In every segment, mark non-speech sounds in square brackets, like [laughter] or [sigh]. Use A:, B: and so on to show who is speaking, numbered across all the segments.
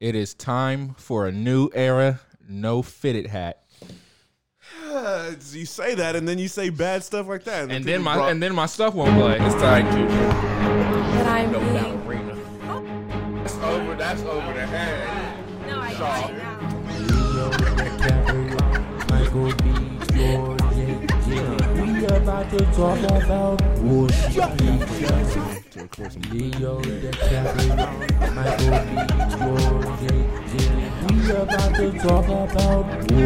A: It is time for a new era, no fitted hat.
B: Uh, you say that, and then you say bad stuff like that,
A: And then my
B: people-
A: and then my stuff won't play. It's time to
C: But I'm
D: No
C: being.
D: ballerina. That's over. That's over the head.
C: No, I got it now.
E: Michael B. Jordan. Yeah, we about to talk about Leo DiCaprio, Michael B. Jordan. Yeah, we about to talk about We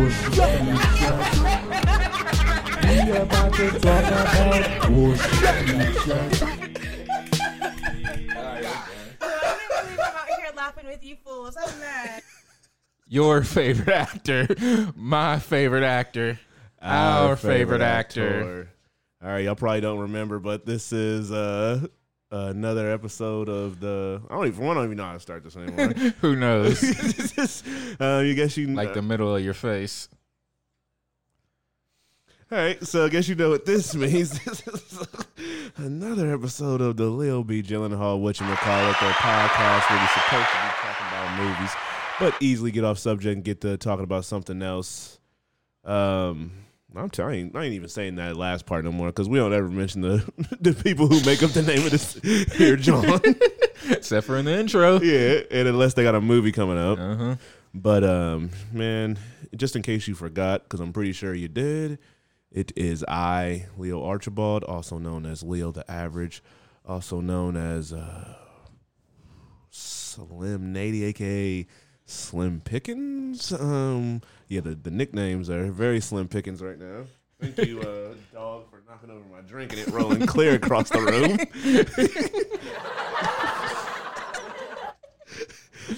E: about to talk about
F: I can't believe I'm out here laughing with you fools. I'm mad.
A: [laughs] your favorite actor, [laughs] my favorite actor, our, favorite, actor.
B: All right, y'all probably don't remember, but this is uh, another episode of the. I don't even. I don't even know how to start
A: [laughs]
B: this anymore. [laughs]
A: Who knows?
B: this is, uh, you guess you
A: like the middle of your face.
B: All right, so I guess you know what this [laughs] means. this is another episode of the Lil B Gyllenhaal Whatchamacallit, the podcast where we're supposed to be talking about movies, but easily get off subject and get to talking about something else. Um, I'm telling you, I ain't even saying that last part no more because we don't ever mention the [laughs] the people who make up the name of this here, John.
A: Except for in the [laughs] intro.
B: yeah, and unless they got a movie coming up.
A: Uh-huh.
B: But um, man, just in case you forgot, because I'm pretty sure you did, it is I, Leo Archibald, also known as Leo the Average, also known as uh, Slim Nady, aka Slim Pickens. Um, yeah, the, the nicknames are very Slim Pickens right now. Thank you, uh, [laughs] dog, for knocking over my drink and it rolling clear across the room. [laughs]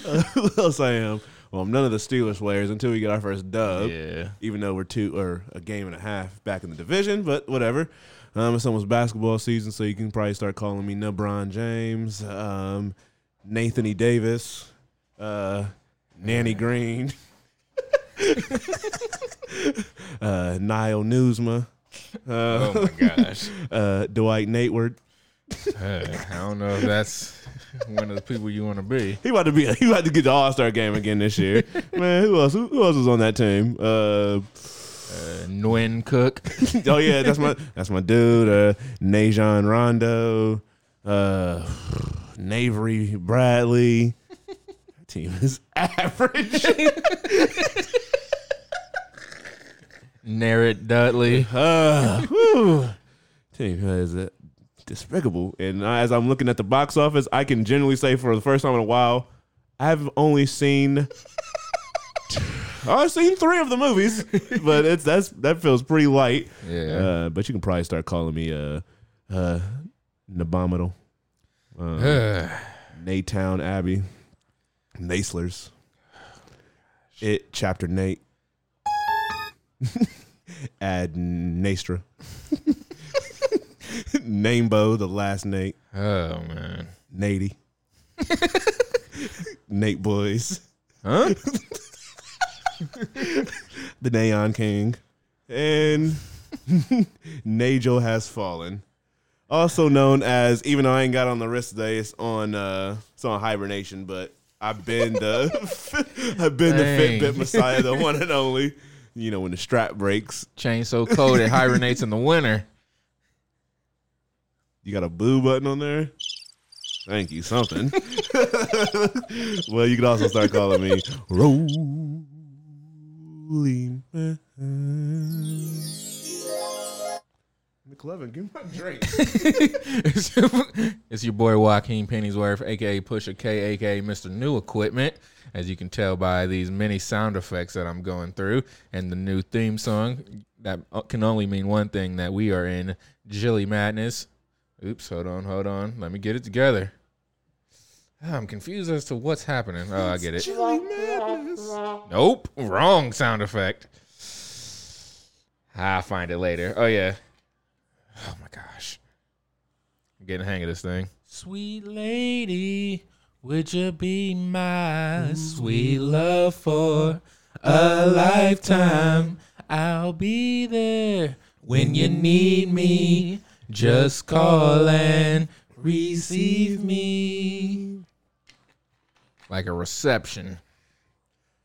B: Uh, who else I am? Well, I'm none of the Steelers players until we get our first dub.
A: [laughs] Yeah.
B: Even though we're two or a game and a half back in the division, but whatever. Um, it's almost basketball season, so you can probably start calling me LeBron James, um, Nathany Davis, uh, Nanny Green, [laughs] uh, Niall Newsma, uh,
A: Oh my gosh.
B: uh, Dwight Nateward.
A: Uh, I don't know if that's [laughs] one of the people you want to be.
B: He about to be. He about to get the All Star game again this year. Man, who else? Who, who else was on that team? Uh,
A: Uh, Nguyen Cook.
B: oh yeah, that's my that's my dude. Uh, Najon Rondo, uh, Navery Bradley. That team is [laughs] average.
A: [laughs] Narrett [laughs] Dudley.
B: Uh, whew. Team is uh, despicable. And as I'm looking at the box office, I can generally say for the first time in a while, I've only seen. I've seen three of the movies, but it's that's that feels pretty light.
A: Yeah.
B: Uh, but you can probably start calling me uh uh Nabominal,
A: Uh,
B: Natown Abbey, Naslers, It Chapter Nate, [laughs] Ad Nastra, [laughs] Namebo, the last Nate,
A: [sighs] oh man.
B: Nady, [laughs] Nate Boys,
A: Huh?
B: the Neon King, and [laughs] Najo has fallen. Also known as, even though I ain't got on the wrist today, it's on uh, it's on hibernation, but I've been the [laughs] I've been
A: Dang.
B: the Fitbit Messiah, the one and only. You know when the strap breaks,
A: Chain so cold it hibernates in the winter.
B: you got a boo button on there. Thank you, [laughs] something. well, you can also start calling me Rolling Man. McLevin, give me my drink.
A: it's, it's your boy Joaquin Pennyworth, aka Pusha K, aka Mr. New Equipment, as you can tell by these many sound effects that I'm going through, and the new theme song that uh, can only mean one thing: that we are in Jilly Madness. Oops, hold on, hold on, let me get it together. Ah, I'm confused as to what's happening. Oh, I get it.
B: Chili Madness.
A: Nope, wrong sound effect. I'll find it later. Oh yeah. Oh my gosh. I'm getting the hang of this thing. Sweet lady, would you be my sweet love for a lifetime? I'll be there when you need me. Just call and receive me. Like a reception.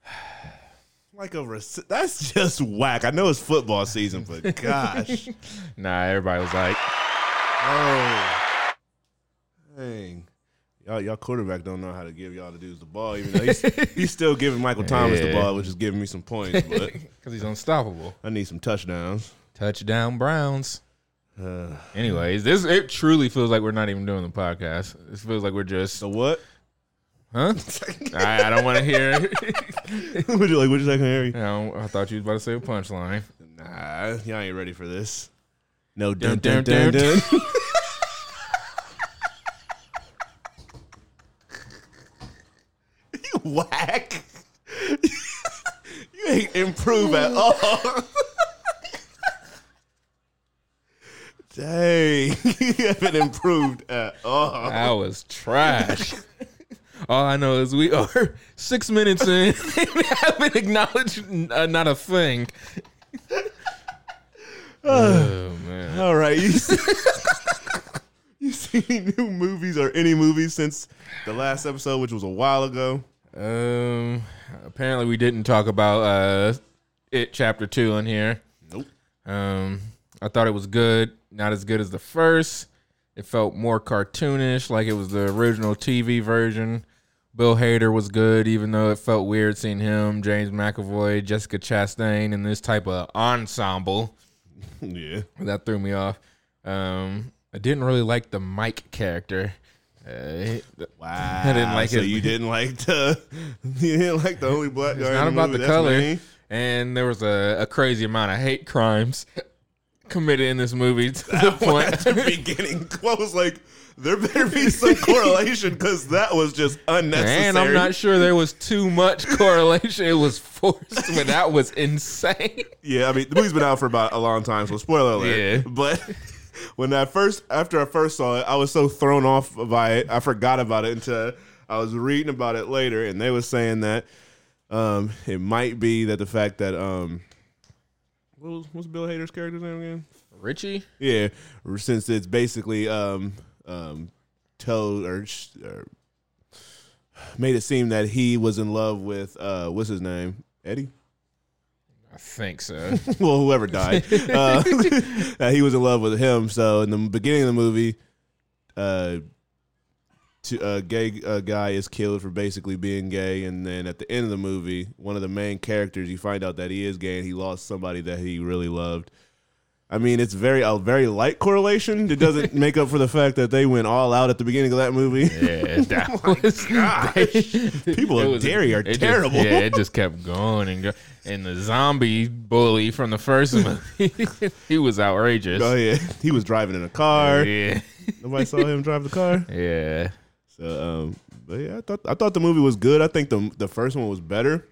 B: [laughs] Like a rec- that's just whack. I know it's football season, [laughs] but gosh,
A: Nah, everybody was like,
B: oh, dang, y'all, y'all quarterback don't know how to give y'all the dudes the ball. Even though he's, he's still giving Michael Thomas the
A: Yeah.
B: ball, which is giving me some points. But
A: because he's unstoppable.
B: I need some touchdowns.
A: Touchdown Browns. Anyways, this it truly feels like we're not even doing the podcast. It feels like we're just
B: So [laughs] what?
A: huh? I, I don't want to hear.
B: would you like? Would you like, Harry?
A: You know, [laughs] I thought you was about to say a punchline.
B: Nah, y'all ain't ready for this. No, dun
A: Dun, dun,
B: dun dun dun. [laughs] you whack. you ain't improve at all. Dang, [laughs] you haven't improved at all.
A: I was trash. All I know is we are [laughs] six minutes in [laughs] and haven't acknowledged uh, not a thing. oh man!
B: All right, you see, [laughs] you see any new movies or any movies since the last episode, which was a while ago?
A: Um, apparently we didn't talk about uh, it chapter two on here.
B: Nope.
A: Um, I thought it was good. Not as good as the first. It felt more cartoonish, like it was the original TV version. Bill Hader was good, even though it felt weird seeing him, James McAvoy, Jessica Chastain, and this type of ensemble.
B: Yeah.
A: That threw me off. Um, I didn't really like the Mike character. Uh,
B: Wow.
A: I didn't like
B: so
A: it.
B: You didn't like the. [laughs] You didn't like the only black guy.
A: It's
B: in
A: not about
B: movie,
A: the
B: that's
A: color.
B: mean.
A: And there was a, a crazy amount of hate crimes [laughs] committed in this movie to the
B: [laughs] At the
A: point.
B: beginning, I was like, there better be some correlation because that was just
A: [laughs]
B: unnecessary.
A: And I'm not sure there was too much correlation. It was forced, but
B: [laughs]
A: that was insane.
B: Yeah, I mean, the movie's been out for about a long time, so spoiler alert.
A: Yeah.
B: But [laughs] when I first, after I first saw it, I was so thrown off by it, I forgot about it until I was reading about it later, and they were saying that um, it might be that the fact that um, what was, what's Bill Hader's character's name again?
A: Richie?
B: Yeah, since it's basically um, um, told or, sh- or made it seem that he was in love with uh, what's his name, Eddie
A: I think so.
B: [laughs] well, whoever died, uh, [laughs] uh, he was in love with him. So in the beginning of the movie, uh, to, a gay uh, guy is killed for basically being gay, and then at the end of the movie, one of the main characters, you find out that he is gay and he lost somebody that he really loved. I mean, it's very a very light correlation. It doesn't make up for the fact that they went all out at the beginning of that movie. [laughs]
A: Yeah, [laughs] that was
B: People
A: it
B: of
A: was-
B: Derry are
A: it just-
B: terrible.
A: yeah,
B: [laughs]
A: it just kept going and go, and the zombie bully from the first movie, [laughs] he was outrageous.
B: Oh yeah, he was driving in a car. [laughs]
A: yeah,
B: Nobody saw him drive the car.
A: yeah.
B: So, um, but yeah, I thought I thought the movie was good. I think the the first one was better.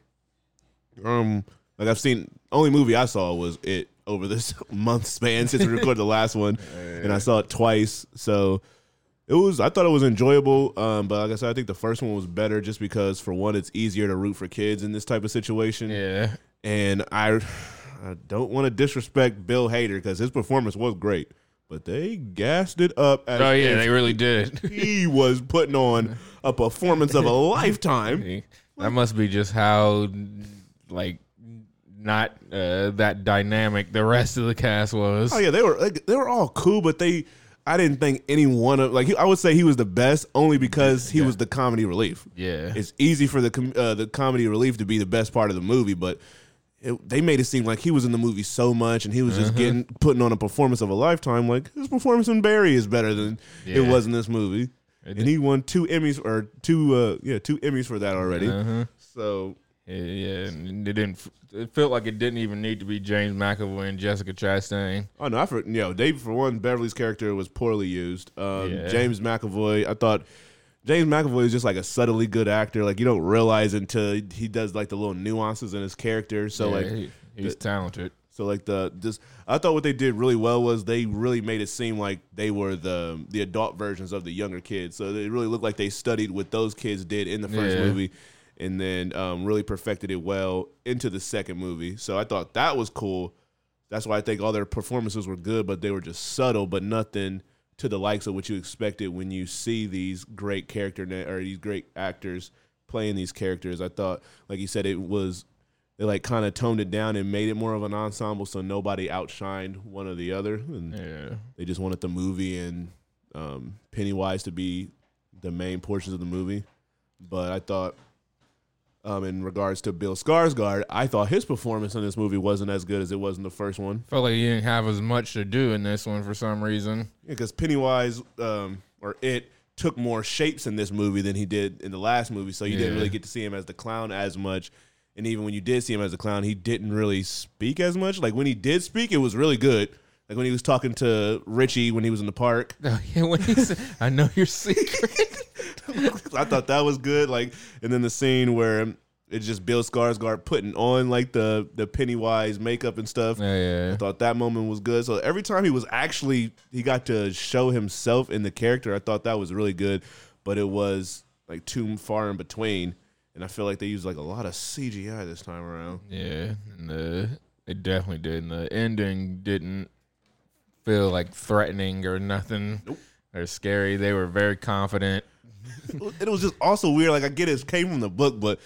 B: Um, like I've seen only movie I saw was it over this [laughs] month span since we recorded the last
A: [laughs]
B: one, and I saw it twice. So it was I thought it was enjoyable. Um, but like I said, I think the first one was better just because for one, it's easier to root for kids in this type of situation,
A: yeah.
B: and I I don't want to disrespect Bill Hader because his performance was great, but they gassed it up. At
A: Oh
B: an
A: yeah, they really did.
B: he was putting on a
A: [laughs]
B: performance of a lifetime.
A: that must be just how like not uh, that dynamic the rest of the cast was.
B: Oh yeah, they were like, they were all cool, but they I didn't think any one of like he- I would say he was the best only because he was the comedy relief.
A: Yeah.
B: it's easy for the com- uh, the comedy relief to be the best part of the movie, but. It, they made it seem like he was in the movie so much, and he was just
A: Uh-huh.
B: getting putting on a performance of a lifetime. Like his performance in Barry is better than it
A: Yeah.
B: was in this movie, and he won two Emmys or two uh, yeah two Emmys for that already.
A: Uh-huh.
B: So
A: Yeah, yeah, and it didn't. It felt like it didn't even need to be James McAvoy and Jessica Chastain.
B: Oh no! I for yo, Dave for one, Beverly's character was poorly used. Um,
A: Yeah.
B: James McAvoy, I thought James McAvoy is just like a subtly good actor. Like you don't realize until he does like the little nuances in his character. So
A: Yeah,
B: like,
A: he- he's talented.
B: so like the just I thought what they did really well was they really made it seem like they were the the adult versions of the younger kids. So they really looked like they studied what those kids did in the first
A: Yeah.
B: movie and then um, really perfected it well into the second movie. So I thought that was cool. That's why I think all their performances were good, but they were just subtle, but nothing to the likes of what you expected when you see these great character na- or these great actors playing these characters. I thought, like you said, it was They like kind of toned it down and made it more of an ensemble, so nobody outshined one or the other. And
A: Yeah.
B: they just wanted the movie and um, Pennywise to be the main portions of the movie. But I thought, um, in regards to Bill Skarsgård, I thought his performance in this movie wasn't as good as it was in the first one.
A: Felt like he didn't have as much to do in this one for some [laughs] reason.
B: Because Pennywise um, or it took more shapes in this movie than he did in the last movie, so you didn't
A: Yeah.
B: really get to see him as the clown as much. And even when you did see him as a clown, he didn't really speak as much. Like when he did speak, it was really good. Like when he was talking to Richie when he was in the park. [laughs]
A: Oh, yeah, when he said, I know your secret.
B: I thought that was good. Like, and then the scene where it's just Bill Skarsgård putting on like the the Pennywise makeup and stuff.
A: yeah, yeah.
B: I thought that moment was good. So every time he was actually he got to show himself in the character, I thought that was really good. But it was like too far in between, and I feel like they used like a lot of CGI this time around.
A: Yeah, and the, it definitely did. And the ending didn't feel like threatening or nothing or scary. They were very confident.
B: And it was just also weird. Like I get it came from the book, but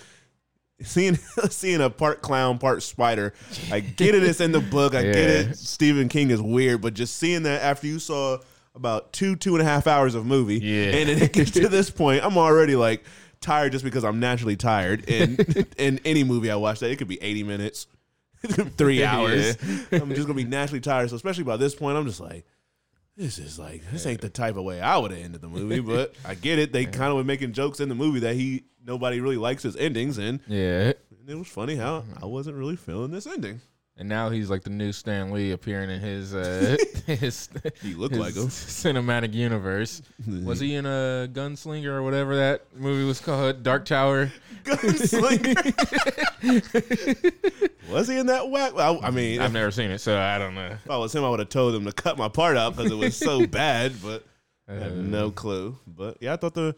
B: seeing [laughs] seeing a part clown, part spider, I get it. It's in the book. I get
A: Yeah.
B: it. Stephen King is weird, but just seeing that after you saw about two two and a half hours of movie,
A: Yeah.
B: and it gets to this point, I'm already like tired just because I'm naturally tired. And [laughs] in any movie I watch, that it could be 80 minutes. [laughs] Three
A: Yeah.
B: hours. I'm just gonna be naturally tired. So especially by this point, I'm just like, this is like this ain't the type of way I would have ended the movie, but I get it. They kind of were making jokes in the movie that he nobody really likes his endings, and,
A: Yeah.
B: and it was funny how I wasn't really feeling this ending. [laughs]
A: And now he's like the new Stan Lee appearing in his
B: [laughs]
A: uh his
B: He looked
A: his
B: like him.
A: cinematic universe. Was he in a gunslinger or whatever that movie was called? Dark Tower.
B: Gunslinger, [laughs] was he in that whack? I, I mean,
A: I've
B: if
A: never seen it, so I don't know.
B: I was him, I would have told him to cut my part out because it was so bad. But I had no clue. But yeah, I thought the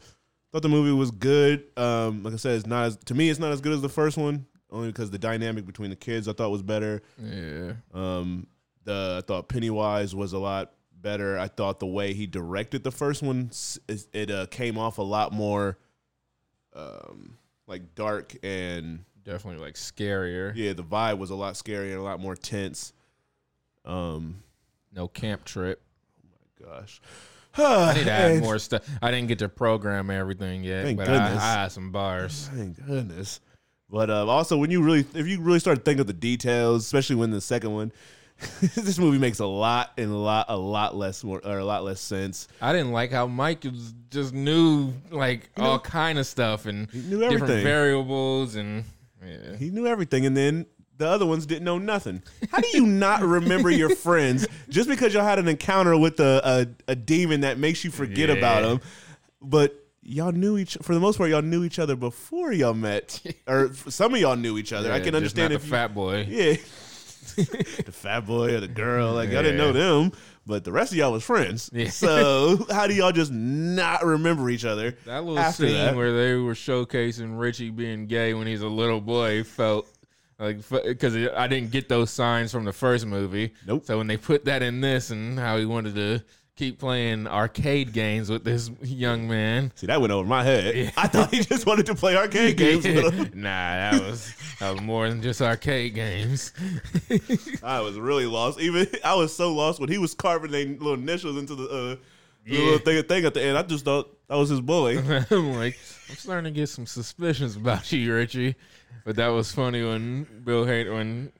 B: thought the movie was good. Um, like I said, it's not as to me, it's not as good as the first one, only because the dynamic between the kids I thought was better.
A: Yeah.
B: Um, the I thought Pennywise was a lot better. I thought the way he directed the first one, s- is- it uh, came off a lot more, um, like dark and
A: Definitely like scarier.
B: yeah, the vibe was a lot scarier, and a lot more tense. Um,
A: No camp trip.
B: gosh, [sighs]
A: I
B: [laughs]
A: need to add more stuff. I didn't get to program everything yet,
B: Thank
A: but
B: goodness.
A: I, I had some bars.
B: Thank goodness. But uh, also, when you really, if you really start thinking of the details, especially when the second one, [laughs] this movie makes a lot and a lot, a lot less more, or a lot less sense.
A: I didn't like how Mike was- just knew like all kind of stuff and
B: knew
A: different
B: everything.
A: variables and yeah.
B: He knew everything, and then the other ones didn't know nothing. How do you not remember
A: [laughs]
B: your friends just because y'all had an encounter with a a, a demon that makes you forget
A: Yeah.
B: about them? But y'all knew each for the most part. Y'all knew each other before
A: [laughs]
B: y'all met, or some of y'all knew each other. I
A: Yeah,
B: can
A: just
B: understand
A: not
B: if
A: the
B: you-
A: fat boy.
B: Yeah. [laughs] the fat boy or the girl, like y'all didn't know them, but the rest of y'all was friends.
A: Yeah.
B: So [laughs] how do y'all just not remember each other?
A: That little
B: after
A: scene
B: that?
A: where they were showcasing Richie being gay when he's a little boy felt like because I didn't get those signs from the first movie.
B: Nope.
A: So when they put that in this and how he wanted to keep playing arcade games with this young man.
B: See, that went over my head. I thought he just wanted to play
A: [laughs]
B: arcade [laughs] games. with him.
A: nah, that was that was more than just arcade games. [laughs]
B: I was really lost. Even [laughs] I was so lost when he was carving their little initials into the, uh, the
A: Yeah.
B: little thing, thing at the end. I just thought that was his bully.
A: I'm like, I'm starting to get some suspicions about you, Richie. But that was funny when Bill Hader, when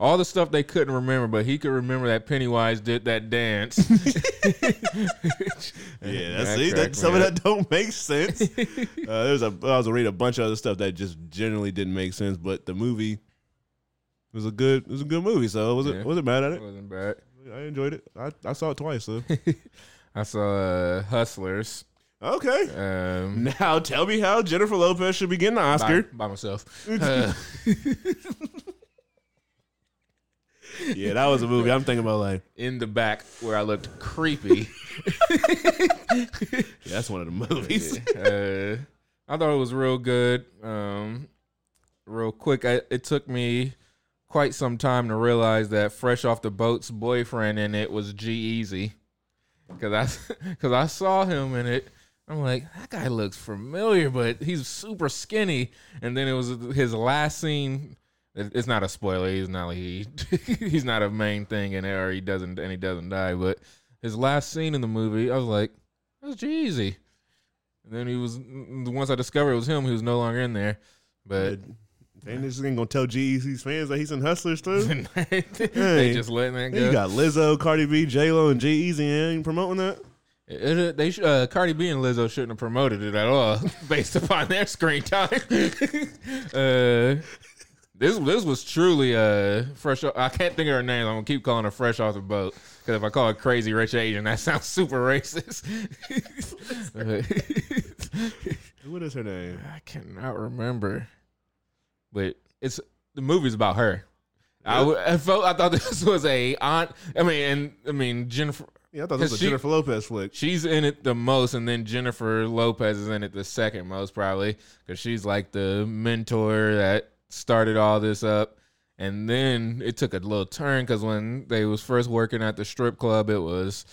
A: all the stuff they couldn't remember, but he could remember that Pennywise did that dance. [laughs]
B: Yeah,
A: That
B: that's see,
A: cracked
B: that,
A: me
B: some of
A: up.
B: that don't
A: [laughs]
B: make sense. uh, there's a I was reading a bunch of other stuff that just generally didn't make sense, but the movie was a good it was a good movie, so I wasn't
A: Yeah.
B: wasn't mad at it.
A: wasn't bad.
B: I enjoyed it. I, I saw it
A: [laughs]
B: twice. So
A: I saw uh, Hustlers.
B: okay,
A: Um,
B: now tell me how Jennifer Lopez should be getting the
A: by,
B: Oscar.
A: by myself. Uh,
B: [laughs] yeah, that was a movie. I'm thinking about like
A: in the back where I looked creepy.
B: yeah, that's one of the movies.
A: [laughs]
B: [laughs]
A: uh, I thought it was real good. Um, real quick, I, it took me quite some time to realize that Fresh Off the Boat's boyfriend in it was G Easy. Because I, [laughs] cause I saw him in it. I'm like, that guy looks familiar, but he's super skinny. And then it was his last scene it- it's not a spoiler. He's not like he [laughs] he's not a main thing in it, or he doesn't and he doesn't die. But his last scene in the movie, I was like, that's Jeezy. And then he was n- n- once I discovered it was him, he was no longer in there. But
B: They just ain't gonna tell GEC's fans that he's in
A: [laughs]
B: Hustlers too.
A: they just letting that go.
B: you got Lizzo, Cardi B, J Lo, and G Easy, and ain't promoting that.
A: It- it- they sh- uh, Cardi B and Lizzo shouldn't have promoted it at all, [laughs] based upon their screen time. [laughs] uh, this this was truly uh, fresh. o- I can't think of her name. I'm gonna keep calling her fresh off the boat because if I call her crazy rich Asian, that [laughs] sounds super racist. [laughs] Uh,
B: What is her name?
A: I cannot remember, but it's the movie's about her. I, w- I felt I thought this [laughs] was a aunt. I mean, and I mean Jennifer.
B: Yeah, I thought this was a
A: She-
B: Jennifer Lopez flick.
A: She's in it the most, and then Jennifer Lopez is in it the second most, probably, because she's like the mentor that started all this up. And then it took a little turn because when they was first working at the strip club, it was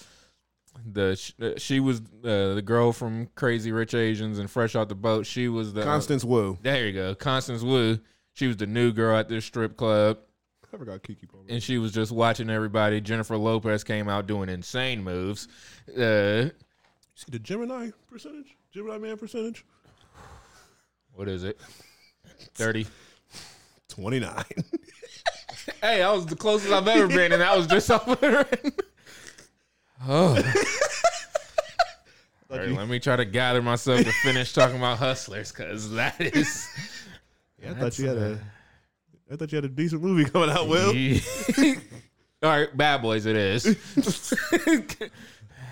A: the sh- uh, she was uh, the girl from Crazy Rich Asians and Fresh Out the Boat. She was the uh,
B: Constance Wu.
A: There you go, Constance Wu. She was the new girl at this strip club
B: I forgot Kiki Palmer.
A: and she was just watching everybody. Jennifer Lopez came out doing insane moves. Uh,
B: See the Gemini percentage? Gemini man percentage?
A: what is it? 30.
B: [laughs] 29.
A: Hey, that was the closest I've ever been, and that was just [laughs] off of her. Oh. All right, let me try to gather myself to finish talking about hustlers, because that is.
B: yeah, I thought you had a I thought you had a decent movie coming out, Will.
A: [laughs] All right, bad boys, it is. [laughs]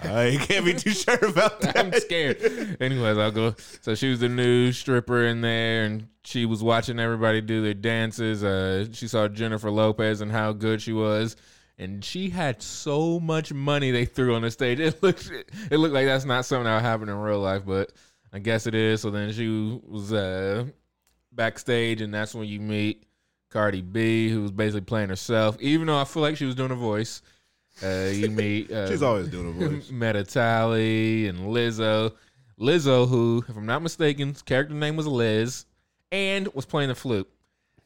B: I can't be too sure about that.
A: I'm scared. Anyways, I'll go. So she was the new stripper in there, and she was watching everybody do their dances. Uh, she saw Jennifer Lopez and how good she was, and she had so much money they threw on the stage. [laughs] It looked, it looked like that's not something that would happen in real life, but I guess it is. So then she was uh, backstage, and that's when you meet Cardi B, who was basically playing herself. Even though I feel like she was doing a voice. Uh, you meet. Uh,
B: She's always doing a voice.
A: Metatali Mm-hmm. and Lizzo. Lizzo, who, if I'm not mistaken, his character name was Liz, and was playing the flute.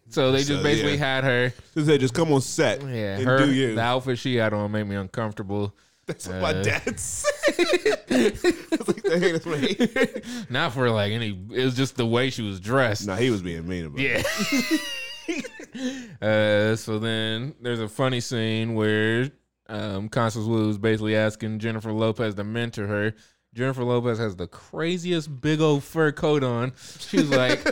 A: So they just
B: So,
A: basically
B: yeah.
A: had her.
B: She said, just come on set
A: Yeah,
B: and
A: her
B: do you.
A: the outfit she had on made me uncomfortable.
B: that's what my
A: uh,
B: dad said. [laughs] I was like, "Dang, that's what he-"
A: Not for like any. It was just the way she was dressed.
B: Nah, he was being mean about it.
A: Yeah. [laughs] uh, so then there's a funny scene where um, Constance Wu is basically asking Jennifer Lopez to mentor her. Jennifer Lopez has the craziest big old fur coat on. She was like,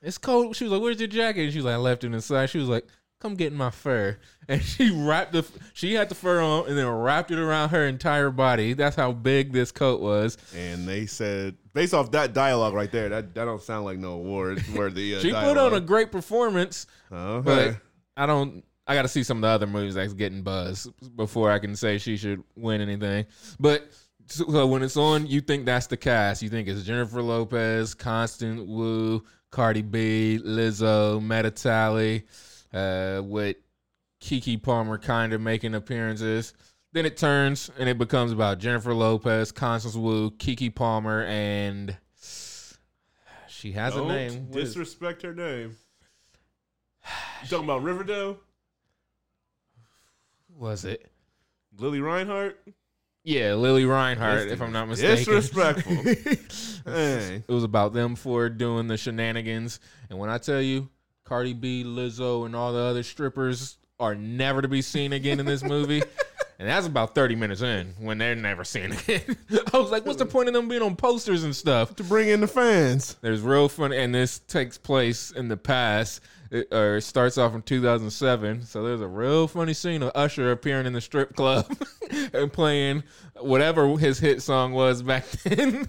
A: "It's cold." She was like, "Where's your jacket?" And she was like, "I left it inside." She was like, "Come get in my fur." And [laughs] she wrapped the she had the fur on and then wrapped it around her entire body. That's how big this coat was.
B: And they said, based off that dialogue right there, that, that don't sound like no award worthy. Uh,
A: She put on a great performance.
B: a.
A: But I don't. I got to see some of the other movies that's getting buzz before I can say she should win anything. But so so when it's on, you think that's the cast. You think it's Jennifer Lopez, Constant Wu, Cardi B, Lizzo, Metatali, uh, with Kiki Palmer kind of making appearances. Then it turns and it becomes about Jennifer Lopez, Constance Wu, Kiki Palmer, and she has
B: Don't
A: a name. What is-
B: disrespect her name. You talking about Riverdale?
A: who was it?
B: Lily Reinhart?
A: Yeah, Lily Reinhart, if I'm not mistaken.
B: Disrespectful. [laughs] hey.
A: [laughs] It was about them four doing the shenanigans. And when I tell you, Cardi B, Lizzo, and all the other strippers are never to be seen again in this movie. And that's about 30 minutes in when they're never seen again. [laughs] I was like, what's the point of them being on posters and stuff?
B: To bring in the fans.
A: There's real fun, and this takes place in the past, it, or it starts off in 2007. So there's a real funny scene of Usher appearing in the strip club [laughs] and playing whatever his hit song was back [laughs] then.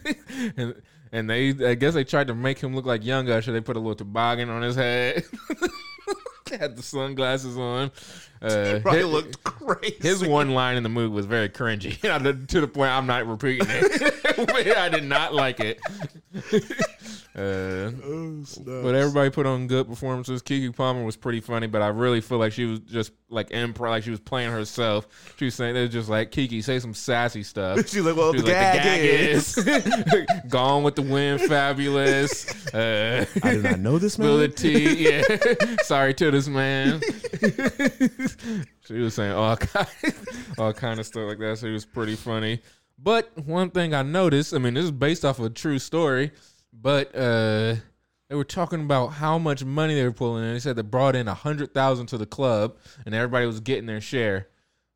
A: and, and they, I guess, they tried to make him look like young Usher. They put a little toboggan on his head. [laughs] Had the sunglasses on. Uh,
B: Probably
A: hit-
B: looked crazy.
A: [laughs] his one line in the movie was very cringy, [laughs] to the point I'm not repeating it. I did not like it. [laughs] Uh,
B: Oh, snap.
A: but everybody put on good performances. Kiki Palmer was pretty funny, but I really feel like she was just like improv, like she was playing herself. She was saying they was just like Kiki, say some sassy stuff.
B: She's like,
A: [laughs]
B: well,
A: She was
B: the gag is.
A: is. [laughs] Gone with the Wind, fabulous. [laughs] Uh,
B: I do not know
A: [laughs]
B: this man.
A: Willa T, yeah. Sorry to this
B: [laughs]
A: man. [laughs] she was saying all kind, [laughs] all kind of stuff like that. So it was pretty funny. But one thing I noticed, I mean, this is based off of a true story, but uh, they were talking about how much money they were pulling in. They said they brought in a hundred thousand to the club, and everybody was getting their share.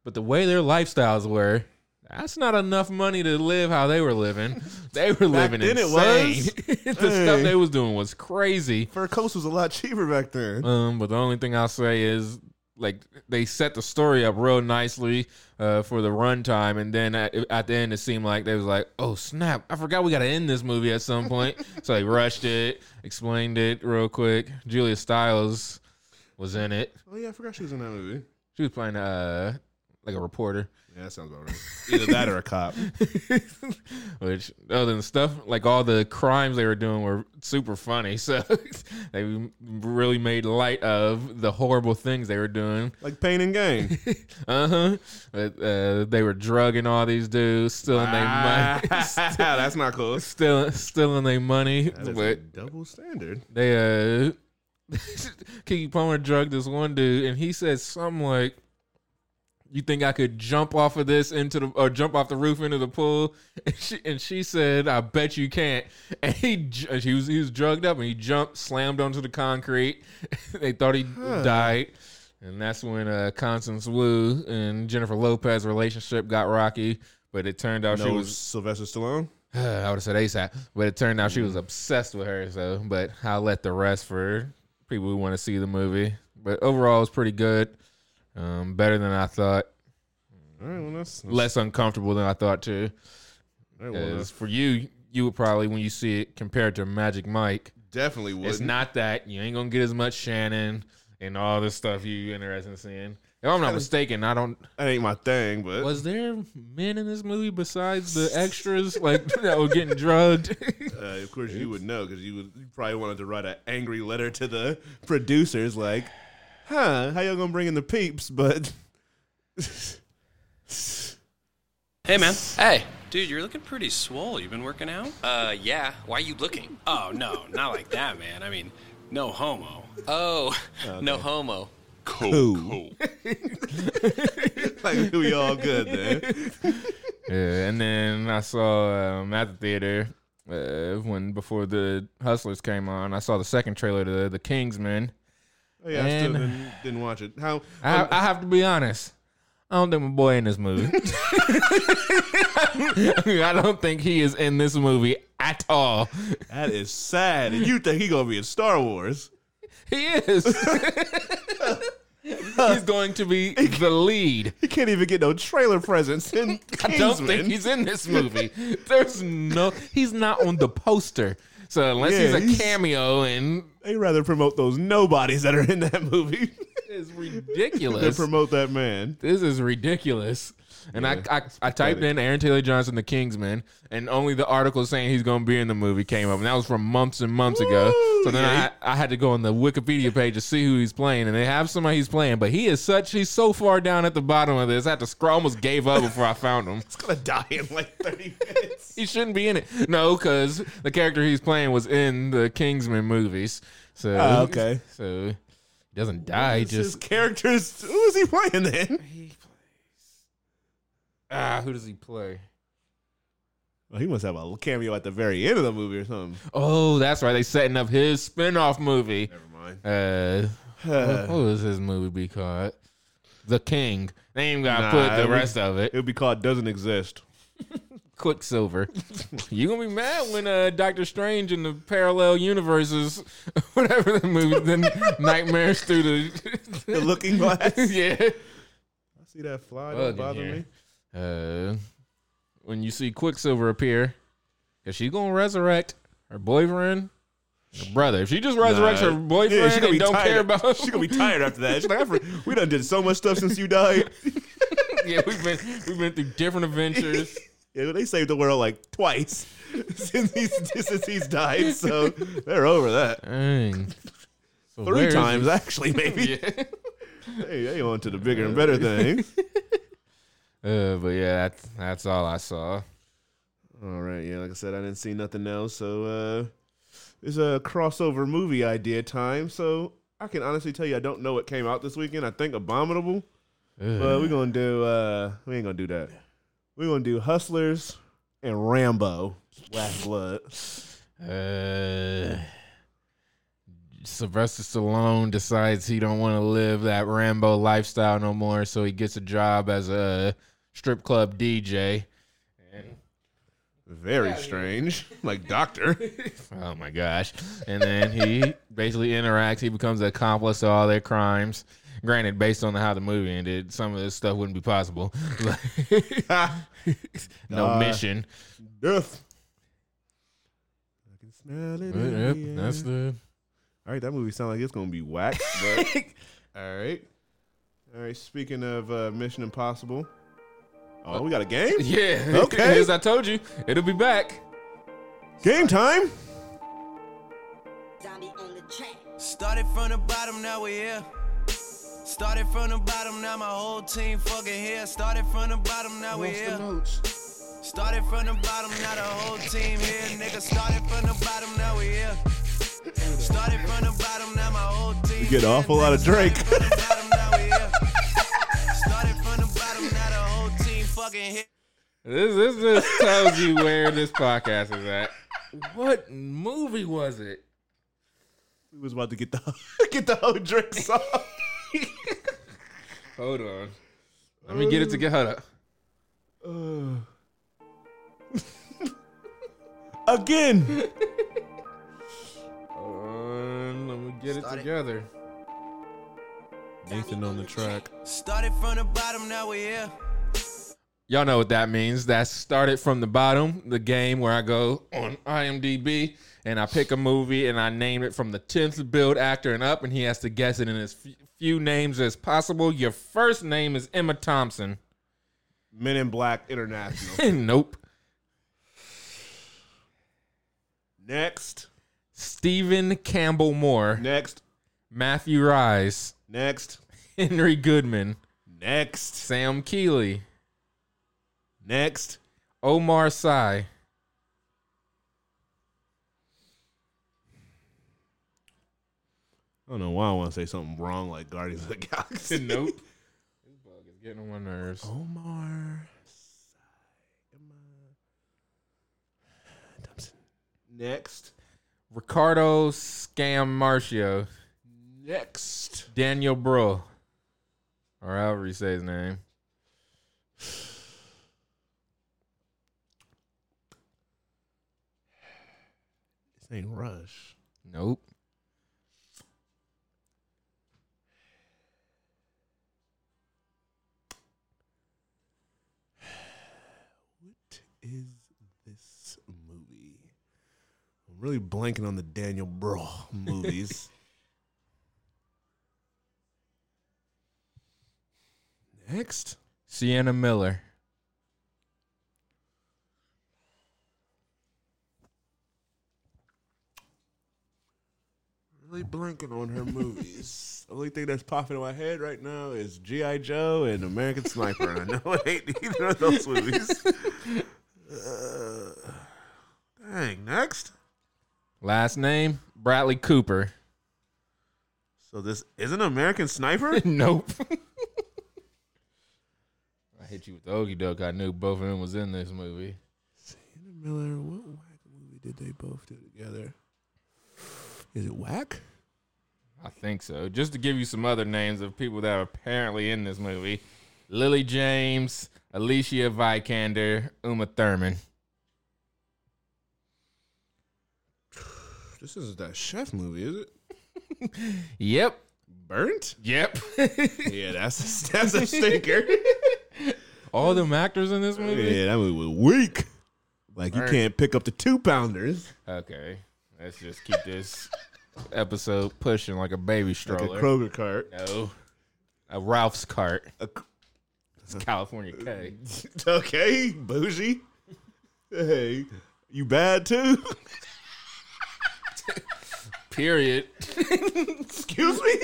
A: But the way their lifestyles were. That's not enough money to live how they were living. They were living
B: then it
A: insane.
B: was.
A: [laughs] the stuff
B: Hey.
A: they was doing was crazy.
B: Fur Coast was a lot cheaper back then.
A: Um, but the only thing I'll say is like they set the story up real nicely uh, for the runtime, and then at, at the end it seemed like they was like, "Oh snap! I forgot we got to end this movie at some point." so they rushed it, explained it real quick. Julia Stiles was in it.
B: Oh yeah, I forgot she was in that movie.
A: She was playing uh like a reporter.
B: Yeah, that sounds about right. Either that or a cop.
A: Which other than stuff like all the crimes they were doing were super funny, [laughs] so they really made light of the horrible things they were doing.
B: Like Pain and
A: [laughs]
B: Gain.
A: Uh-huh. Uh Uh They were drugging all these dudes, stealing their money,
B: Ah. [laughs] That's not
A: [laughs]
B: cool.
A: stealing stealing their money.
B: That is a
A: But
B: double standard.
A: they uh, [laughs] Kiki Palmer drugged this one dude, and he said something like, "You think I could jump off of this into the or jump off the roof into the pool?" [laughs] And she, and she said, "I bet you can't." [laughs] And he ju- he was he was drugged up, and he jumped, slammed onto the concrete. [laughs] they thought he died. And that's when uh, Constance Wu and Jennifer Lopez relationship got rocky, but it turned out
B: No
A: she was
B: Sylvester Stallone.
A: [sighs] I would have said ASAP, but it turned out she was obsessed with her. So, but I'll let the rest for people who want to see the movie. But overall, it's pretty good. Um, better than I thought.
B: All right, well that's, that's
A: Less uncomfortable than I thought too.
B: all right, well,
A: Because
B: that's
A: for you, you would probably when you see it compared to Magic Mike,
B: definitely would.
A: it's not that you ain't gonna get as much Shannon and all this stuff you interested in seeing. If I'm not mistaken, I don't.
B: That ain't my thing, but
A: Was there men in this movie besides [laughs] the extras like that were getting [laughs] drugged?
B: uh, of course you would know because you would you probably wanted to write an angry letter to the producers, like, "Huh, how y'all gonna bring in the peeps?" [laughs] But
G: Hey, man.
H: Hey,
G: Dude, you're looking pretty swole. You been working out?
H: uh, yeah. Why are you looking?
G: Oh, no, not like that, man. I mean, no homo.
H: Oh, no homo.
B: cool, like we all good
A: [laughs]
B: then.
A: Yeah, and then I saw um, at the theater uh, when before the Hustlers came on, I saw the second trailer to the Kingsman.
B: Oh, yeah, I still
A: And-
B: didn't, didn't watch it. How?
A: I, I have to be honest. I don't think my boy in this
B: [laughs]
A: movie. [laughs] I don't think he is in this movie at all.
B: that is sad. And you think he gonna be in Star Wars?
A: He is. [laughs] he's going to be the lead.
B: He can't even get no trailer presence
A: [laughs]
B: in
A: I don't
B: Kingsman.
A: think he's in this movie. There's no. He's not on the poster. So unless
B: Yeah,
A: he's
B: he's-
A: a cameo and
B: They rather promote those nobodies that are in that movie [laughs]
A: it's
B: than
A: ridiculous.
B: promote that man.
A: this is ridiculous. And I, I I typed in Aaron Taylor Johnson, the Kingsman, and only the article saying he's going to be in the movie came up. And that was from months and months ago.
B: Woo!
A: So then
B: Yeah,
A: I, I had to go on the Wikipedia page to see who he's playing. And they have somebody he's playing, but he is such, he's so far down at the bottom of this. I had to scroll, almost gave up before I found him.
B: He's gonna die in like thirty minutes.
A: He shouldn't be in it. No, because the character he's playing was in the Kingsman movies. So,
B: Ah, okay.
A: So he doesn't die, he
B: His
A: Oh, just.
B: characters. Who is he playing then?
A: Ah, who does he play?
B: Well, he must have a cameo at the very end of the movie or something.
A: Oh, that's right. They setting up his spin-off movie.
B: [sighs] Never mind.
A: Uh, what what was his movie be called? The King. They ain't gotta
B: Nah,
A: put the
B: it'll be-
A: rest of it.
B: [sighs] It would be called "Doesn't [laughs] Exist." [laughs]
A: Quicksilver. you gonna be mad when uh, Doctor Strange and the parallel universes, [laughs] whatever the movie, then
B: [laughs]
A: nightmares through
B: The
A: the. [laughs]
B: Looking [laughs] Glass. I
A: yeah.
B: see that fly.
A: Bug
B: Don't
A: in
B: bother
A: here.
B: me.
A: Uh, when you see Quicksilver appear, is she gonna resurrect her boyfriend? Her brother. If she just resurrects her boyfriend
B: Yeah, she gonna
A: and
B: be
A: don't
B: tired.
A: care about
B: She gonna be tired after that. She's like, I for,
A: [laughs]
B: we done did so much stuff since you died. [laughs]
A: yeah, we've been we've been through different adventures.
B: Yeah, they saved the world like twice [laughs] since he's since he's died, so they're over that.
A: Dang. So where
B: Three
A: is
B: times
A: he? [laughs]
B: actually, maybe. hey, they on to the bigger and better things.
A: Uh, but yeah, that's that's all I saw.
B: All right, yeah, like I said, I didn't see nothing else, so uh it's a crossover movie idea time. So I can honestly tell you I don't know what came out this weekend. I think Abominable. But we're gonna do uh we ain't gonna do that. We're gonna do Hustlers and Rambo. Black Blood.
A: Uh, Sylvester Stallone decides he don't want to live that Rambo lifestyle no more, so he gets a job as a strip club DJ.
B: Very strange. Like Doctor.
A: Oh my gosh! And then he basically interacts. He becomes an accomplice to all their crimes. Granted, based on how the movie ended, some of this stuff wouldn't be possible. [laughs] no
B: Uh,
A: mission.
B: Death. I can smell it. in
A: Yep,
B: the
A: that's
B: air.
A: the.
B: All right, that movie sounds like it's gonna be whack. [laughs] But all right, all right. Speaking of uh, Mission Impossible, oh, we got a game.
A: Yeah. [laughs]
B: Okay.
A: As I told you, it'll be back.
B: Game time.
I: Started from the bottom, now we're here. Started from the bottom, now my whole team fucking here. Started from the bottom, now we're here. Started from the bottom, now the whole team here. Nigga, started from the bottom, now we're here. Started from the bottom, now my whole team.
B: get an awful lot of Drake.
I: Started from the bottom, now we here. Started from the bottom, now the whole team fucking here.
A: This this this tells you where this podcast is at. What movie was it?
B: We was about to get the [laughs] get the whole Drake song.
A: Hold on. Let me get it together. Hold up.
B: [laughs] Again,
A: Hold on. Let me get it
I: Start it.
A: together.
B: Nathan on the track.
I: Started from the bottom, now we're here.
A: Y'all know what that means. That's started from the bottom, the game where I go on IMDb and I pick a movie and I name it from the 10th build actor and up, and he has to guess it in as f- few names as possible. Your first name is Emma Thompson. [laughs]
B: Men in Black International.
A: nope.
B: next,
A: Stephen Campbell Moore,
B: next,
A: Matthew Rise,
B: next,
A: [laughs] Henry Goodman,
B: next,
A: Sam Keeley,
B: next.
A: Omar Sy. [laughs]
B: I don't know why I want to say something wrong like Guardians of the [laughs] Galaxy.
A: nope. this bug is getting on my nerves.
B: Omar Saima Thompson. Next.
A: Ricardo Scam Marcio,
B: Next.
A: Daniel Bro, or however you say his name.
B: This ain't Rush.
A: Nope.
B: What is this movie? I'm really blanking on the Daniel [laughs] Bro movies. Next.
A: Sienna Miller.
B: Really blanking on her [laughs] movies. the only thing that's popping in my head right now is G.I. Joe and American Sniper. and I know it ain't either of those movies. [laughs] Uh, dang, next.
A: Last name Bradley Cooper.
B: So this isn't American Sniper?
A: [laughs] [laughs] nope. I hit you with the okey doke. I knew both of them was in this movie.
B: Sienna Miller, what whack movie did they both do together? Is it whack?
A: I think so. Just to give you some other names of people that are apparently in this movie Lily James, Alicia Vikander, Uma Thurman.
B: This isn't that chef movie, is it?
A: Yep.
B: Burnt?
A: Yep. [laughs]
B: Yeah, that's that's a [laughs] stinker.
A: All them actors in this movie?
B: yeah, that movie was weak. Like you can't pick up the two pounders.
A: Okay. Let's just keep this episode pushing like a baby
B: Like a
A: stroller.
B: Kroger cart.
A: no. A Ralph's cart.
B: A cr-
A: It's California K.
B: [laughs] okay, bougie. Hey, you bad too? [laughs]
A: Period.
B: Excuse me?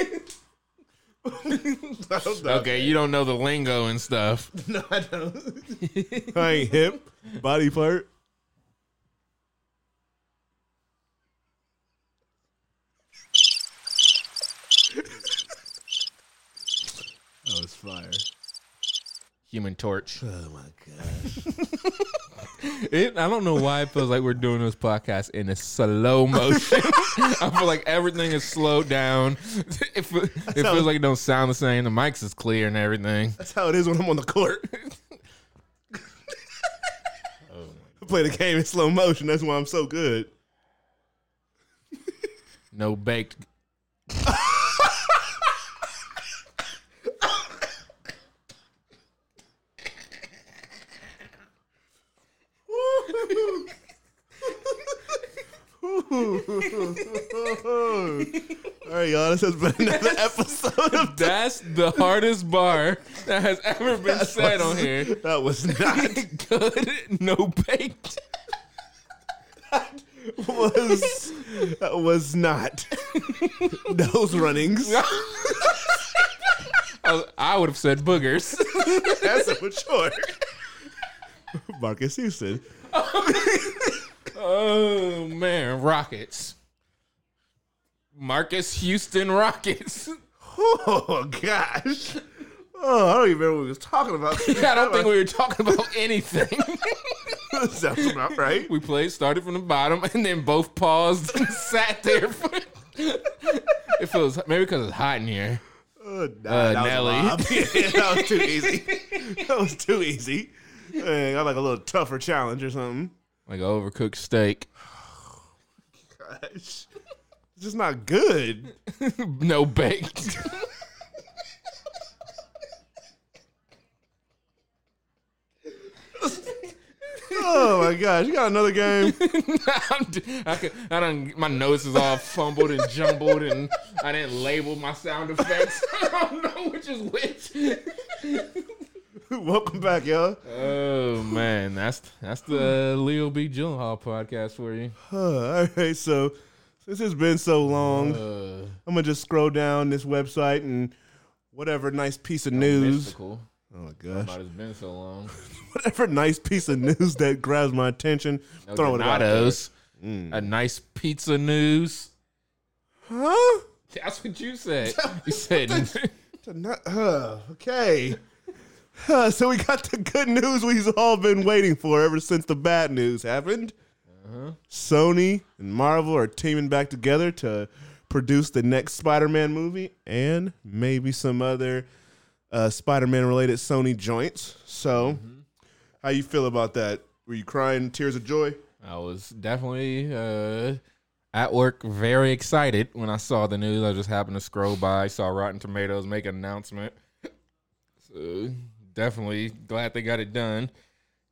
B: [laughs] I don't know.
A: Okay, you don't know the lingo and stuff.
B: No, I don't. I ain't hip. Body part. That was fire.
A: Human Torch.
B: Oh my gosh.
A: It, I don't know why it feels like we're doing this podcast in a slow [laughs] motion. I feel like everything is slowed down. [laughs] It, fe- it feels like it don't sound the same. The mics is clear and everything.
B: That's how it is when I'm on the court. [laughs]
A: Oh,
B: I play the game in slow motion. That's why I'm so good.
A: No baked.
B: All right, y'all. This has been
A: [laughs]
B: another episode of
A: That's the hardest bar that has ever been said on here.
B: That was not [laughs]
A: Good. No baked.
B: was that
A: [laughs]
B: was not those runnings.
A: I, I would have said boogers.
B: That's
A: [laughs]
B: immature. Marcus Houston.
A: Oh man, Rockets. Marcus Houston Rockets.
B: Oh gosh. Oh, I don't even remember what we was talking about.
A: [laughs] I don't think we were talking about anything.
B: sounds about right.
A: we played, started from the bottom, and then both paused and sat there. For, it feels maybe because it's hot in here.
B: Oh, nah,
A: Uh,
B: that was a
A: Nelly.
B: lob. [laughs] Yeah, that was too
A: [laughs]
B: easy. That was too easy. Hey, I like a little tougher challenge or something.
A: Like an overcooked steak.
B: Gosh. It's just not good.
A: No baked.
B: Oh my gosh, you got another game. [laughs]
A: [laughs] I'm d- I, could, I done, my notes is all fumbled and jumbled, and I didn't label my sound effects. [laughs] I don't know which is which.
B: Welcome back, y'all.
A: Oh man, that's that's the Leo B. Gyllenhaal podcast for you.
B: Uh, all right, so this has been so long.
A: Uh,
B: I'm gonna just scroll down this website and whatever nice piece of news.
A: mystical.
B: Oh my gosh,
A: But it's been so long.
B: [laughs] whatever nice piece of news that grabs my attention,
A: No
B: throw it out there.
A: Donatos. A nice pizza news.
B: Huh?
A: That's what you said. [laughs] You said
B: Not, uh, okay. Huh, so we got the good news we've all been waiting for ever since the bad news happened. Sony and Marvel are teaming back together to produce the next Spider-Man movie and maybe some other uh, Spider-Man related Sony joints. So, how you feel about that? Were you crying tears of joy?
A: I was definitely uh, at work, very excited when I saw the news. I just happened to scroll by, saw Rotten Tomatoes make an announcement. So definitely glad they got it done,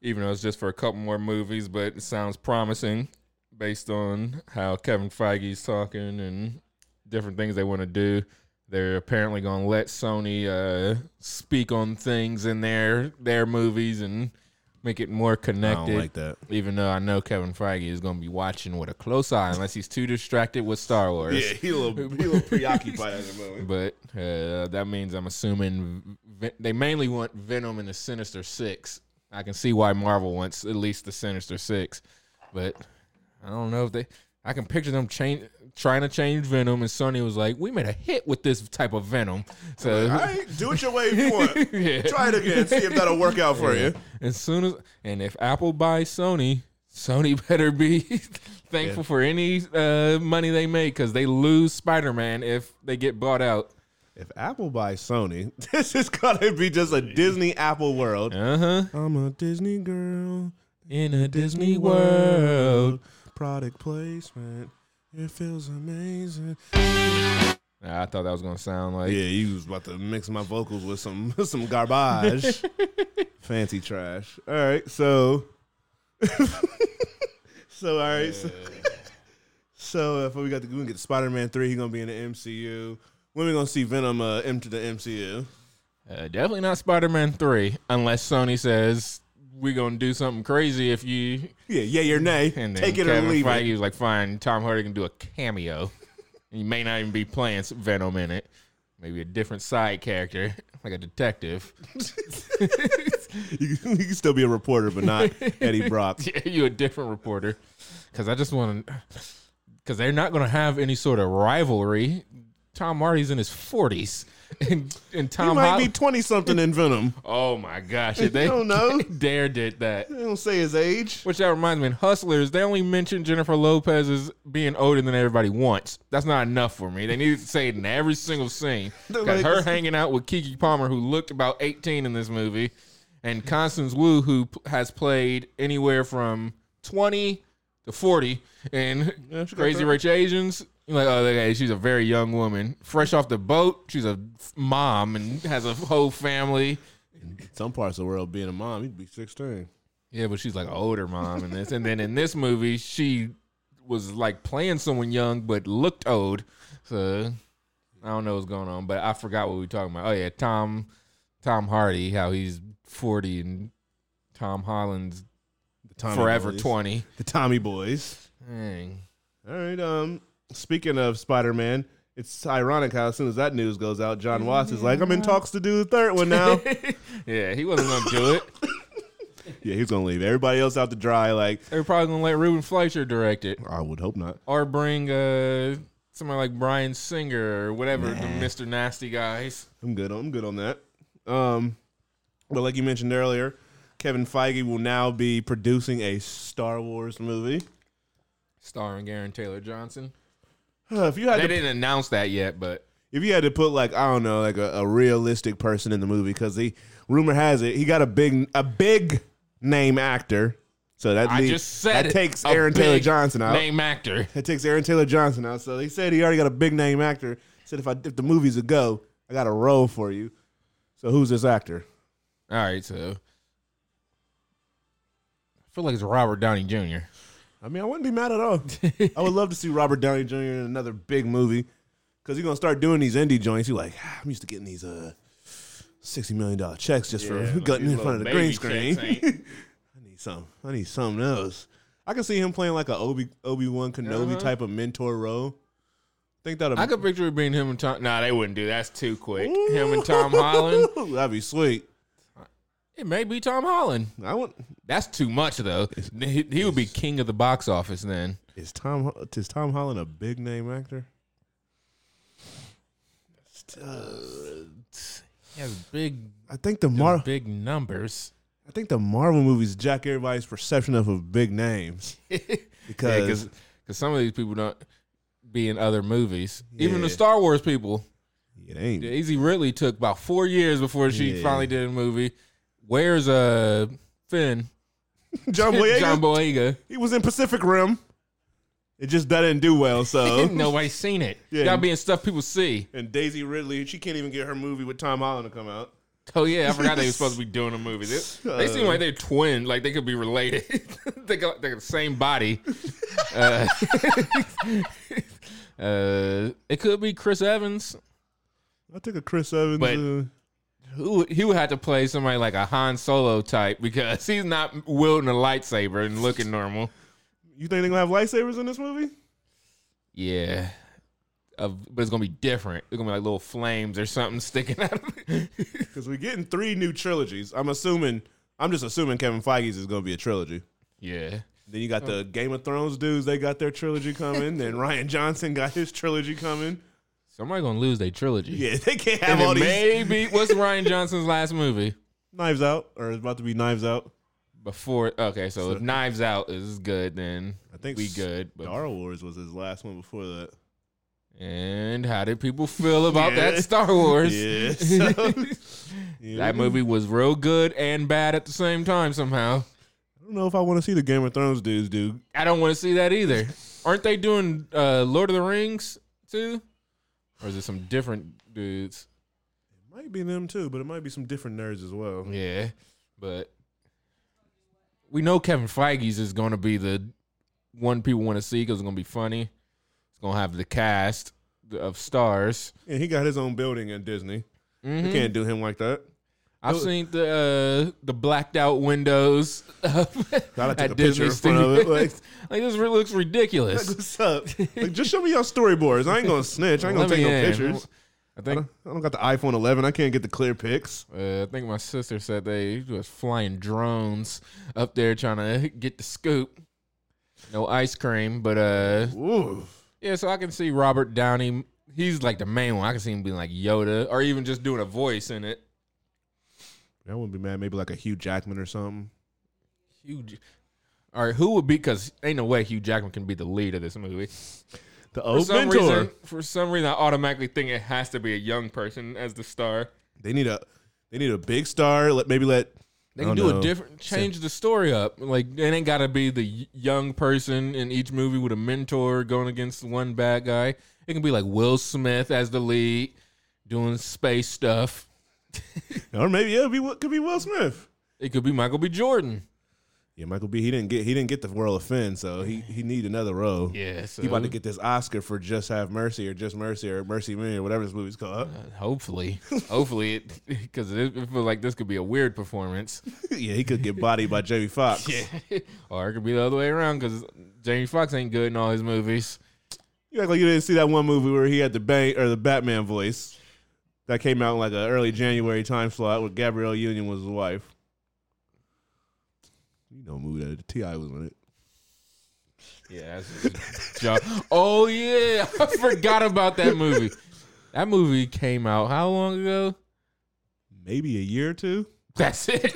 A: even though it's just for a couple more movies. But it sounds promising based on how Kevin Feige's talking and different things they want to do. They're apparently going to let Sony uh, speak on things in their their movies and make it more connected
B: that.
A: even though I know Kevin Feige is going to be watching with a close eye unless he's too distracted with Star Wars.
B: Yeah, he a little, he a little preoccupied at the
A: [laughs]
B: moment.
A: But uh, that means I'm assuming Ven- they mainly want Venom and the Sinister Six. I can see why Marvel wants at least the Sinister Six, but I don't know if they. I can picture them change, trying to change Venom, and Sony was like, "We made a hit with this type of Venom." So
B: All right, do it your way if you want.
A: Yeah.
B: Try it again, see if that'll work out for you.
A: As soon as and if Apple buys Sony, Sony [laughs] better be thankful for any uh, money they make because they lose Spider Man if they get bought out.
B: If Apple buys Sony, [laughs] this is gonna be just a Disney Apple world.
A: Uh huh.
B: I'm a Disney girl,
A: In a Disney world.
B: product placement. It feels amazing.
A: Nah, I thought that was gonna sound like
B: Yeah, you was about to mix my vocals with some [laughs]
A: [laughs]
B: some garbage, fancy trash. All right, so, [laughs] so all right, so, [laughs] so if we got the we can get Spider Man three, he gonna be in the MCU. When we gonna see Venom uh, enter the MCU?
A: uh, definitely not Spider Man three unless Sony says we gonna do something crazy if you
B: Yeah, yeah or nay.
A: and then
B: Take it
A: Kevin
B: or leave
A: Feige
B: it.
A: was like, fine, Tom Hardy can do a
B: [laughs]
A: cameo. he may not even be playing Venom in it. Maybe a different side character, [laughs] like a
B: [laughs]
A: detective. [laughs]
B: You, [laughs] can- you can still be a reporter, but [laughs] not Eddie Brock.
A: Yeah, you a different reporter. Because I just want to. Because they're not going to have any sort of rivalry. Tom Hardy's in his forties, [laughs] and and
B: He
A: Tom
B: might
A: Holland.
B: be twenty something in Venom.
A: oh my gosh! If they
B: [laughs] You
A: [laughs]
B: don't know.
A: Dare did that.
B: [laughs] They don't say his age.
A: Which that reminds me, in Hustlers, they only mentioned Jennifer Lopez as being older than everybody once. That's not enough for me. They needed to say it in every single scene.
B: [laughs] They're
A: Got
B: like-
A: her hanging out with Kiki Palmer, who looked about 18 in this movie, and Constance Wu, who p- has played anywhere from 20 to 40 in [laughs]
B: she got
A: Crazy
B: that.
A: Rich Asians. You're Like, oh, okay, she's a very young woman. Fresh off the boat, she's a f- mom and has a whole family.
B: Some parts of the world, being a mom, he'd be sixteen.
A: Yeah, but she's like an older mom in this. And then in this movie, she was like playing someone young but looked old. So I don't know what's going on, but I forgot what we were talking about. Oh yeah, Tom Tom Hardy, how he's forty and Tom Holland's
B: The Tommy
A: forever
B: boys.
A: twenty.
B: The Tommy boys.
A: Dang.
B: All right. Um, speaking of Spider Man, it's ironic how as soon as that news goes out, John Watts is like, "I'm in talks to do the third one [laughs] now."
A: Yeah, he wasn't gonna do it.
B: yeah, he's gonna leave everybody else out to dry. Like,
A: They're probably gonna let Ruben Fleischer direct it.
B: I would hope not.
A: Or bring uh somebody like Brian Singer or whatever, the Mr. Nasty guys.
B: I'm good. I'm good on that. Um, but like you mentioned earlier, Kevin Feige will now be producing a Star Wars movie.
A: Starring Aaron Taylor Johnson.
B: Uh, if you had
A: They
B: to,
A: didn't announce that yet, but
B: if you had to put like I don't know, like a, a realistic person in the movie, because he rumor has it he got a big a big name actor. So that
A: I
B: leaves-
A: just said
B: that
A: it.
B: takes
A: A
B: Aaron Taylor
A: big
B: Johnson out.
A: Name actor.
B: That takes Aaron Taylor Johnson out. So they said he already got a big name actor. He said if I if the movie's a go, I got a role for you. So who's this actor?
A: All right, so I feel like it's Robert Downey Jr.
B: I mean, I wouldn't be mad
A: [laughs]
B: at all. I would love to see Robert Downey Jr. in another big movie because he's gonna start doing these indie joints. You're like, "Ah, I'm used to getting these uh sixty million dollar checks just
A: Yeah,
B: for
A: like
B: gutting
A: these
B: in front of
A: little
B: the green
A: baby
B: screen.
A: checks,
B: [laughs] I need some. I need something else. I can see him playing like a Obi Obi Wan Kenobi type of mentor role. think that'll
A: Uh-huh. I
B: [laughs]
A: could picture it being him and Tom. Nah, they wouldn't do. that. That's too quick. Him and Tom Holland.
B: [laughs] That'd be sweet.
A: It may be Tom Holland.
B: I want
A: That's too much though. He, he would be king of the box office then.
B: is Tom is Tom Holland a big name actor?
A: He has big,
B: I think the Mar-
A: big numbers.
B: I think the Marvel movies jack everybody's perception of of
A: [laughs]
B: big names because
A: because because some of these people don't be in other movies. Even the
B: Yeah.
A: Star Wars people.
B: it ain't.
A: Daisy Ridley took about four years before she
B: Yeah.
A: finally did a movie. Where's uh Finn?
B: [laughs] John
A: [laughs]
B: Boyega.
A: John Boyega.
B: he was in Pacific Rim. It just that didn't do
A: [laughs]
B: well. So
A: Nobody's seen it.
B: Yeah.
A: Y'all being stuff people see.
B: and Daisy Ridley, she can't even get her movie with Tom Holland to come out.
A: Oh yeah, I forgot [laughs] they were supposed to be doing a movie. They,
B: Uh.
A: they seem like they're twin, like they could be related. [laughs] they got they got the same
B: [laughs]
A: body. Uh, [laughs] uh, it could be Chris Evans.
B: I took a Chris Evans.
A: But-
B: uh,
A: Who he would have to play somebody like a Han Solo type because [laughs] he's not wielding a lightsaber and looking normal.
B: you think they're gonna have lightsabers in this movie?
A: Yeah. Of, but it's gonna be different. It's gonna be like little flames or something sticking out. Of it. [laughs]
B: Because we're getting three new trilogies. I'm assuming. I'm just assuming Kevin Feige's is gonna be a trilogy.
A: yeah,
B: Then you got
A: Oh.
B: the Game of Thrones dudes. They got their
A: [laughs]
B: trilogy coming. then Ryan Johnson got his trilogy coming.
A: somebody gonna lose their trilogy.
B: Yeah, [laughs] they can't have
A: and
B: all
A: then
B: these [laughs]
A: maybe what's Ryan Johnson's last movie
B: Knives Out or it's about to be Knives Out.
A: before? Okay, so, if Knives Out is good, then
B: I think
A: we good. But,
B: Star Wars was his last one before that.
A: and how did people
B: [laughs]
A: feel about
B: Yeah.
A: that Star Wars? [laughs]
B: Yeah, so- [laughs]
A: That movie was real good and bad at the same time. Somehow,
B: I don't know if I want to see the Game of Thrones dudes, dude.
A: I don't want to see that either. Aren't they doing uh, Lord of the Rings too, or is it some different dudes?
B: Might be them too, but it might be some different nerds as well.
A: Yeah, but we know Kevin Feige's is going to be the one people want to see because it's going to be funny. It's going to have the cast of stars. Mm-hmm. [laughs]
B: And he got his own building at Disney. You can't do him like that.
A: I've seen the uh, the blacked out
B: [laughs]
A: windows
B: I took a
A: at
B: picture
A: Disney
B: in front of
A: Studios. [laughs]
B: it.
A: Like,
B: Like,
A: this really looks ridiculous.
B: what's up? Like, just show me your storyboards. I ain't gonna snitch. I ain't gonna
A: Let
B: take
A: me
B: no
A: in.
B: pictures.
A: I
B: I
A: think
B: don't, I don't got the iPhone 11. I can't get the clear pics.
A: uh, I think my sister said they was flying drones up there trying to get the scoop. No ice cream, but uh,
B: Ooh,
A: yeah. So I can see Robert Downey. He's like the main one. I can see him being like Yoda, or even just doing a voice in it.
B: I wouldn't be mad. Maybe like a Hugh Jackman or something.
A: Huge. All right, who would be? Because ain't no way Hugh Jackman can be the lead of this movie.
B: The
A: For
B: old
A: some
B: mentor.
A: reason, for some reason, I automatically think it has to be a young person as the star.
B: They need a they need a big star. Let maybe let
A: They
B: I
A: can
B: don't
A: do a
B: know.
A: different, change the story up. Like it ain't got to be the y- young person in each movie with a mentor going against one bad guy. It can be like Will Smith as the lead doing space stuff.
B: or maybe yeah, it'd be could be Will Smith.
A: It could be Michael B. Jordan.
B: Yeah, Michael B. He didn't get he didn't get the world of Finn, so he he need another role.
A: Yeah, so
B: He about to get this Oscar for Just Have Mercy or Just Mercy or Mercy Me or whatever this movie's called.
A: hopefully, hopefully, it [laughs] because it, it feels like this could be a weird
B: [laughs]
A: performance.
B: [laughs] yeah, he could get bodied by
A: [laughs]
B: Jamie Foxx.
A: or it could be the other way around because Jamie Foxx ain't good in all his movies.
B: You act like you didn't see that one movie where he had the bang or the Batman voice that came out in like an early January time slot where Gabrielle Union was his wife. You know, movie that Ti was in it.
A: Yeah. [laughs] That's job. Oh yeah, I [laughs] forgot about that movie. That movie came out how long ago?
B: Maybe a year or two,
A: That's it. [laughs]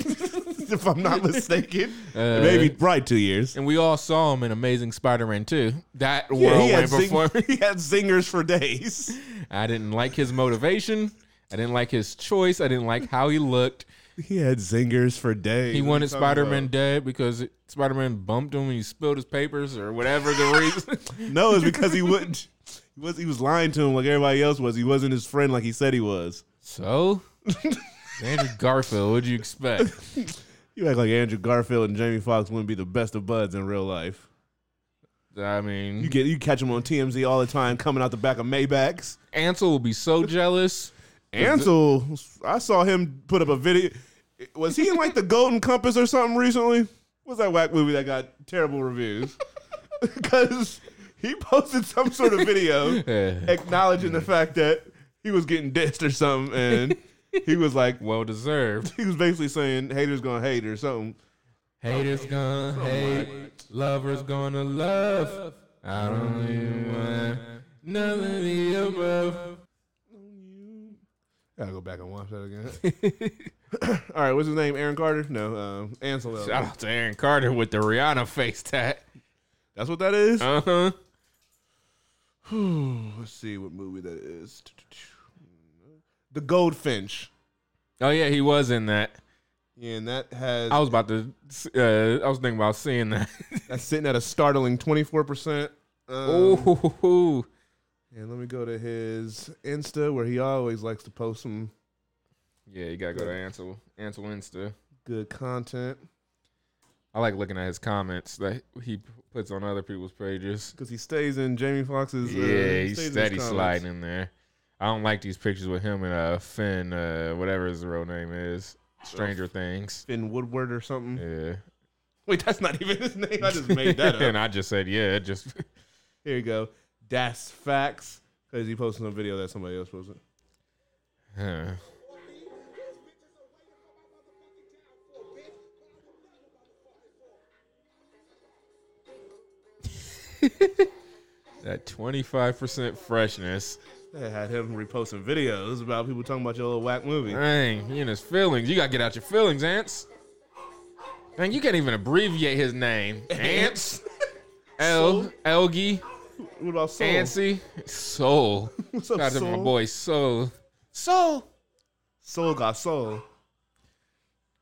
B: [laughs] if I'm not [laughs] mistaken.
A: Uh,
B: Maybe probably two years.
A: And we all saw him in Amazing Spider-Man 2. That
B: Yeah, he,
A: whirlwind
B: had zing- [laughs]
A: performance.
B: he had zingers for days.
A: I didn't like his motivation. I didn't like his choice. I didn't like how he looked.
B: [laughs] He had zingers for days.
A: He
B: What are you
A: wanted
B: talking
A: Spider-Man
B: about?
A: dead because Spider-Man bumped him and he spilled his papers or whatever the reason.
B: [laughs] No, it's because he wouldn't. He was he was lying to him like everybody else was. He wasn't his friend like he said he was.
A: So, Andrew Garfield, what'd you expect?
B: You act like Andrew Garfield and Jamie Foxx wouldn't be the best of buds in real life.
A: I mean,
B: You get you catch him on TMZ all the time, coming out the back of Maybachs.
A: Ansel will be so jealous.
B: Ansel, I saw him put up a video. Was he in like the Golden Compass or something recently? What's that whack movie that got terrible reviews? [laughs] Because he posted some sort of video
A: [laughs]
B: acknowledging the fact that he was getting dissed or something, and he was like,
A: Well deserved.
B: he was basically saying haters gonna hate or something.
A: Haters gonna hate, lovers gonna love. I don't even want none of the above.
B: Gotta go back and watch that again.
A: [laughs]
B: All right, what's his name? Aaron Carter? No, um, Ansel. Elgort.
A: Shout out to Aaron Carter with the Rihanna face tat.
B: That's what that is.
A: Uh huh.
B: Let's see what movie that is. The Goldfinch.
A: Oh yeah, he was in that.
B: Yeah, and that has
A: I was about to. Uh, I was thinking about seeing that.
B: that's sitting at a startling twenty four percent. Um,
A: oh,
B: And let me go to his Insta where he always likes to post some
A: yeah, you gotta go to Ansel. Ansel Insta.
B: good content
A: I like looking at his comments that he p- puts on other people's pages.
B: because he stays in Jamie Foxx's. uh,
A: Yeah,
B: stays in
A: he's
B: his
A: steady
B: comments.
A: sliding in there. I don't like these pictures with him and uh Finn, uh whatever his real name is. Stranger Things.
B: Finn Woodward or something.
A: Yeah.
B: Wait, that's not even his name. I just made that
A: [laughs]
B: up.
A: and I just said, yeah, it just
B: Here you go. That's facts because he posted a video that somebody else posted.
A: huh. That twenty five percent freshness.
B: They had him reposting videos about people talking about your little whack movie.
A: Dang, he in his feelings. You gotta get out your feelings, Ants. Dang, you can't even abbreviate his name. Ants. [laughs] El Elgi.
B: What about Soul?
A: Ancy. Soul.
B: [laughs] What's
A: Shout
B: up,
A: out to my
B: Soul?
A: boy Soul. Soul.
B: Soul got soul.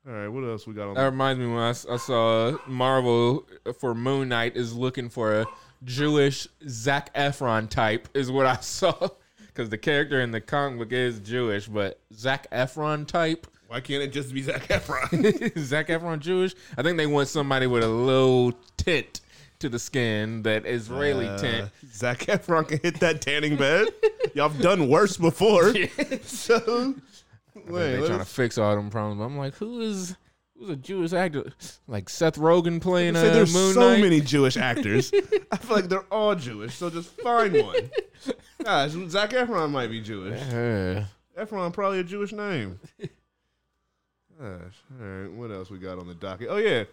B: All right, what else we got on?
A: That reminds me when I, s- I saw Marvel for Moon Knight is looking for a Jewish Zach Efron type, is what I [laughs] saw. Because the character in the comic book is Jewish, but Zach Efron type. [laughs]
B: Why can't it just be Zach Efron? [laughs]
A: Zach Efron Jewish. I think they want somebody with a low tint to the skin, that Israeli tint.
B: Uh,
A: [laughs]
B: Zach Efron can hit that tanning bed. Y'all have done worse before. So Wait,
A: they're
B: let
A: trying to
B: us-
A: fix all them problems. I'm like, who is who's a Jewish actor? Like Seth Rogen playing
B: Say
A: uh,
B: there's
A: Moon
B: so
A: Knight. [laughs]
B: many Jewish actors. I feel like they're all Jewish, so just find one. Gosh, Zach Efron might be Jewish.
A: Uh,
B: Efron probably a Jewish name. Gosh, all right. What else we got on the docket? Oh yeah,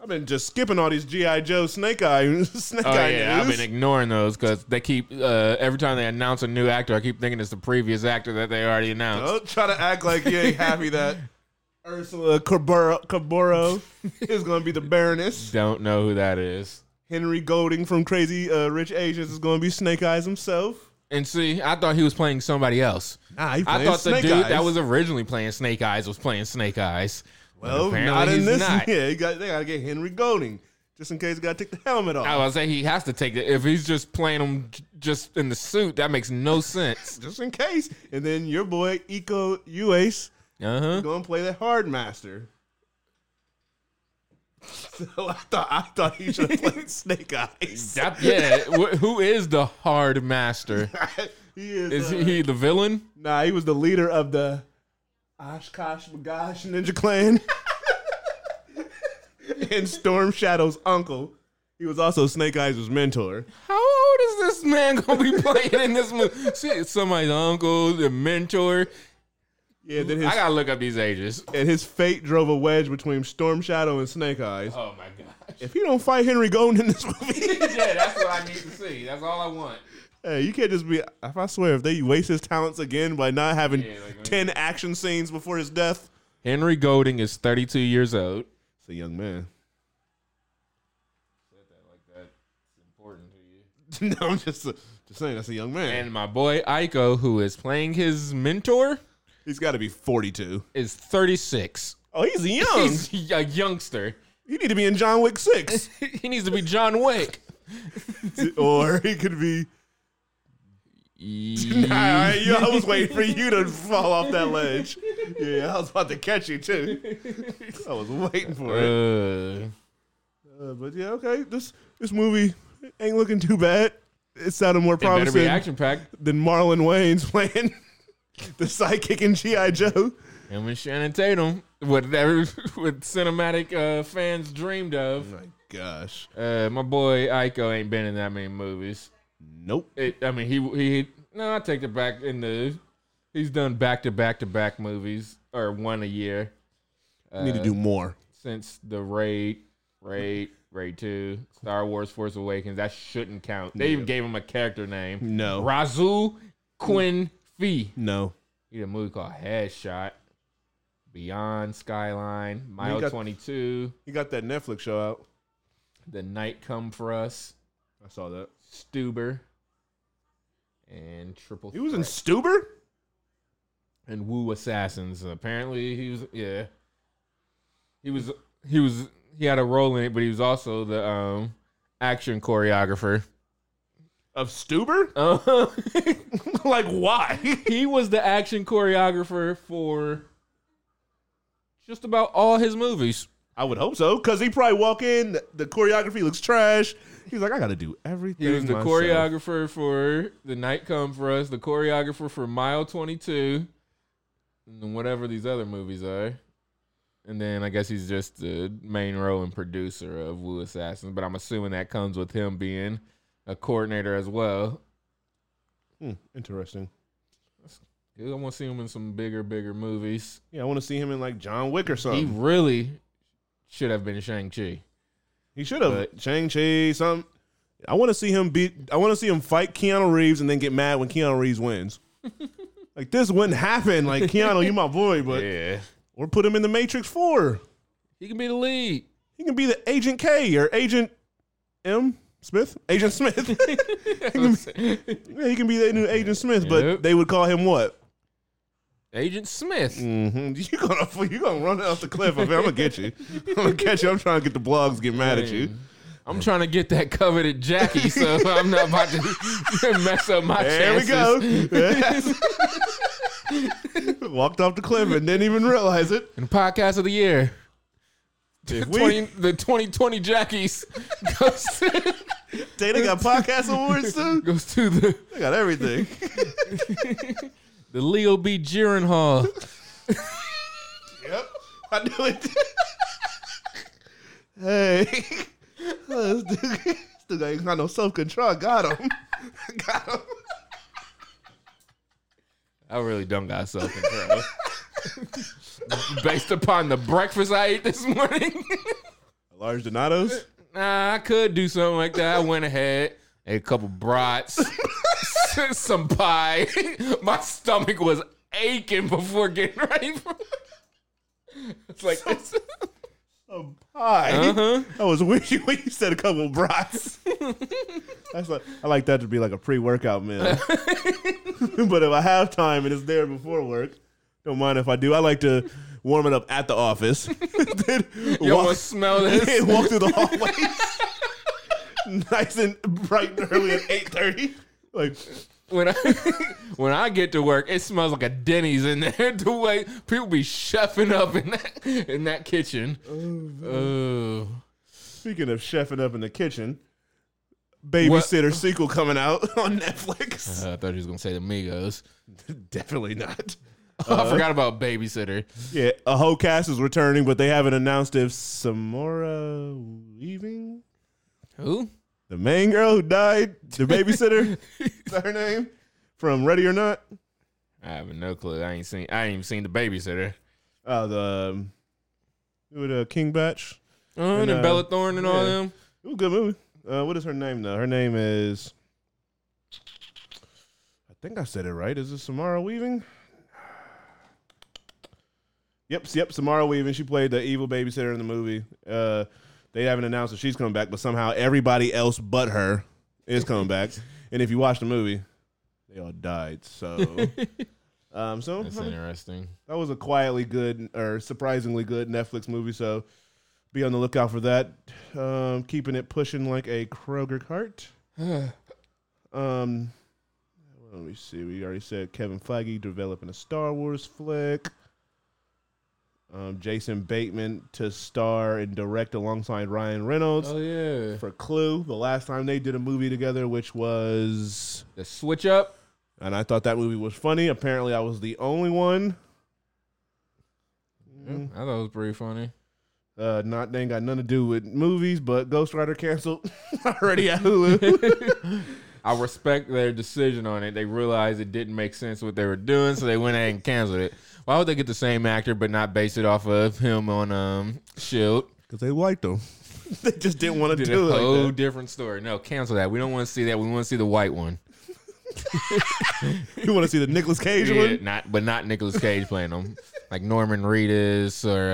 B: I've been just skipping all these GI Joe Snake Eye [laughs] Snake
A: oh
B: Eye
A: yeah, I've
B: news.
A: been ignoring those because they keep uh, every time they announce a new actor, I keep thinking it's the previous actor that they already announced.
B: Don't try to act like you ain't happy that [laughs] Ursula Caboro, [laughs] Caboro is going to be the Baroness.
A: Don't know who that is.
B: Henry Golding from Crazy uh, Rich Asians is going to be Snake Eyes himself.
A: And see, I thought he was playing somebody else.
B: Nah, he
A: I
B: playing
A: thought the
B: Snake
A: dude
B: Eyes.
A: that was originally playing Snake Eyes was playing Snake Eyes. But
B: Well,
A: apparently
B: Oh, not in
A: he's
B: this.
A: not.
B: [laughs] Yeah, you got, they got to get Henry Golding just in case you got to take the helmet off.
A: I was say he has to take it. If he's just playing him j- just in the suit, that makes no sense.
B: just in case. And then your boy, Eco Uace,
A: Uh huh.
B: going to play the Hard Master. [laughs] So I thought I thought he should
A: [laughs]
B: have played Snake Eyes.
A: That, yeah. wh- who is the hard master?
B: [laughs] he is,
A: Is
B: uh,
A: he the villain?
B: Nah, he was the leader of the Oshkosh Bagosh Ninja Clan [laughs] and Storm Shadow's uncle. He was also Snake Eyes' mentor.
A: How old is this man gonna be playing in this movie? [laughs] See, somebody's uncle, the mentor.
B: Yeah, then his,
A: I gotta look up these ages.
B: and his fate drove a wedge between Storm Shadow and Snake Eyes.
A: Oh my gosh.
B: If you don't fight Henry Golden in this [laughs] movie,
A: [laughs] Yeah, that's what I need to see. That's all I want.
B: hey, you can't just be. If I swear, if they waste his talents again by not having
A: Yeah, like,
B: ten action scenes before his death,
A: Henry Golding is 32 years old.
B: it's a young man. [laughs] no, I'm just uh, just saying that's a young man.
A: And my boy Iko, who is playing his mentor,
B: He's got to be 42.
A: is 36.
B: Oh, [laughs] he's young.
A: He's a youngster.
B: he need to be in John Wick 6.
A: He needs to be John [laughs] Wick.
B: [laughs] or he could be.
A: Ye-
B: Nah, I, you- I was waiting for you [laughs] to fall off that ledge. Yeah, I was about to catch you, [laughs] too. I was waiting for it.
A: Uh,
B: Uh, but yeah, okay. This this movie ain't looking too bad. It sounded more
A: it better be
B: promising
A: action packed.
B: than Marlon Wayne's [laughs] playing the sidekick in G.I. Joe.
A: Him and Shannon Tatum, what every [laughs] what cinematic uh, fans dreamed of.
B: My gosh.
A: Uh, my boy Iko ain't been in that many movies.
B: Nope.
A: It, I mean, he he. No, I take it back. In the he's done back to back to back movies or one a year
B: Need to do more.
A: since the raid, raid, raid two, Star Wars: Force Awakens. That shouldn't count. They even gave him a character name,
B: No.
A: Razul Quinn Fee.
B: No.
A: He did a movie called Headshot, Beyond Skyline, Mile
B: got-
A: Twenty Two,
B: He got that Netflix show out.
A: The Night Come for Us,
B: I saw that.
A: Stuber, and Triple.
B: He was in
A: Threat.
B: Stuber?
A: and Wu Assassins. Apparently, he was yeah. He was he was he had a role in it, but he was also the um action choreographer.
B: Of Stuber? [laughs]
A: Uh,
B: Oh. like, why?
A: [laughs] he was the action choreographer for just about all his movies.
B: I would hope so, because he probably walk in, the choreography looks trash. He's like, I got to do everything.
A: He was the
B: myself.
A: choreographer for The Night Come for Us, the choreographer for Mile 22, and then whatever these other movies are. And then I guess he's just the main role and producer of Wu Assassins, but I'm assuming that comes with him being a coordinator as well.
B: Hmm, interesting.
A: I want to see him in some bigger, bigger movies.
B: Yeah, I want to see him in like John Wick or
A: He
B: something.
A: really should have been Shang-Chi.
B: He should have
A: But-
B: Shang Chi. Some. I want to see him beat. I want to see him fight Keanu Reeves and then get mad when Keanu Reeves [laughs] wins. like this wouldn't happen. Like Keanu, you my boy, but
A: Yeah.
B: or put him in the Matrix Four.
A: He can be the lead.
B: He can be the Agent K or Agent M Smith. Agent Smith. [laughs] yeah, he can be the new Agent Smith,
A: Yep.
B: but they would call him what?
A: [laughs] Agent Smith.
B: hmm [laughs] You gonna you gonna run off the cliff? I mean, I'm gonna get you. I'm gonna catch you. I'm trying to get the blogs get mad at you.
A: I'm trying to get that coveted Jackie, so I'm not about to [laughs] mess up my
B: There we
A: chances.
B: go. [laughs] Walked off the cliff and didn't even realize it.
A: And podcast of the year,
B: If we
A: 20, the 2020 Jackies goes to,
B: they done got podcast awards
A: [laughs]
B: too.
A: goes to the,
B: They got everything.
A: the Leo B. Giron Hall
B: I knew it. [laughs] hey, [laughs] this dude, this dude ain't got no self control. Got him. Got him.
A: I really don't got self control. [laughs] Based upon the breakfast I ate this morning, [laughs]
B: Large Donatos.
A: nah, I could do something like that. I went ahead, ate a couple brats, [laughs] some pie. [laughs] My stomach was aching before getting ready. For it's like it's,
B: A pie.
A: Uh-huh.
B: That Um, was weird when you said a couple brats. That's like, I like that to be like a pre-workout meal. [laughs] but if I have time and it's there before work, don't mind if I do. I like to warm it up at the office. [laughs] Then
A: you
B: walk-
A: want to smell
B: Yeah, [laughs]
A: this?
B: walk through the hallways, [laughs] nice and bright and early at eight thirty. Like
A: when I [laughs] when I get to work, it smells like a Denny's in there. [laughs] The way people be chefing up in that in that kitchen. Oh,
B: speaking of chefing up in the kitchen, babysitter sequel coming out [laughs] on Netflix.
A: I thought he was gonna say the Migos.
B: [laughs]
A: Oh,
B: Definitely not.
A: I forgot about babysitter.
B: Yeah, a whole cast is returning, but they haven't announced if Samora Weaving,
A: Who? [laughs]
B: the main girl who died, the [laughs] babysitter, is that her name from Ready or Not,
A: I have no clue. I ain't seen. I ain't even seen the babysitter.
B: uh, the um, with uh, King Batch.
A: Uh, and,
B: uh,
A: Bella Thorne and all
B: yeah.
A: them.
B: It was a good movie. Uh, what is her name though? Her name is. I think I said it right. Is it Samara Weaving? Yep, yep. Samara Weaving. She played the evil babysitter in the movie. Uh, they haven't announced that she's coming back, but somehow everybody else but her is coming back. And if you watch the movie, they all died. So, um, so
A: That's interesting.
B: that was a quietly good or surprisingly good Netflix movie. So be on the lookout for that. Um, keeping it pushing like a Kroger
A: [sighs]
B: cart. um, let me see. We already said Kevin Feige developing a Star Wars flick. Um, Jason Bateman to star and direct alongside Ryan Reynolds
A: Oh yeah,
B: for Clue. The last time they did a movie together, which was
A: the switch up.
B: and I thought that movie was funny. Apparently, I was the only one. Mm-hmm.
A: I thought it was pretty funny.
B: Uh, not they ain't got nothing to do with movies, but Ghost Rider canceled [laughs] already at [laughs] Hulu.
A: I respect their decision on it. They realized it didn't make sense what they were doing, so they went ahead and canceled it. Why would they get the same actor but not base it off of him on um
B: [laughs]
A: Shield?
B: Because they liked them. they just didn't want to
A: Did
B: do
A: a
B: it. like
A: whole
B: that.
A: different story. No, cancel that. We don't want to see that. We want to see the white
B: [laughs]
A: one.
B: You want to see the
A: [laughs]
B: Nicolas Cage
A: Yeah,
B: one?
A: not but not Nicolas Cage playing
B: [laughs]
A: them. Like Norman Reedus or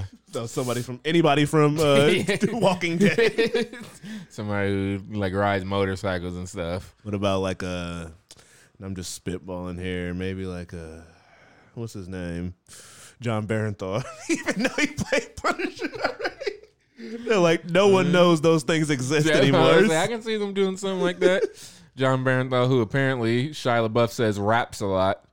A: uh,
B: So somebody from anybody from
A: [laughs]
B: uh,
A: Yeah.
B: [laughs]
A: [laughs]
B: Walking Dead.
A: uh somebody who like rides motorcycles and stuff.
B: What about like a? and I'm just spitballing here. Maybe like a. What's his name? John Barenthal. [laughs] Even though he played Punisher already. They're like, no one knows those things exist
A: Mm-hmm. [laughs] Yeah, that's what I,
B: anymore.
A: was like, I can see them doing something like that. John Barenthal, who apparently Shia LaBeouf says raps a lot.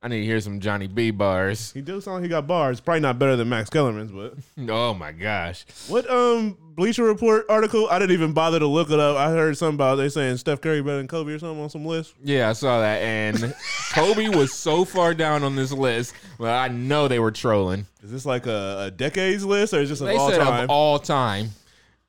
A: I need to hear some Johnny B bars.
B: He does sound like he got bars. Probably not better than Max Kellerman's, but
A: Oh my gosh.
B: what um Bleacher Report article? I didn't even bother to look it up. I heard something about they saying Steph Curry better than Kobe or something on some list.
A: Yeah, I saw that.
B: [laughs]
A: And Kobe was so far down on this list, but I know they were trolling.
B: Is this like a, a decades list or is this of
A: They
B: all
A: said
B: time?
A: of all time.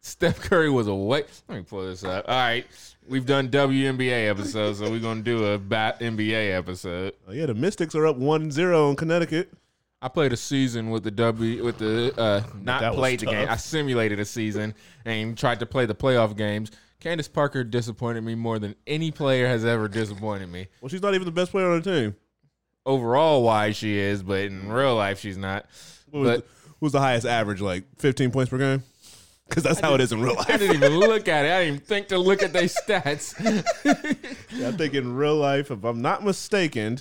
A: Steph Curry was away. Let me pull this up. All right. We've done WNBA episodes, so we're going to do a bat NBA episode.
B: oh, yeah, the Mystics are up 1-0 on Connecticut.
A: I played a season with the W with the uh not
B: That was
A: played the
B: tough.
A: game. I simulated a season and tried to play the playoff games. Candace Parker disappointed me more than any player has ever disappointed me.
B: Well, she's not even the best player on the team.
A: Overall wise she is, but in real life she's not.
B: What was,
A: But
B: the, what was the highest average? Like fifteen points per game? Because that's how it is in real
A: I
B: life. [laughs]
A: didn't even look at it. I didn't even think to look at their stats.
B: I think in real life, if I'm not mistaken,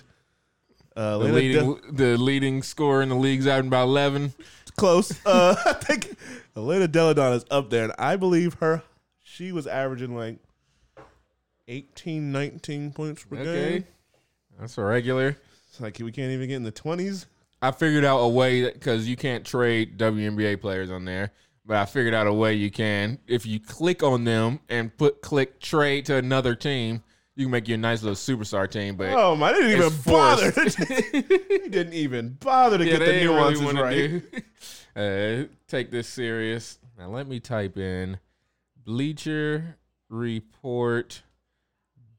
B: uh,
A: The
B: Lena Del-
A: leading the leading scorer in the league's out in by eleven.
B: close. Uh, [laughs] I think Elena Deladon is up there, and I believe her. She was averaging like 18, 19 points per
A: Okay.
B: game.
A: That's a regular.
B: It's like we can't even get in the twenties.
A: I figured out a way because you can't trade WNBA players on there, but I figured out a way you can if you click on them and put click trade to another team. You can make you a nice little superstar team, but
B: Oh my! They didn't
A: It's
B: even bother.
A: [laughs]
B: they didn't even bother to
A: yeah,
B: get
A: they
B: the
A: ain't really
B: nuances
A: want
B: right.
A: to do. [laughs] Uh, take this serious. Now let me type in Bleacher Report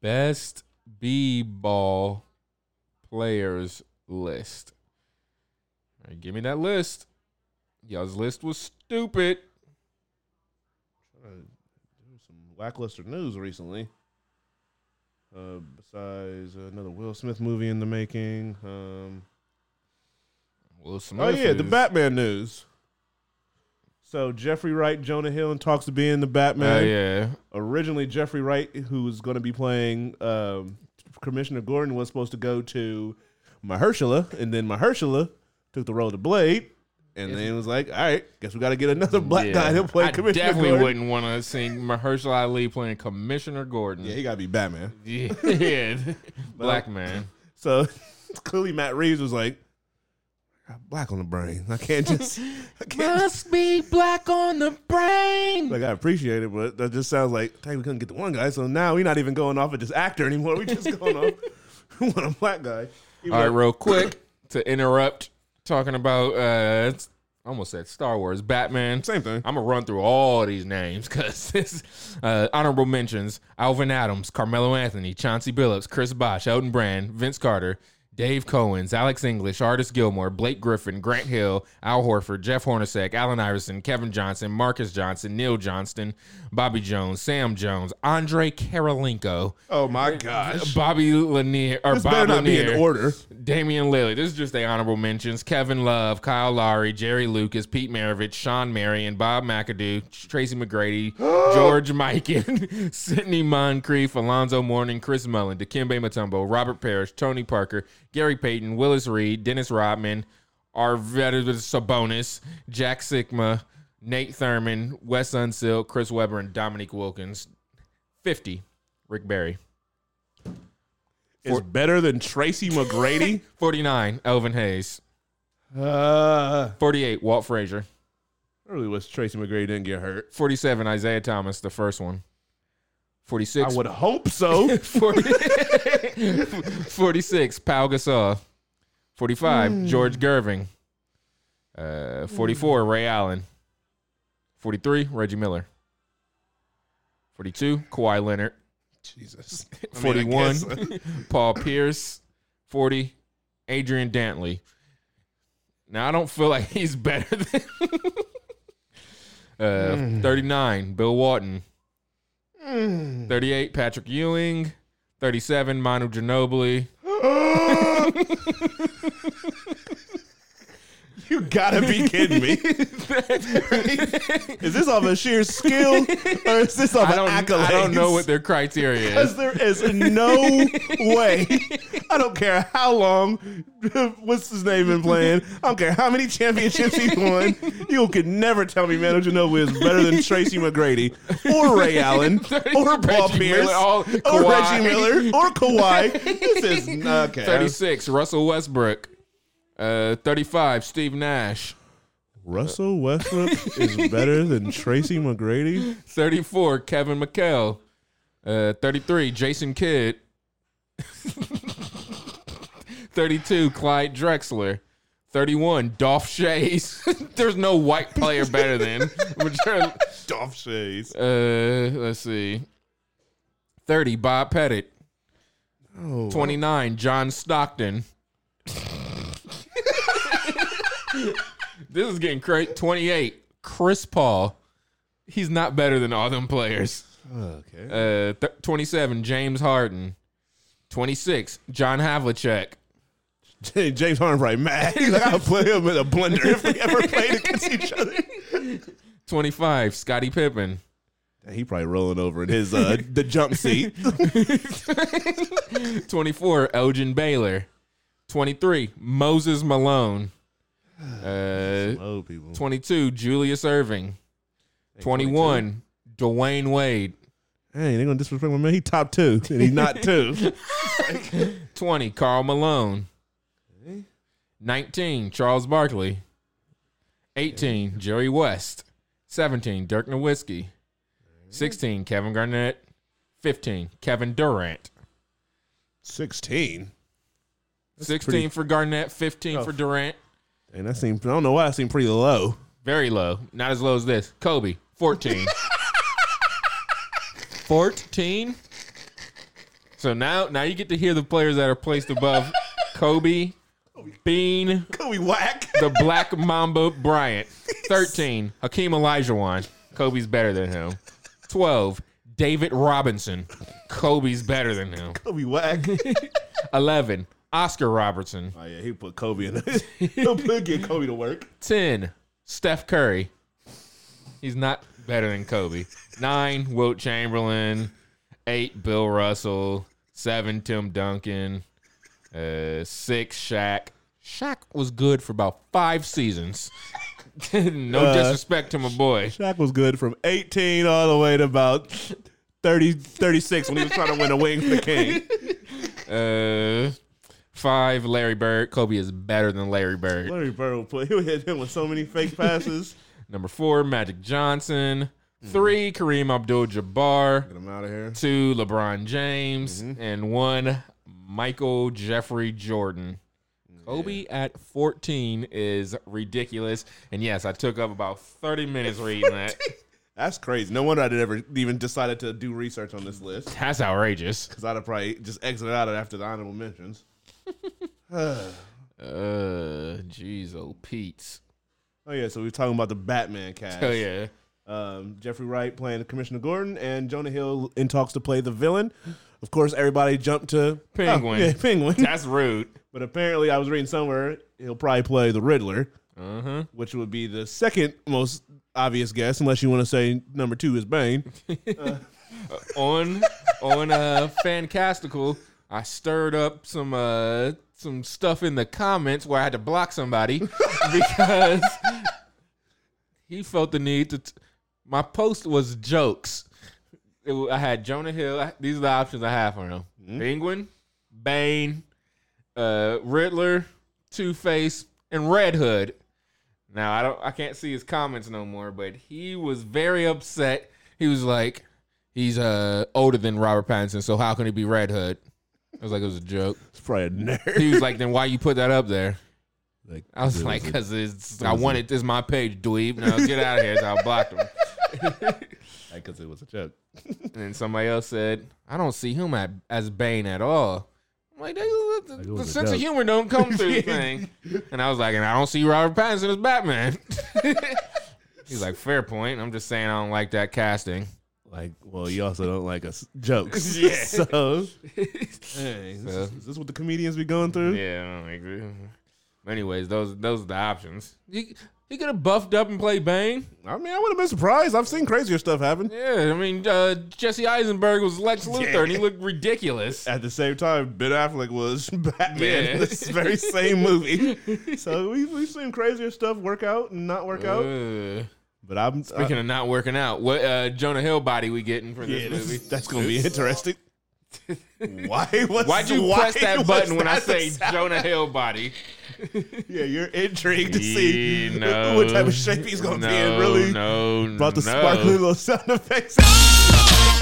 A: best B ball players list. All right, give me that list. Y'all's list was stupid.
B: Lackluster news recently. Uh, besides another Will Smith movie in the making. Um,
A: Will Smith.
B: oh yeah, the
A: is-
B: Batman news. So Jeffrey Wright, Jonah Hill, and talks to be in the Batman.
A: Oh yeah.
B: Originally, Jeffrey Wright, who was going to be playing um, Commissioner Gordon, was supposed to go to Mahershala, and then Mahershala took the role to Blade, and then it was like, all right, guess we got to get another black
A: Yeah.
B: guy to play
A: I
B: Commissioner
A: definitely
B: Gordon.
A: wouldn't want to see Mahershala Ali playing Commissioner Gordon.
B: Yeah, he got to be Batman.
A: Yeah, [laughs] yeah.
B: [laughs]
A: black man.
B: So [laughs] clearly, Matt Reeves was like, I got black on the brain. I
A: [laughs]
B: can't just, I can't.
A: Must be black on the brain.
B: Like I appreciate it, but that just sounds like dang, we couldn't get the one guy. So now we're not even going off of just actor anymore.
A: [laughs]
B: We just going off [laughs] want a black guy. Even
A: All right,
B: though-
A: real quick to interrupt talking about uh it's- I almost said Star Wars, Batman.
B: Same thing.
A: I'm gonna run through all these names because [laughs] this uh, honorable mentions: Alvin Adams, Carmelo Anthony, Chauncey Billups, Chris Bosh, Elton Brand, Vince Carter, Dave Cohen's, Alex English, Artis Gilmore, Blake Griffin, Grant Hill, Al Horford, Jeff Hornacek, Allen Iverson, Kevin Johnson, Marcus Johnson, Neil Johnston, Bobby Jones, Sam Jones, Andre Karolinko,
B: Oh my gosh.
A: Bobby Lanier, or
B: This
A: Bob
B: better not
A: Lanier.
B: be in order.
A: Damian Lillard. This is just the honorable mentions. Kevin Love, Kyle Lowry, Jerry Lucas, Pete Maravich, Sean Marion, Bob McAdoo, Tracy
B: [gasps]
A: McGrady, George Mikan, [laughs] Sidney Moncrief, Alonzo Mourning, Chris Mullen, Dikembe Mutombo, Robert Parrish, Tony Parker, Gary Payton, Willis Reed, Dennis Rodman, Arvetta Sabonis, Jack Sigma, Nate Thurman, Wes Unsil, Chris Webber, and Dominique Wilkins. 50. Rick Barry.
B: It's better than
A: [laughs]
B: Tracy McGrady.
A: 49. Elvin Hayes.
B: uh,
A: 48. Walt Frazier.
B: I really wish Tracy McGrady didn't get hurt.
A: 47 Isaiah Thomas, the first one. 46
B: I would hope
A: [laughs]
B: so.
A: 40 [laughs] 46 Pau Gasol. 45
B: Hmm.
A: George Gerving. Uh, 44 Ray Allen. 43 Reggie Miller. 42 Kawhi Leonard.
B: Jesus.
A: 41 Paul Pierce. 40 Adrian Dantley. Now I don't feel like [laughs] he's better than uh, 39 Bill Walton. 38 Patrick Ewing. 37 Manu Ginobili.
B: [laughs] you gotta be kidding
A: [laughs]
B: me. [laughs] is this off of sheer skill or is this
A: I
B: off of
A: don't,
B: accolades?
A: I don't know what their
B: [laughs]
A: criteria
B: Because
A: is.
B: there is no way. I don't care how long. [laughs] What's his name been playing? I don't care how many championships he's won. You could never tell me Manu Ginobili is better than Tracy McGrady or
A: [laughs]
B: Ray Allen or Paul
A: Reggie
B: Pierce
A: Miller, all-
B: or
A: Kawhi.
B: Reggie Miller or Kawhi. This is okay.
A: 36 Russell Westbrook. Uh, 35 Steve Nash.
B: Russell Westbrook is better than Tracy McGrady.
A: 34 Kevin McHale. Uh, 33 Jason Kidd. 32 Clyde Drexler. 31 Dolph Shays. [laughs] There's no white player better than. Which are-
B: Dolph Shays.
A: uh, let's see. 30 Bob Pettit.
B: Oh,
A: 29 John Stockton. this is getting crazy. 28 Chris Paul. He's not better than all them players.
B: okay.
A: Uh, th- 27 James Harden. 26 John Havlicek.
B: James Harden probably mad. He's like, I'll play him in a blender if we ever played against each other.
A: 25 Scottie Pippen.
B: He probably rolling over in his uh the jump seat.
A: 24 Elgin Baylor. 23 Moses Malone. Uh,
B: Oh, people.
A: 22 Julius Irving. 21 Dwayne Wade.
B: Hey, they're gonna disrespect my man. He top two, and he's not two. [laughs]
A: 20, Carl Malone. 19, Charles Barkley. 18, Jerry West. 17, Dirk Nowitzki. 16, Kevin Garnett. 15, Kevin Durant.
B: Sixteen.
A: 16
B: pretty-
A: for Garnett, 15 for Durant.
B: And that seemed. I don't know why that seemed pretty low.
A: Very low. Not as low as this. Kobe, 14. 14. So now now you get to hear the players that are placed above Kobe, Bean,
B: Could we whack? [laughs]
A: the Black Mamba Bryant. 13, Hakeem Olajuwon. Kobe's better than him. 12, David Robinson. Kobe's better than him.
B: Could we [laughs] whack?
A: 11, Oscar Robertson.
B: oh yeah, he put Kobe in. The, [laughs] he'll put get Kobe to work.
A: 10, Steph Curry. He's not better than Kobe. 9, Wilt Chamberlain. 8, Bill Russell. 7, Tim Duncan. Uh, 6, Shaq. Shaq was good for about five seasons. [laughs] no
B: Uh,
A: disrespect to my boy.
B: Shaq was good from 18 all the way to about 30, 36 when he was trying to win a wing for the [laughs] king.
A: Uh, 5, Larry Bird. Kobe is better than Larry Bird.
B: Larry Bird will play. He'll hit him with so many fake passes.
A: Number 4, Magic Johnson. 3, Kareem Abdul Jabbar.
B: Get him out of here.
A: two LeBron James, and one Michael Jeffrey Jordan. Kobe at 14 is ridiculous. And yes, I took up about 30 minutes reading [laughs] that.
B: That's crazy. No wonder I did ever even decided to do research on this list
A: That's outrageous.
B: because I'd have probably just exited out after the honorable mentions.
A: Uh, jeez, oh Pete's.
B: Oh yeah, so we were talking about the Batman cast.
A: Hell Oh, yeah.
B: um, Jeffrey Wright playing Commissioner Gordon, and Jonah Hill in talks to play the villain. Of course, everybody jumped to
A: Penguin.
B: Oh, yeah, Penguin.
A: [laughs] That's rude.
B: But apparently, I was reading somewhere he'll probably play the Riddler,
A: Uh huh.
B: which would be the second most obvious guess, unless you want to say number two is Bane.
A: on on uh fancastical i stirred up some uh some stuff in the comments where i had to block somebody because he felt the need to t- my post was jokes It wa- i had jonah hill I- these are the options i have for him penguin bane uh riddler two-face and red hood now i don't i can't see his comments no more but he was very upset he was like he's uh older than Robert Pattinson, so how can he be Red Hood? I was like, it was a joke.
B: It's probably a nerd.
A: He was like, then why you put that up there?
B: Like,
A: [laughs] I was
B: it
A: like, [laughs]
B: a-
A: because it's I wanted this is my page, dweeb. Now get out of here. So I blocked him.
B: like, 'cause it was a joke.
A: And then somebody else said, I don't see him at, as Bane at all. I'm like, that- that- that- the,
B: was a
A: sense of
B: joke.
A: humor don't come through
B: [laughs]
A: the thing. And I was like, and I don't see Robert Pattinson as Batman. [laughs] He's like, fair point. I'm just saying I don't like that casting.
B: Like, well, you also don't like
A: [laughs]
B: us jokes.
A: Yeah.
B: [laughs] So, hey, is, this, is this what the comedians be going through?
A: Yeah, I don't agree. Anyways, those those are the options. He, he could have buffed up and played Bane.
B: I mean, I would have been surprised. I've seen crazier stuff happen.
A: Yeah, I mean uh, Jesse Eisenberg was Lex Luthor, and he looked
B: [laughs]
A: ridiculous.
B: At the same time, Ben Affleck was [laughs] Batman
A: Yeah.
B: in this very same
A: [laughs]
B: movie. so we, we've seen crazier stuff work out and not work out.
A: Uh,
B: But I'm
A: speaking of not working out, what uh, Jonah Hill body we getting for this
B: yeah,
A: movie?
B: that's, that's gonna be
A: [laughs]
B: interesting. why was
A: Why'd you
B: why
A: press that
B: [laughs] was
A: button when
B: that
A: I
B: the
A: say
B: sound?
A: Jonah Hill body?
B: Yeah, you're intrigued [laughs] to
A: Yeah,
B: see
A: no.
B: [laughs] what type of shape he's gonna be in.
A: No,
B: Really
A: no,
B: brought the
A: no.
B: sparkly little sound effects.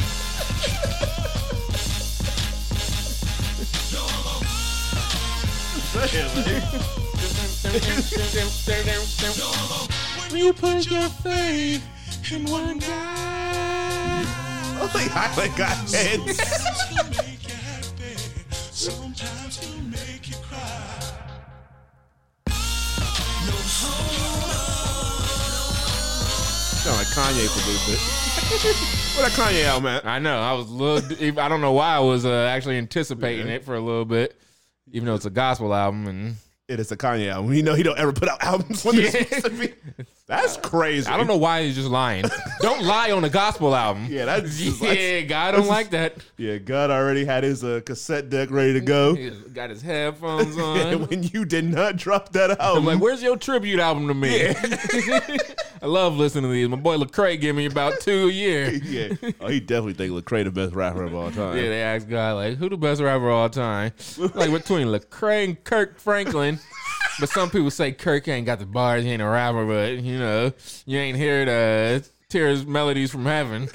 A: You put your faith in one guy.
B: Oh my God, I got heads. Sound like Kanye produced it. [laughs] what a Kanye album, man.
A: I know. I was a little. [laughs] I don't know why I was uh, actually anticipating it for a little bit, even though it's a gospel album. And
B: It is a Kanye album. You know he don't ever put out [laughs] albums when they're
A: Yeah.
B: supposed to be. That's crazy.
A: I don't know why he's just
B: [laughs]
A: lying. don't lie on a gospel album.
B: Yeah, that's just like-
A: yeah. God
B: [laughs]
A: don't like that.
B: Yeah, God already had his uh, cassette deck ready to go.
A: He got his
B: [laughs]
A: headphones
B: And
A: on.
B: when you did not drop that
A: I'm
B: album,
A: like, where's your tribute album to me? [laughs] I love listening to these. My boy Lecrae gave me about two a year.
B: [laughs]
A: Yeah,
B: [laughs] yeah, oh, he definitely think Lecrae the best rapper of all time.
A: they asked God like, who the best rapper of all time? Like between Lecrae and Kirk Franklin. But some people say Kirk ain't got the bars, he ain't a rapper, but you know, you ain't heard uh Tears Melodies from Heaven.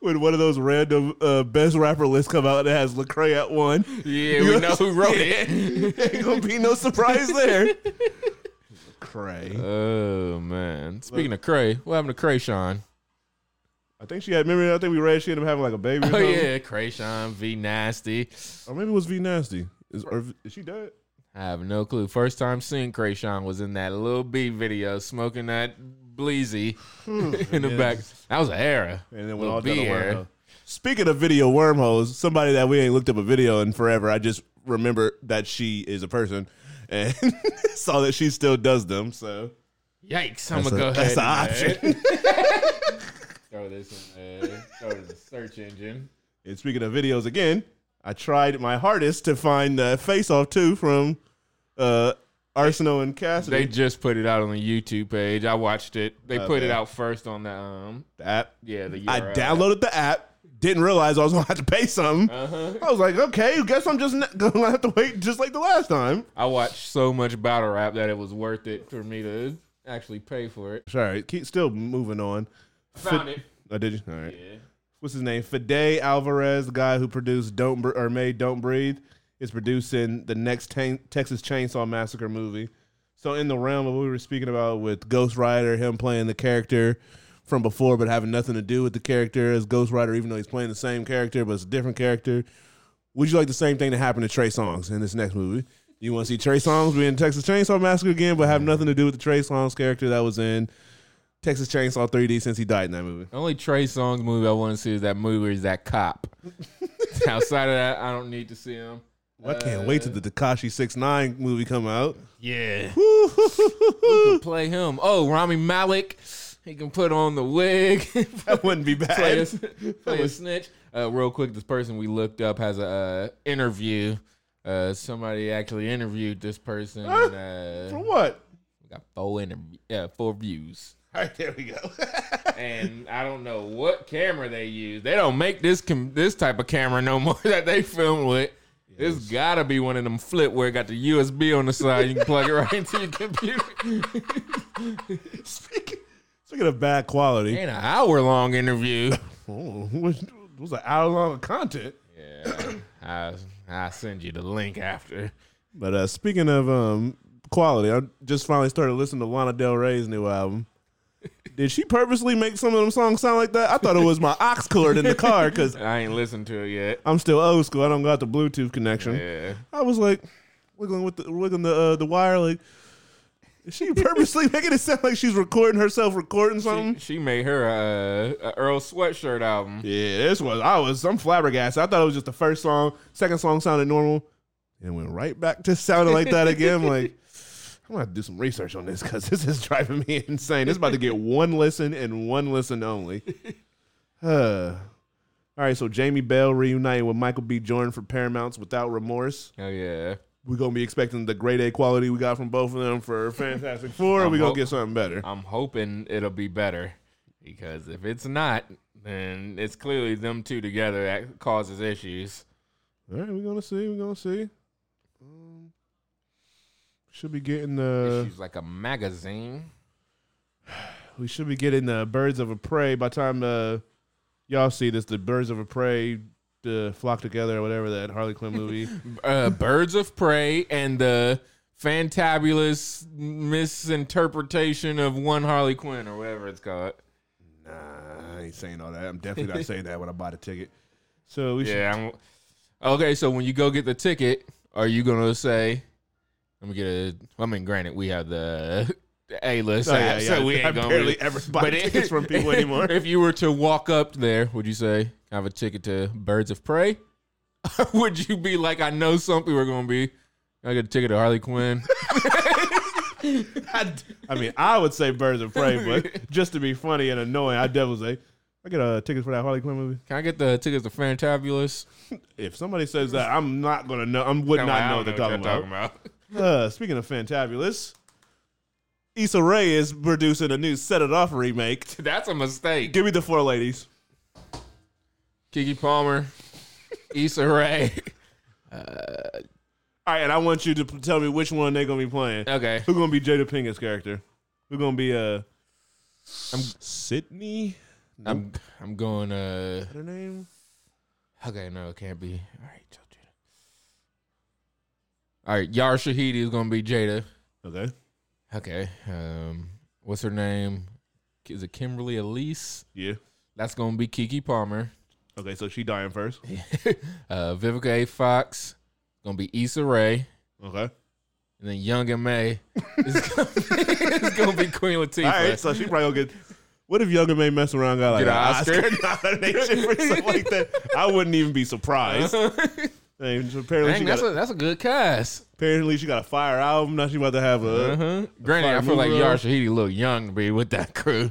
B: when one of those random uh, best rapper lists come out that has Lecrae at one.
A: Yeah, we know who wrote it.
B: [laughs] Ain't gonna be no surprise there. Lecrae.
A: Oh man. Speaking of Cray, what happened to Krayshawn?
B: I think she had. Remember, I think we read she ended up having like a baby. Or
A: Oh
B: something?
A: yeah, Krayshawn V Nasty.
B: Or maybe it was V Nasty. Is, or, is she dead?
A: I have no clue. First time seeing Krayshawn was in that little B video smoking that bleezy [laughs] in the back. That was a era.
B: Hmm. And then
A: Lil
B: went all
A: B
B: down a
A: era.
B: wormhole. Speaking of video wormholes, somebody that we ain't looked up a video in forever. I just remember that she is a person and [laughs] saw that she still does them. So
A: Yikes! I'm
B: that's,
A: gonna
B: a,
A: go ahead.
B: that's an
A: and, uh,
B: option.
A: Throw this in. Uh, throw this in the search engine.
B: and speaking of videos, again, I tried my hardest to find uh, Face Off Two from uh, Arsenal and Cassidy.
A: They just put it out on the YouTube page. I watched it. They put
B: Okay.
A: it out first on the um.
B: The app.
A: Yeah, the
B: I
A: URL.
B: downloaded the app. Didn't realize I was gonna have to pay something.
A: Uh-huh.
B: I was like, okay, guess I'm just not [laughs] gonna have to wait, just like the last time.
A: I watched so much battle rap that it was worth it for me to actually pay for it.
B: Sorry, keep still moving on.
A: Found it.
B: Oh, did you? All right.
A: Yeah.
B: What's his name? Fede Alvarez, the guy who produced "Don't" Br- or made "Don't Breathe," is producing the next Tan- Texas Chainsaw Massacre movie. So, in the realm of what we were speaking about with Ghost Rider, him playing the character from before, but having nothing to do with the character as Ghost Rider, even though he's playing the same character, but it's a different character. Would you like the same thing to happen to Trey Songs in this next movie? You want to see Trey Songs be in Texas Chainsaw Massacre again, but have nothing to do with the Trey Songs character that was in Texas Chainsaw 3D since he died in that movie.
A: The only Trey Songz movie I want to see is that movie where he's that
B: [laughs]
A: cop. Outside of that, I don't need to see him.
B: I can't wait till the Takashi Six Nine movie come out. [laughs]
A: Yeah. play him. Oh, Rami Malik. He can put on the wig. [laughs]
B: That wouldn't be bad.
A: play a,
B: [laughs]
A: play a snitch. Uh, real quick, this person we looked up has a uh, interview. Uh, somebody actually interviewed this person.
B: Huh?
A: And,
B: For
A: uh,
B: what?
A: we got four interview, yeah, four views.
B: All right, there we go. [laughs]
A: And I don't know what camera they use. They don't make this com- this type of camera no more [laughs] that they film with. It's gotta be one of them flip where it got the USB on the side. You can plug it [laughs] right into your computer.
B: speaking, speaking of bad quality,
A: Ain't an hour long interview. [coughs]
B: oh, it was, it was an hour long of content.
A: Yeah, I I send you the link after.
B: But uh, speaking of um, quality, I just finally started listening to Lana Del Rey's new [laughs] album. Did she purposely make some of them songs sound like that? I thought it was my aux cord in the car [laughs] because
A: I ain't listened to it yet.
B: I'm still old school. I don't got the Bluetooth connection.
A: Yeah.
B: I was like wiggling with the wiggling the uh, the wire like is she [laughs] purposely making it sound like she's recording herself recording
A: She,
B: something.
A: she made her uh, a Earl sweatshirt album.
B: yeah, this was I was I'm flabbergasted. I thought it was just the first song, second song sounded normal, and went right back to sounding like that again. [laughs] like I'm gonna have to do some research on this because this is driving me [laughs] insane. It's about to get one listen and one listen only. [sighs] Uh, all right, so Jamie Bell reunited with Michael B. Jordan for Paramount's Without Remorse.
A: Oh yeah.
B: we're gonna be expecting the grade A quality we got from both of them for Fantastic Four. We're gonna
A: hope-
B: get something better.
A: I'm hoping it'll be better because if it's not, then it's clearly them two together that causes issues.
B: All right, we're gonna see. We're gonna see. Um, should be getting the
A: issues like a magazine.
B: we should be getting the Birds of a Prey by the time uh, y'all see this. The Birds of a Prey, the flock together or whatever that Harley Quinn movie.
A: Uh, Birds of Prey and the fantabulous misinterpretation of one Harley Quinn or whatever it's called.
B: [laughs] nah, I ain't saying all that. I'm definitely not saying that when I buy the ticket. So we should.
A: Yeah. I'm, okay, so when you go get the ticket, are you gonna say, "Let me get a"? I mean, granted, we have the [laughs] A list,
B: Oh, yeah, yeah.
A: so we ain't
B: I
A: gonna
B: [laughs] barely
A: really-
B: ever buy tickets from [laughs] people anymore.
A: [laughs] If you were to walk up there, would you say, "I have a ticket to Birds of Prey"? [laughs] Or would you be like, "I know some people are gonna be"? I got a ticket to Harley
B: [laughs]
A: Quinn.
B: I, I mean, I would say Birds of Prey, [laughs] but just to be funny and annoying, I definitely say, I get a ticket for that Harley Quinn movie.
A: Can I get the tickets to Fantabulous?
B: If somebody says that, I'm not gonna know. I would
A: I'm like,
B: not know
A: I
B: what they're
A: don't
B: talking
A: y'all
B: about. Uh, speaking of fantabulous, Issa Rae is producing a new "Set It Off" remake.
A: [laughs]
B: [laughs]
A: That's a mistake.
B: Give me the four ladies.
A: Kiki Palmer, Issa Rae. [laughs]
B: All right, and I want you to p- tell me which one they're gonna be playing.
A: Okay,
B: Who gonna be Jada Pinkett's character? Who gonna be uh? I'm uh, Sydney
A: I'm I'm going. Uh,
B: Her name?
A: okay, no, it can't be. All right, tell Jada. All right, Yara Shahidi is gonna be Jada.
B: Okay.
A: Okay. Um, what's her name? Is it Kimberly Elise?
B: Yeah.
A: That's gonna be Kiki Palmer. [laughs]
B: Okay, so she dying first.
A: Uh, Vivica A. Fox gonna be Issa Rae,
B: Okay.
A: and then Young and May [laughs] is gonna be, is gonna be Queen Latifah.
B: All right,
A: [laughs]
B: so she probably gonna get. What if Young and May mess around got like
A: Get
B: an
A: an
B: Oscar, [laughs]
A: Oscar?
B: nomination for something like that? I wouldn't even
A: [laughs]
B: be surprised. Hey, so apparently, she
A: Dang,
B: got
A: that's
B: a,
A: a that's a good cast.
B: apparently she got a fire album. Now she about to have a.
A: Uh-huh. Granted, I
B: Fire
A: feel like
B: movie
A: Yara
B: role.
A: Shahidi look young to be with that crew.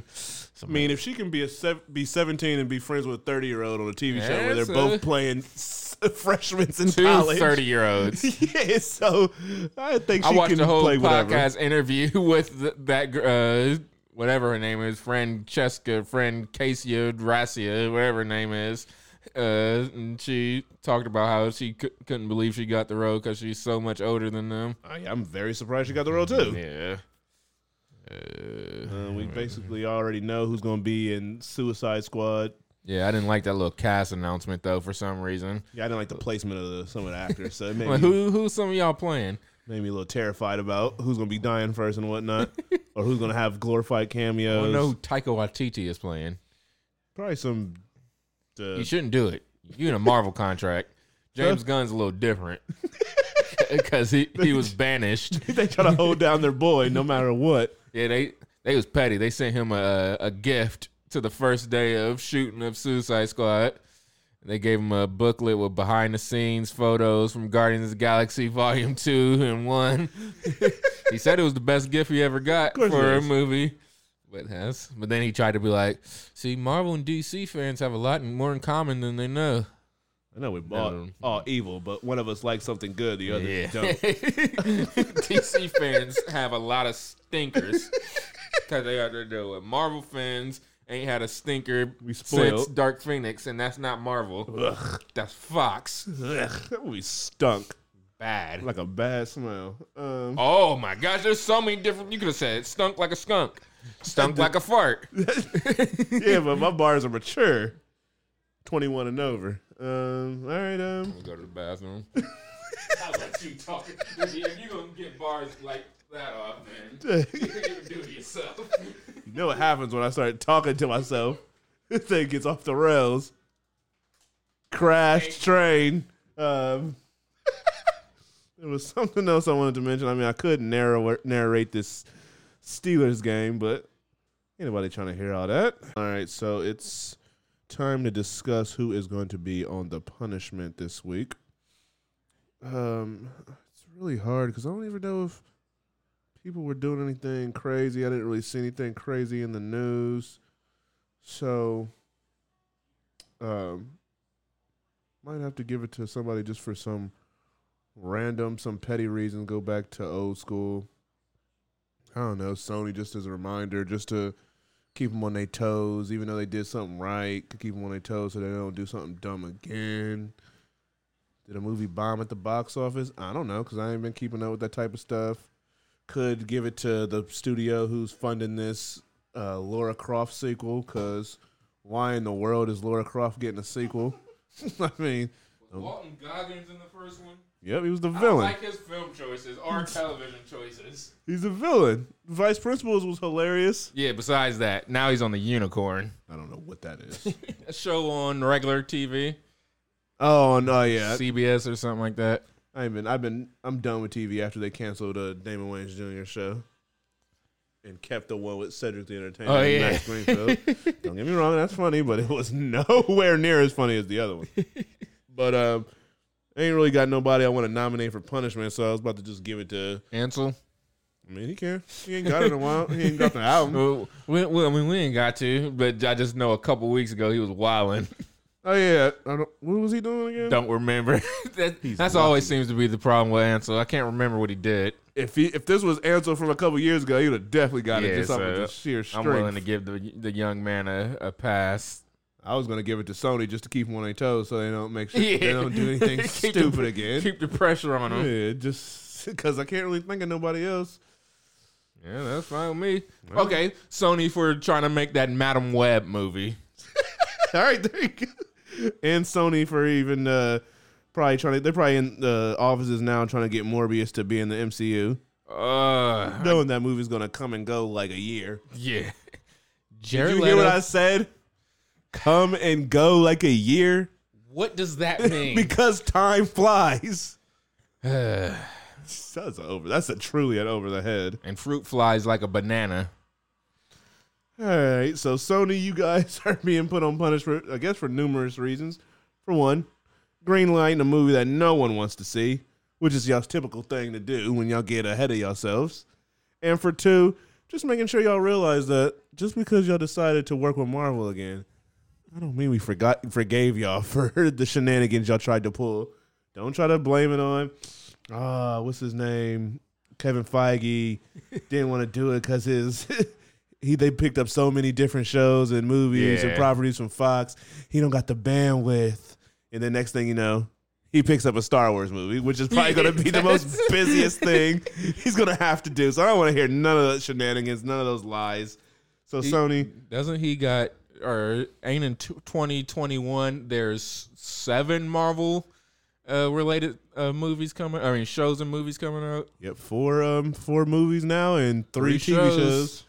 B: I mean, if she can be a sev- be seventeen and be friends with a thirty year old on a TV show where they're
A: That's a-
B: both playing s- [laughs] freshmen in
A: Two
B: college,
A: 30 year olds.
B: [laughs] yeah. So I think she
A: I watched
B: can
A: the whole
B: play
A: podcast
B: whatever.
A: interview [laughs] with th- that gr- uh, whatever her name is, friend Cheska, friend Casey Gracia, whatever her name is. Uh, and she talked about how she cou- couldn't believe she got the role because she's so much older than them.
B: I, Oh, I'm very surprised she got the role too.
A: Yeah.
B: Uh, we basically already know who's going to be in Suicide Squad.
A: Yeah, I didn't like that little cast announcement though for some reason.
B: Yeah, I didn't like the placement of the, some of the actors, so it made,
A: Like,
B: me,
A: who who's some of y'all playing?
B: made me a little terrified about who's going to be dying first
A: [laughs]
B: and whatnot, or who's going to have glorified
A: I
B: cameos.
A: don't know who Taika Waititi is playing.
B: Probably some. Uh, [laughs]
A: You shouldn't do it. You in a Marvel contract. James Gunn's a little different [laughs] because he, he was banished.
B: they try to hold down their boy no matter what.
A: Yeah, they they was petty. They sent him a a gift to the first day of shooting of Suicide Squad. They gave him a booklet with behind the scenes photos from Guardians of the Galaxy Volume [laughs] Two and One. [laughs] he said it was the best gift he ever got
B: course
A: for
B: it
A: a
B: is.
A: movie. But yes, but then he tried to be like, "See, Marvel and DC fans have a lot more in common than they know."
B: I know we're all,
A: No.
B: all evil, but one of us likes something good, the other
A: [laughs]
B: don't.
A: DC fans have a lot of stinkers because they got to deal with Marvel fans. Ain't had a stinker
B: We
A: since
B: spoiled.
A: Dark Phoenix, and that's not Marvel. That's Fox.
B: Ugh, that movie stunk
A: Bad.
B: like a bad smell.
A: [laughs]
B: Um,
A: oh my gosh, there's so many different. You could have said it stunk like a skunk, stunk like a fart.
B: yeah, but my bars are mature, twenty-one and over. Um, all right, um, [laughs]
A: Go to the bathroom. How about you talking? If you- if you gonna get bars like that off, man, you can't even do it yourself.
B: you know what happens when I start talking to myself? [laughs] This thing gets off the rails. Crash train. Um, [laughs] there was something else I wanted to mention. I mean, I could narrow narrate this Steelers game, but anybody trying to hear all that? All right, so it's time to discuss who is going to be on the punishment this week. Um, it's really hard because I don't even know if people were doing anything crazy. I didn't really see anything crazy in the news, so um, might have to give it to somebody just for some random, some petty reason. Go back to old school. I don't know, Sony. Just as a reminder, just to keep them on their toes, even though they did something right, could keep them on their toes so they don't do something dumb again. Did a movie bomb at the box office? I don't know because I ain't been keeping up with that type of stuff. Could give it to the studio who's funding this uh, Laura Croft sequel because why in the world is Laura Croft getting a sequel? [laughs] I mean,
A: Walton Goggins in the first one.
B: yep, he was the
A: I
B: villain.
A: like his film choices [laughs] or television choices.
B: He's a villain. Vice Principals was hilarious.
A: Yeah, besides that, now he's on the Unicorn.
B: I don't know what
A: [laughs]
B: that is.
A: A show on regular TV,
B: oh no, yeah,
A: CBS or something like that.
B: I ain't been. I've been. I'm done with TV after they canceled uh, Damon Wayans Jr. show and kept the one with Cedric the Entertainer.
A: Oh,
B: and
A: yeah.
B: Max Greenfield.
A: [laughs]
B: Don't get me wrong, that's funny, but it was [laughs] nowhere near as funny as
A: [laughs]
B: the other one. but um, I ain't really got nobody I want to nominate for punishment, so I was about to just give it to.
A: Ansel?
B: I mean, he can. He ain't got it in a while. He ain't got
A: [laughs]
B: the album.
A: Um, Well, we, we- I mean, we ain't got to, but I just know a couple weeks ago he was wilding.
B: Oh yeah. I don't, what was he doing
A: [laughs]
B: again?
A: Don't remember. [laughs] that, that's always seems to be the problem with Ansel. I can't remember what he did.
B: If he, if this was Ansel from a couple years ago, he would have definitely got it
A: Yeah,
B: just off
A: so
B: of just sheer
A: I'm
B: strength.
A: willing to give the the young man a, a pass.
B: I was gonna give it to Sony just to keep them on their toes, so they don't
A: [laughs]
B: make sure
A: Yeah.
B: they don't do anything
A: Keep the-
B: stupid again.
A: Keep the pressure on him.
B: yeah, just [laughs] because I can't really think of nobody else. [laughs]
A: Yeah, that's fine with me. Okay, Sony for trying to make that Madam Web movie.
B: All right, there you go. And Sony for even uh, probably trying to. They're probably in the offices now trying to get Morbius to be in the MCU,
A: Uh,
B: knowing that movie's gonna come and go like a year.
A: yeah.
B: Did
A: Jared
B: you hear what
A: Leto-
B: I said? Come and go like a year
A: What does [laughs] that mean?
B: [laughs] because time flies. [sighs]
A: Uh,
B: That's a over. That's a truly an over the head.
A: and fruit flies like a banana.
B: All right, so Sony, you guys [laughs] are being put on punishment, I guess, for numerous reasons. For one, greenlighting a movie that no one wants to see, which is y'all's typical thing to do when y'all get ahead of yourselves. And for two, just making sure y'all realize that just because y'all decided to work with Marvel again, I don't mean we forgot forgave y'all [laughs] for the shenanigans y'all tried to pull. Don't try to blame it on ah, what's his name? Kevin Feige didn't want to do it because his [laughs] he they picked up so many different shows and movies and
A: Yeah.
B: properties from Fox. He don't got the bandwidth. And then next thing you know, he picks up a Star Wars movie, which is probably going to be the most busiest thing he's going to have to do. So I don't want to hear none of those shenanigans, none of those lies. So Sony,
A: Doesn't he got or ain't in twenty twenty one? There's seven Marvel uh, related uh, movies coming. I mean, shows and movies coming out.
B: yep, four um four movies now and three, TV shows.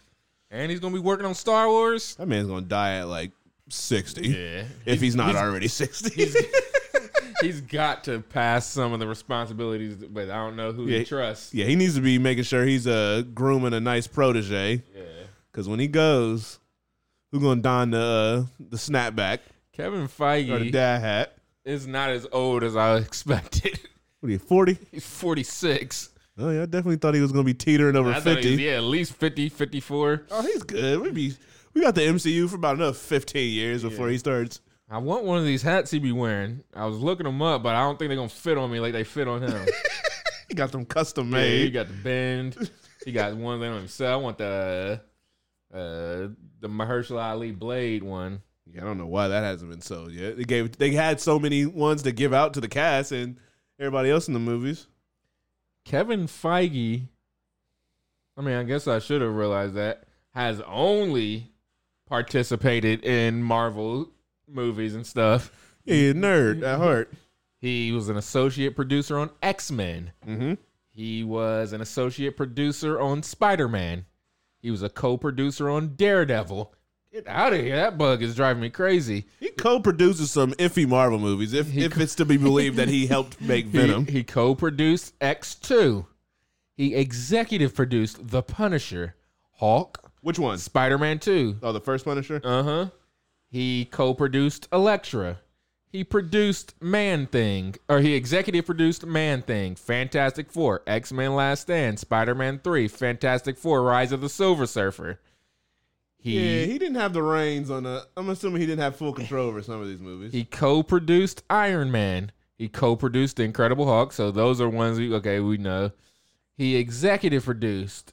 A: and he's gonna be working on Star Wars.
B: That man's going to die at like sixty
A: Yeah,
B: if he's not already sixty.
A: [laughs] he's got to pass some of the responsibilities, but I don't know who
B: Yeah.
A: he trusts.
B: yeah, he needs to be making sure he's uh, grooming a nice protege. Yeah, because when he goes, who's going to don the uh, the snapback
A: Kevin
B: or the
A: Feige
B: dad hat?
A: is not as old as I [laughs] expected.
B: What are you forty?
A: he's forty six.
B: Oh yeah, I definitely thought he was going to be teetering over
A: I thought
B: fifty.
A: he was, yeah, at least 50, 54.
B: Oh, he's good. We be we got the MCU for about another fifteen years before he starts.
A: I want one of these hats he be wearing. I was looking them up, but I don't think they're gonna fit on me like they fit on him.
B: He got them custom
A: yeah, he
B: made.
A: got the bend. He got one that on himself. I want the uh, the Mahershala Ali blade one.
B: Yeah, I don't know why that hasn't been sold yet. They gave they had so many ones to give out to the cast and everybody else in the movies.
A: Kevin Feige. I mean, I guess I should have realized that has only participated in Marvel movies and stuff.
B: Yeah, you a nerd at heart.
A: He was an associate producer on X Men.
B: Mhm.
A: He was an associate producer on Spider Man. He was a co producer on Daredevil. Get out of here. That bug is driving me crazy.
B: He co-produces some iffy Marvel movies. If
A: He
B: if it's to be believed that he helped
A: [laughs]
B: make
A: He-
B: Venom.
A: He, co produced X2. He executive produced The Punisher, Hawk,
B: Which one?
A: Spider Man 2.
B: Oh, the first Punisher.
A: Uh huh. He co produced Elektra. He produced Man Thing, or he executive produced Man Thing, Fantastic Four, X Men Last Stand, Spider Man 3, Fantastic Four, Rise of the Silver Surfer. He,
B: yeah, he didn't have the reins on the. I'm assuming he didn't have full control over some of these movies.
A: he co produced Iron Man. He co produced The Incredible Hulk. So those are ones we, okay, we know. He executive produced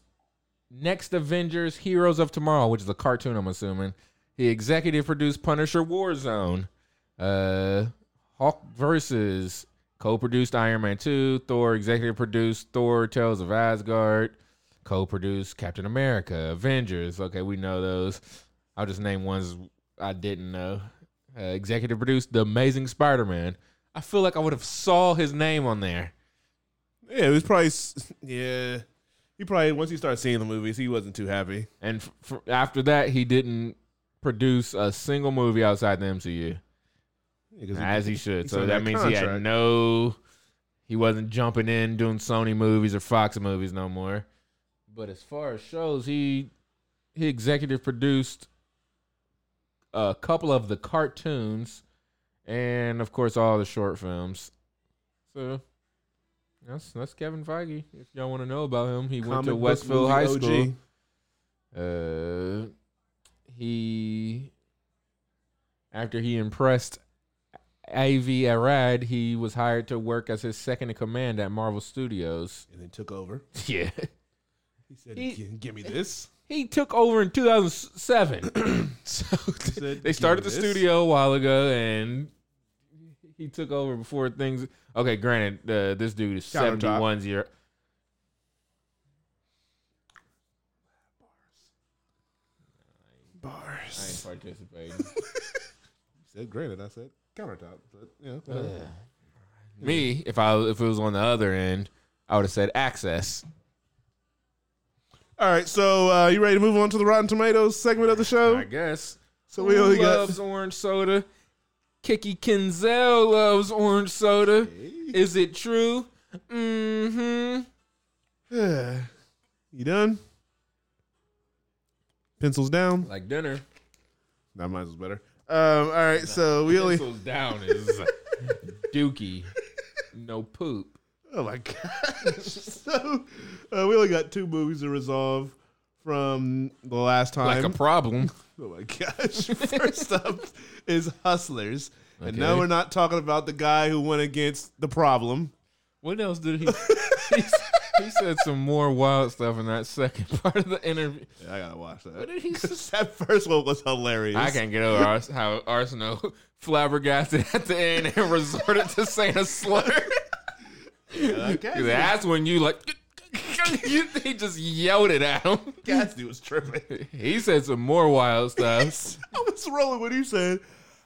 A: Next Avengers Heroes of Tomorrow, which is a cartoon, I'm assuming. He executive produced Punisher Warzone, uh, Hawk versus co produced Iron Man 2, Thor executive produced Thor Tales of Asgard, co produced Captain America, Avengers. Okay, we know those. I'll just name ones I didn't know. Uh, executive produced The Amazing Spider Man. I feel like I would have saw his name on there.
B: Yeah, it was probably. s- Yeah, he probably once he started seeing the movies, he wasn't too happy.
A: And f- f- after that, he didn't produce a single movie outside the MCU
B: Because
A: as he should.
B: he
A: So
B: signed
A: that
B: that
A: means he had
B: contract.
A: no. He wasn't jumping in doing Sony movies or Fox movies no more. But as far as shows, he he executive produced a couple of the cartoons, and of course all the short films. So. That's that's Kevin Feige. If y'all want to know about him, he went to Westfield High School. Uh, he after he impressed Avi Arad, he was hired to work as his second in command at Marvel Studios.
B: and then took over.
A: [laughs] Yeah,
B: He said,
A: He-
B: "Gi- "Give me this."
A: he took over in 2007. [clears throat] so
B: said,
A: they started the
B: "Give me this."
A: studio a while ago, and he took over before things. Okay, granted, uh, this dude is
B: Shout him, Doc.
A: 71 year.
B: Bars.
A: participating.
B: said granite. I said countertop. But yeah, whatever.
A: [laughs] Me, if I if it was on the other end, I would have said access.
B: All right. So uh, you ready to move on to the Rotten Tomatoes segment of the show?
A: I guess.
B: So we only
A: Who
B: got
A: loves orange soda. Kiki Kinzel loves orange soda. Is it true? Mm-hmm.
B: [laughs] You done? Pencils down.
A: Like dinner.
B: That mine was better. Um, all right, so we only.
A: Pencils down is dookie. No poop.
B: Oh my [laughs] gosh! So uh, we only got two movies to resolve from the last time.
A: Like a problem.
B: oh my gosh! [laughs] First up is Hustlers, and no,
A: Okay.
B: we're not talking about the guy who went against the problem.
A: What else did he? he, he said some more wild stuff in that second part of the interview.
B: Yeah, I gotta watch
A: What
B: that. [laughs]
A: did he say?
B: that first one was hilarious.
A: I can't get over Ars- how Arsenal [laughs] flabbergasted at the end and [laughs] resorted to saying a slur.
B: Uh, Okay.
A: That's when you like. [laughs] you- he just yelled it at him.
B: Gatsby was tripping. [laughs]
A: He said some more wild stuff.
B: I was rolling when you said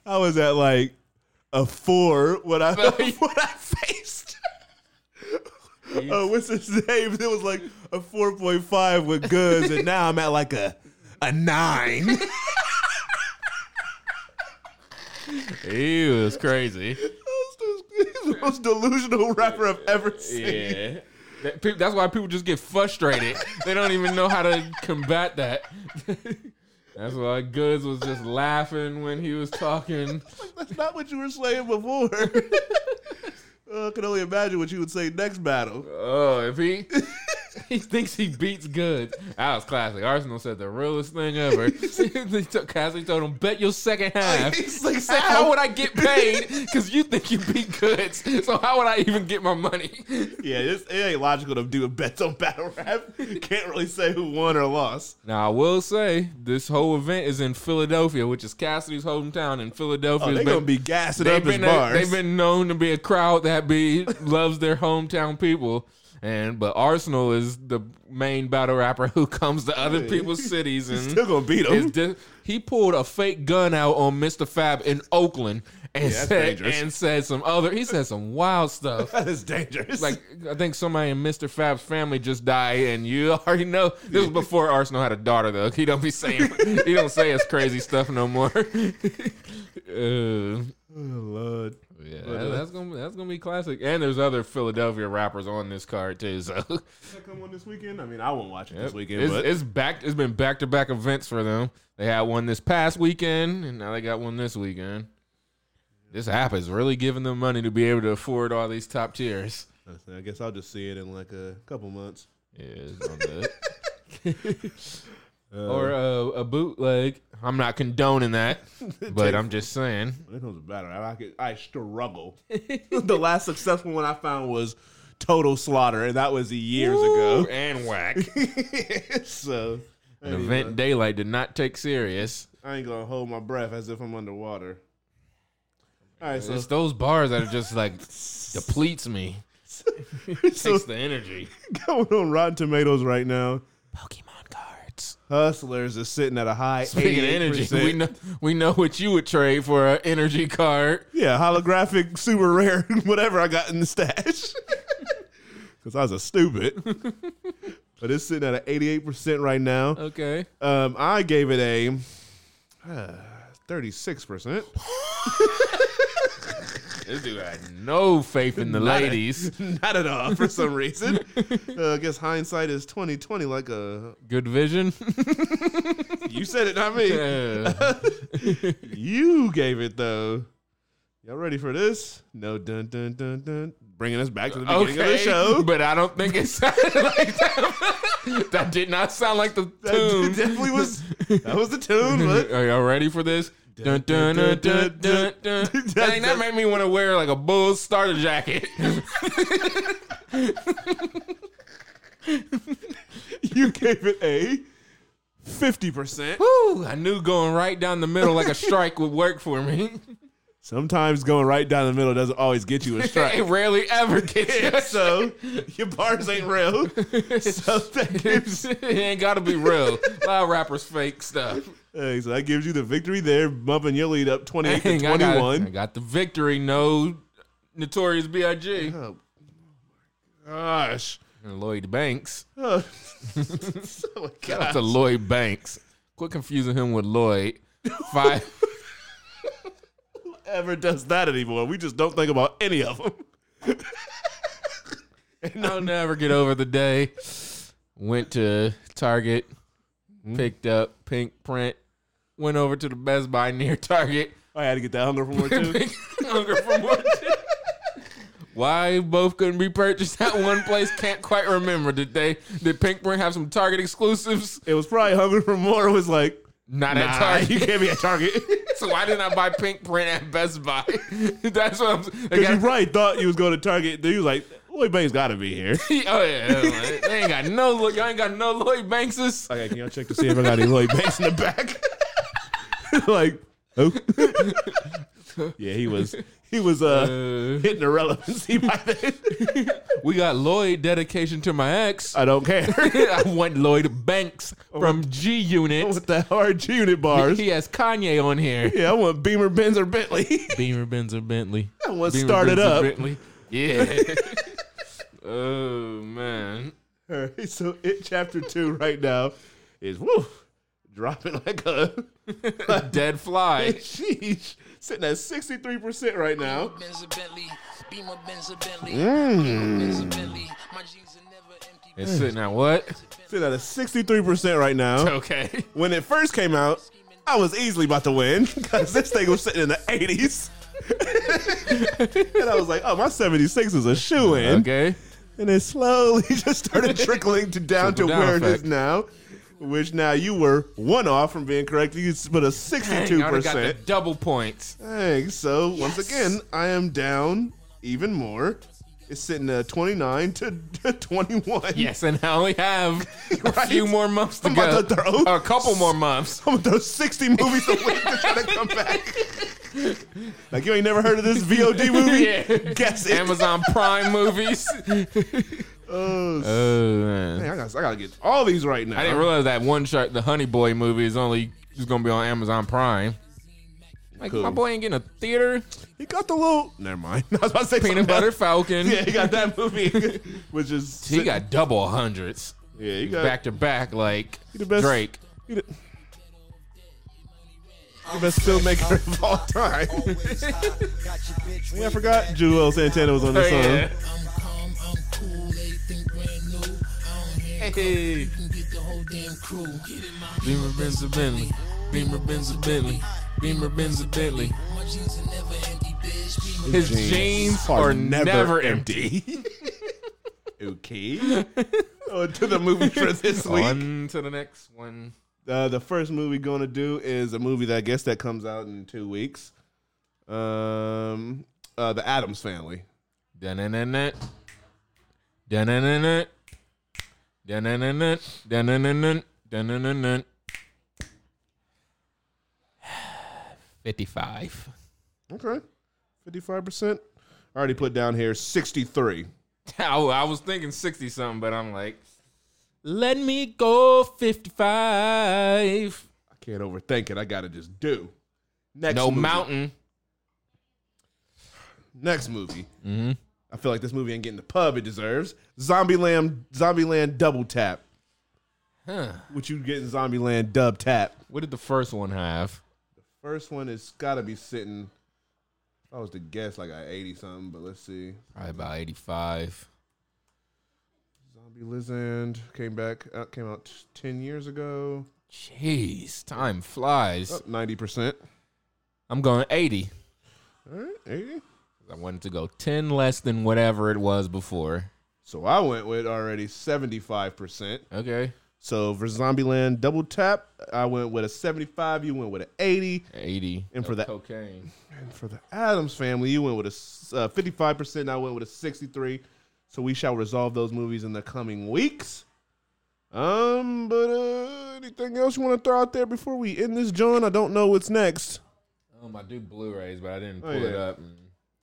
B: I was at like a four when I [laughs] when I faced. [laughs] Uh, what's his name? It was like a four point five with goods, and now I'm at like a
A: [laughs]
B: a nine. [laughs]
A: he was crazy.
B: He's the most delusional rapper I've ever seen.
A: Yeah. That pe- that's why people just get frustrated. they don't even know how to combat that. [laughs] that's why Goods was just laughing when he was talking.
B: That's not what you were saying before. [laughs] Uh, I can only imagine what you would say next battle.
A: Oh, if he [laughs] he thinks he beats Goods, that was classic. Arsenal said the realest thing ever. [laughs] they took Cassidy told him, "Bet your second half."
B: [laughs] He's like,
A: He said, "How would I get paid? Because you think you beat Goods, so how would I even get my money?"
B: Yeah, it's, it ain't logical to do a bet on battle rap. [laughs] Can't really say who won or lost.
A: Now I will say this whole event is in Philadelphia, which is Cassidy's hometown, and Philadelphia.
B: Oh,
A: has
B: they're
A: been-
B: gonna be gassing
A: they've
B: up his
A: been a-
B: bars.
A: they've been known to be a crowd that be loves their hometown people. And but Arsenal is the main battle rapper who comes to other
B: [laughs]
A: people's cities and
B: still gonna beat
A: is
B: him.
A: di- he pulled a fake gun out on Mr. Fab in Oakland and
B: Yeah, that's
A: said
B: dangerous.
A: and said some other he said some wild stuff.
B: [laughs] That is dangerous.
A: Like I think somebody in Mr. Fab's family just died, and you [laughs] already know this was before Arsenal had a daughter. Though he don't be saying [laughs] he don't say it's crazy stuff no more. [laughs] Uh,
B: [laughs] oh, Lord.
A: yeah, that- uh, that's gonna that's gonna be classic. And there's other Philadelphia rappers on this card too. So
B: come on this weekend? I mean, I won't watch it this weekend,
A: it's,
B: but
A: it's back. It's been back to back events for them. They had one this past weekend, and now they got one this weekend. This app is really giving them money to be able to afford all these top tiers.
B: I guess I'll just see it in like a couple months.
A: Yeah, it's on the- or uh, a bootleg. I'm not condoning that, but I'm just saying.
B: When it comes to battle rap, I, could, I
A: [laughs]
B: struggle. the last successful one I found was Total Slaughter, and that was years
A: Ooh, [laughs]
B: ago. [laughs]
A: and whack.
B: so I
A: An
B: ain't,
A: event
B: even-
A: daylight did not take serious.
B: I ain't gonna hold my breath as if I'm underwater. All right, so,
A: It's those bars that are just like depletes me.
B: [laughs] so
A: Takes the energy.
B: going on Rotten Tomatoes right now.
A: Pokemon [laughs] cards.
B: Hustlers is sitting at a high
A: Speaking of
B: 88%.
A: energy, we know we know what you would trade for an energy card.
B: Yeah, holographic, super rare, [laughs] whatever I got in the stash. [laughs] Because I was a
A: [laughs]
B: stupid. but it's sitting at an 88% right now.
A: Okay.
B: Um, I gave it a uh, 36%.
A: This dude had no faith in the ladies.
B: [laughs] Not at all for some
A: [laughs]
B: reason. Uh, I guess hindsight is 2020 like a.
A: Good vision.
B: You said it, not me.
A: [laughs] Yeah.
B: You gave it though. Y'all ready for this? No, dun dun dun dun. Bringing us back to the beginning of the
A: [laughs]
B: show.
A: but I don't think it sounded like that. that did not sound like the
B: That
A: tune. [laughs]
B: definitely was. That was the tune, but
A: Are y'all ready for this? Dun, dun, dun,
B: [laughs]
A: dun, dun, dun. Dang, that made me want to wear like a Bulls starter jacket. [laughs]
B: you gave it a fifty percent. [laughs]
A: Woo! I knew going right down the middle like a strike would work for me.
B: Sometimes going right down the middle doesn't always get you a
A: It [laughs]
B: strike.
A: rarely ever gets you.
B: so your bars ain't real. So that
A: [laughs]
B: gives,
A: it ain't gotta be real. A lot of rappers fake
B: [laughs]
A: stuff.
B: hey, so that gives you the victory there, bumping your lead up twenty eight to
A: Dang, I
B: twenty
A: got- I
B: one.
A: got the victory. No, Notorious B.I.G.
B: Oh gosh.
A: and Lloyd Banks.
B: Oh, so
A: Shout out
B: God.
A: to Lloyd Banks. Quit confusing him with Lloyd.
B: [laughs]
A: Five.
B: Ever does that anymore? We just don't think about any of them.
A: I'll never get over the day. Went to Target,
B: Mm-hmm.
A: picked up pink print, went over to the Best Buy near Target.
B: [laughs]
A: [laughs]
B: I had to get that hunger from work too.
A: Hunger for more. Why both couldn't be purchased at one place? Can't quite remember. Did they? Did Pink Print have some Target exclusives?
B: It was probably hunger for more. It was like,
A: Not
B: nah,
A: at Target. [laughs]
B: you can't be at Target.
A: So why didn't I buy Pink Print at Best Buy? [laughs] That's what I'm. They
B: Because you
A: got,
B: probably thought you was going to Target. Then you was like, Lloyd Banks got to be [laughs] here.
A: [laughs] oh yeah, like, they ain't got no. Lloyd- Y'all ain't got no Lloyd Bankses.
B: Okay, can y'all check to see if I got any Lloyd Banks in the back? [laughs] like, oh. [laughs] yeah, he was he was uh,
A: Uh,
B: hitting irrelevancy by
A: [laughs]
B: then.
A: we got Lloyd dedication to my ex.
B: I don't
A: [laughs]
B: care. [laughs]
A: I want Lloyd Banks from G Unit. [laughs]
B: With the hard unit bars.
A: He has Kanye on [laughs] here.
B: Yeah, I want Beamer, Benz, or Bentley. [laughs]
A: Beamer Benz or Bentley.
B: I want
A: Beamer
B: started
A: Benz or
B: up.
A: Bentley. Yeah. [laughs] oh man.
B: All right, so it
A: [laughs]
B: chapter two right now is woo dropping like a
A: [laughs] Dead fly.
B: sheesh sitting at sixty three percent right now.
J: Benz or Bentley, Beamer Benz or Bentley,
B: Mm.
J: Benz or Bentley. My jeans are never empty.
A: It's sitting at what?
B: Sitting at a sixty three percent right now.
A: [laughs] Okay.
B: When it first came out, I was easily about to win because this thing was sitting in the eighties. [laughs] and I was like, "Oh, my '76 is a shoe in,"
A: Okay.
B: and it slowly [laughs]
A: [laughs]
B: just started trickling to down
A: Trickle
B: to
A: down
B: where it is
A: effect.
B: now. Which now you were one off from being correct. You put a
A: Dang,
B: sixty-two
A: I would've got the
B: percent.
A: double points.
B: Thanks. So once again, I am down even more. It's sitting at 29 to [laughs] 21.
A: Yes, and I only [laughs] have a
B: Right.
A: few more months to
B: I'm
A: go.
B: about to throw-
A: Or a couple more months.
B: I'm gonna throw 60 movies a week to try to
A: [laughs]
B: come back. like you ain't never heard of this VOD movie?
A: Yeah.
B: Guess it.
A: Amazon Prime movies.
B: Oh, s-
A: Oh man.
B: man, I gotta, I gotta get all these right now.
A: I didn't realize that one shark, the Honey Boy movie, is only just gonna be on Amazon Prime. Like
B: Cool.
A: my boy ain't getting a theater.
B: He got the little. Never mind. [laughs] I was about to say
A: Peanut
B: something
A: Butter
B: [laughs] else.
A: Falcon.
B: Yeah, he got that movie, [laughs] which is
A: He got double hundreds
B: yeah, he got
A: back to back, like
B: He the best-
A: Drake.
B: He the, the best filmmaker of all time. yeah, I forgot Joel Santana was on
A: Oh,
B: this song.
A: yeah.
J: I'm calm, I'm cool. They think brand new. I don't hear
A: Hey.
J: you can get the whole damn crew. Get in my
A: Beamer Benz or Bentley. Beamer Benz or Bentley. Beamer Benz or Bentley.
J: my jeans are never empty, bitch. Beamer
A: His jeans, are, never, empty.
B: [laughs] okay. oh, to the movie for this week.
A: On to the next one.
B: Uh, the first movie going to do is a movie that I guess that comes out in two weeks. Um, uh, the Adams Family.
A: Dun-dun-dun-dun. Dun-dun-dun-dun. Dun-dun-dun-dun. Dun-dun-dun-dun. [sighs] Dun-dun-dun-dun. 55.
B: Okay, fifty-five percent. I already put down here sixty-three.
A: [laughs] I, I was thinking 60 something, but I'm like, let me go 55.
B: I can't overthink it. I gotta just do. Next
A: No
B: movie.
A: mountain.
B: Next movie. Mm-hmm. I feel like this movie ain't getting the pub it deserves. Zombieland, Zombieland Double Tap.
A: Huh.
B: What you getting? Zombieland Dub Tap.
A: What did the first one have?
B: First one is gotta be sitting. If I was to guess, like a eighty something, but let's see.
A: Probably about 85.
B: Zombie Lizard came back, uh, came out t- ten years ago.
A: Jeez, time flies.
B: Up ninety percent.
A: I'm going 80.
B: All right, eighty.
A: I wanted to go 10 less than whatever it was before.
B: So I went with already seventy five percent.
A: Okay.
B: So for Zombieland Double Tap, I went with a seventy-five. You went with an eighty,
A: 80.
B: and for the
A: Cocaine.
B: and for the Adams Family, you went with a uh, fifty-five percent. I went with a sixty-three. So we shall resolve those movies in the coming weeks. Um, but uh, anything else you want to throw out there before we end this, John? I don't know what's next.
A: Um, I do Blu-rays, but I didn't pull
B: Oh,
A: it
B: yeah.
A: up. And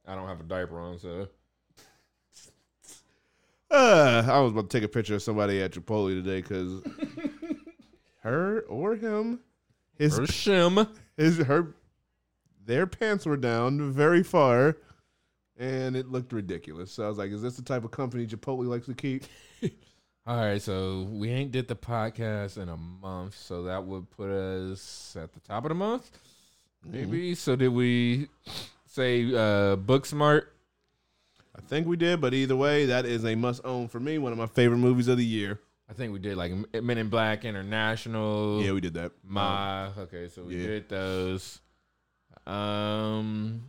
A: I don't have a diaper on, so
B: Uh, I was about to take a picture of somebody at Chipotle today [laughs] because her or him, his
A: Shim.
B: his her, their pants were down very far, and it looked ridiculous. So I was like, "Is this the type of company Chipotle likes to keep?"
A: All right, so we ain't did the podcast in a month, so that would put us at the top of the month,
B: Mm-hmm.
A: maybe. So did we say uh, book smart?
B: I think we did, but either way, that is a must own for me. One of my favorite movies of the year.
A: I think we did like M- Men in Black International.
B: Yeah, we did that.
A: my okay, so we
B: yeah.
A: did those. Um,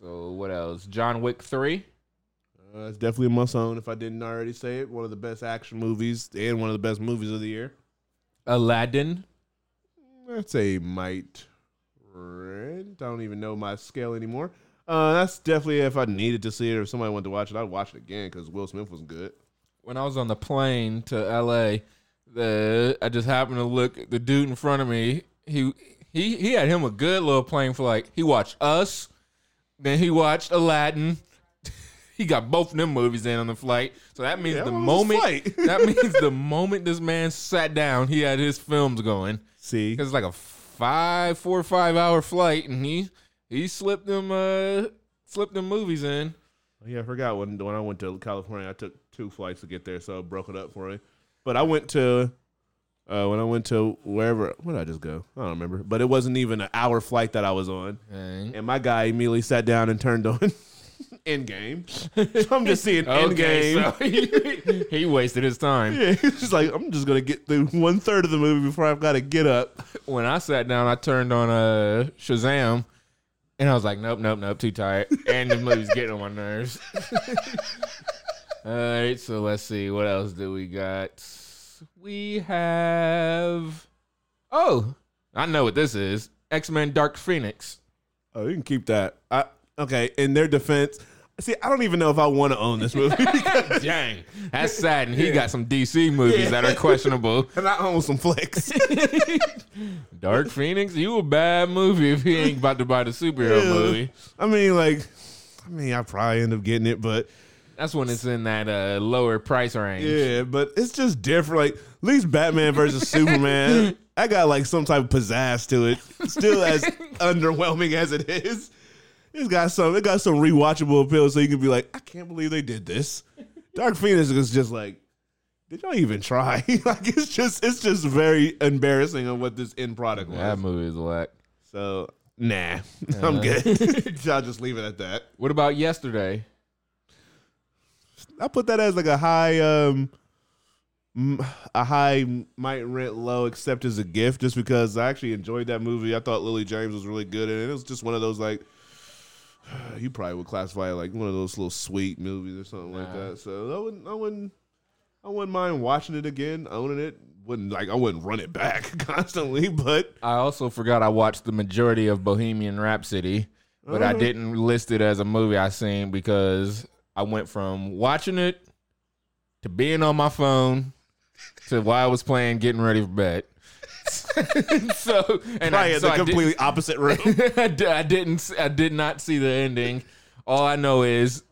A: so what else? John Wick three.
B: Uh, it's definitely a must own. If I didn't already say it, one of the best action movies and one of the best movies of the year.
A: Aladdin.
B: That's a might rent. I don't even know my scale anymore. Uh, that's definitely if I needed to see it or if somebody wanted to watch it, I'd watch it again because Will Smith was good.
A: when I was on the plane to LA, the I just happened to look at the dude in front of me. He he he had him a good little plane for like he watched Us, then he watched Aladdin. [laughs] he got both of them movies in on the flight. So that means
B: Yeah,
A: the
B: that was a
A: moment
B: flight.
A: [laughs] that means the moment this man sat down, he had his films going.
B: See,
A: It's like a five, four or five hour flight, and he he slipped them uh slipped them movies in.
B: yeah, I forgot when when I went to California, I took two flights to get there, so I broke it up for me. But I went to uh, when I went to wherever. Where did I just go? I don't remember. But it wasn't even an hour flight that I was on.
A: And
B: And my guy immediately sat down and turned on [laughs] Endgame. So I'm just
A: [laughs]
B: seeing
A: Okay,
B: Endgame.
A: so he, he wasted his time.
B: [laughs] Yeah, he's just like, I'm just gonna get through one third of the movie before I've got to get up.
A: When I sat down, I turned on uh, Shazam, and I was like, nope, nope, nope, too tired. And the movie's getting on my nerves. [laughs] All right, so let's see what else do we got. We have oh, I know what this is: X Men Dark Phoenix.
B: Oh, you can keep that. I, okay, in their defense, see, I don't even know if I want to own this movie, [laughs]
A: Dang, that's sad. And he got some DC movies that are questionable.
B: and I own some flicks.
A: Dark Phoenix, you a bad movie if he ain't about to buy the superhero
B: Yeah.
A: movie.
B: I mean, like, I mean, I probably end up getting it, but
A: That's when it's in that uh, lower price range.
B: yeah, but it's just different. Like, at least Batman
A: [laughs]
B: versus Superman, I got like some type of pizzazz to it. Still
A: [laughs]
B: as underwhelming as it is, it's got some. It got some rewatchable appeal, so you can be like, I can't believe they did this. Dark Phoenix is just like, did y'all even try? [laughs] like, it's just, it's just very embarrassing on what this end product was.
A: That Uh-huh. movie is whack.
B: So nah, [laughs]
A: [laughs]
B: I'm good. I'll just leave it at that.
A: What about yesterday?
B: I put that as like a high, um, m- a high might rent low, except as a gift, just because I actually enjoyed that movie. I thought Lily James was really good, and it was just one of those like. [sighs] You probably would classify it like one of those little sweet movies or something like
A: Nah.
B: that. So I wouldn't, I wouldn't, I wouldn't mind watching it again, owning it. Wouldn't like I wouldn't run it back [laughs] constantly, but
A: I also forgot I watched the majority of Bohemian Rhapsody, but I didn't list it as a movie I seen because I went from watching it to being on my phone to while I was playing, getting ready for bed. [laughs] so and
B: probably
A: I,
B: in
A: so
B: the
A: I did-
B: completely opposite room.
A: [laughs] I, di- I didn't. s- I did not see the ending. All I know is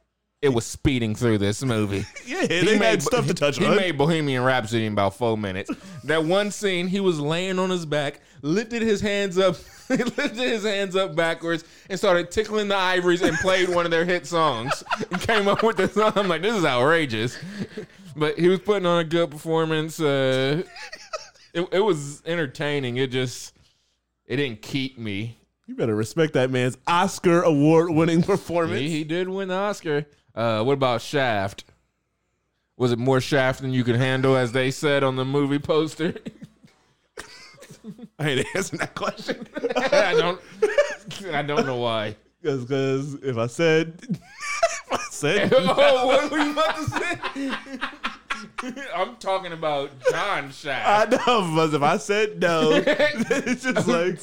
A: it was speeding through this [laughs] movie.
B: Yeah, they had
A: Bo-
B: stuff to touch
A: he
B: on.
A: made Bohemian Rhapsody in about four minutes. That one scene, he was laying on his back, lifted his hands up, [laughs] lifted his hands up backwards, and started tickling the ivories and played one of their hit songs. And came up with the song. I'm like, this is outrageous. But he was putting on a good performance. Uh, it, it was entertaining. It just it didn't keep me.
B: You better respect that man's Oscar award winning performance.
A: He, he did win the Oscar. Uh, what about Shaft? Was it more Shaft than you could handle, as they said on the movie poster? [laughs]
B: I ain't answering that [laughs] question.
A: I don't. I don't know why.
B: Because if I said, [laughs] if I said,
A: [laughs] oh, what were you about to say? I'm talking about John
B: I
A: Shaft.
B: know, but if I
A: [laughs]
B: said no, [laughs] it's just like,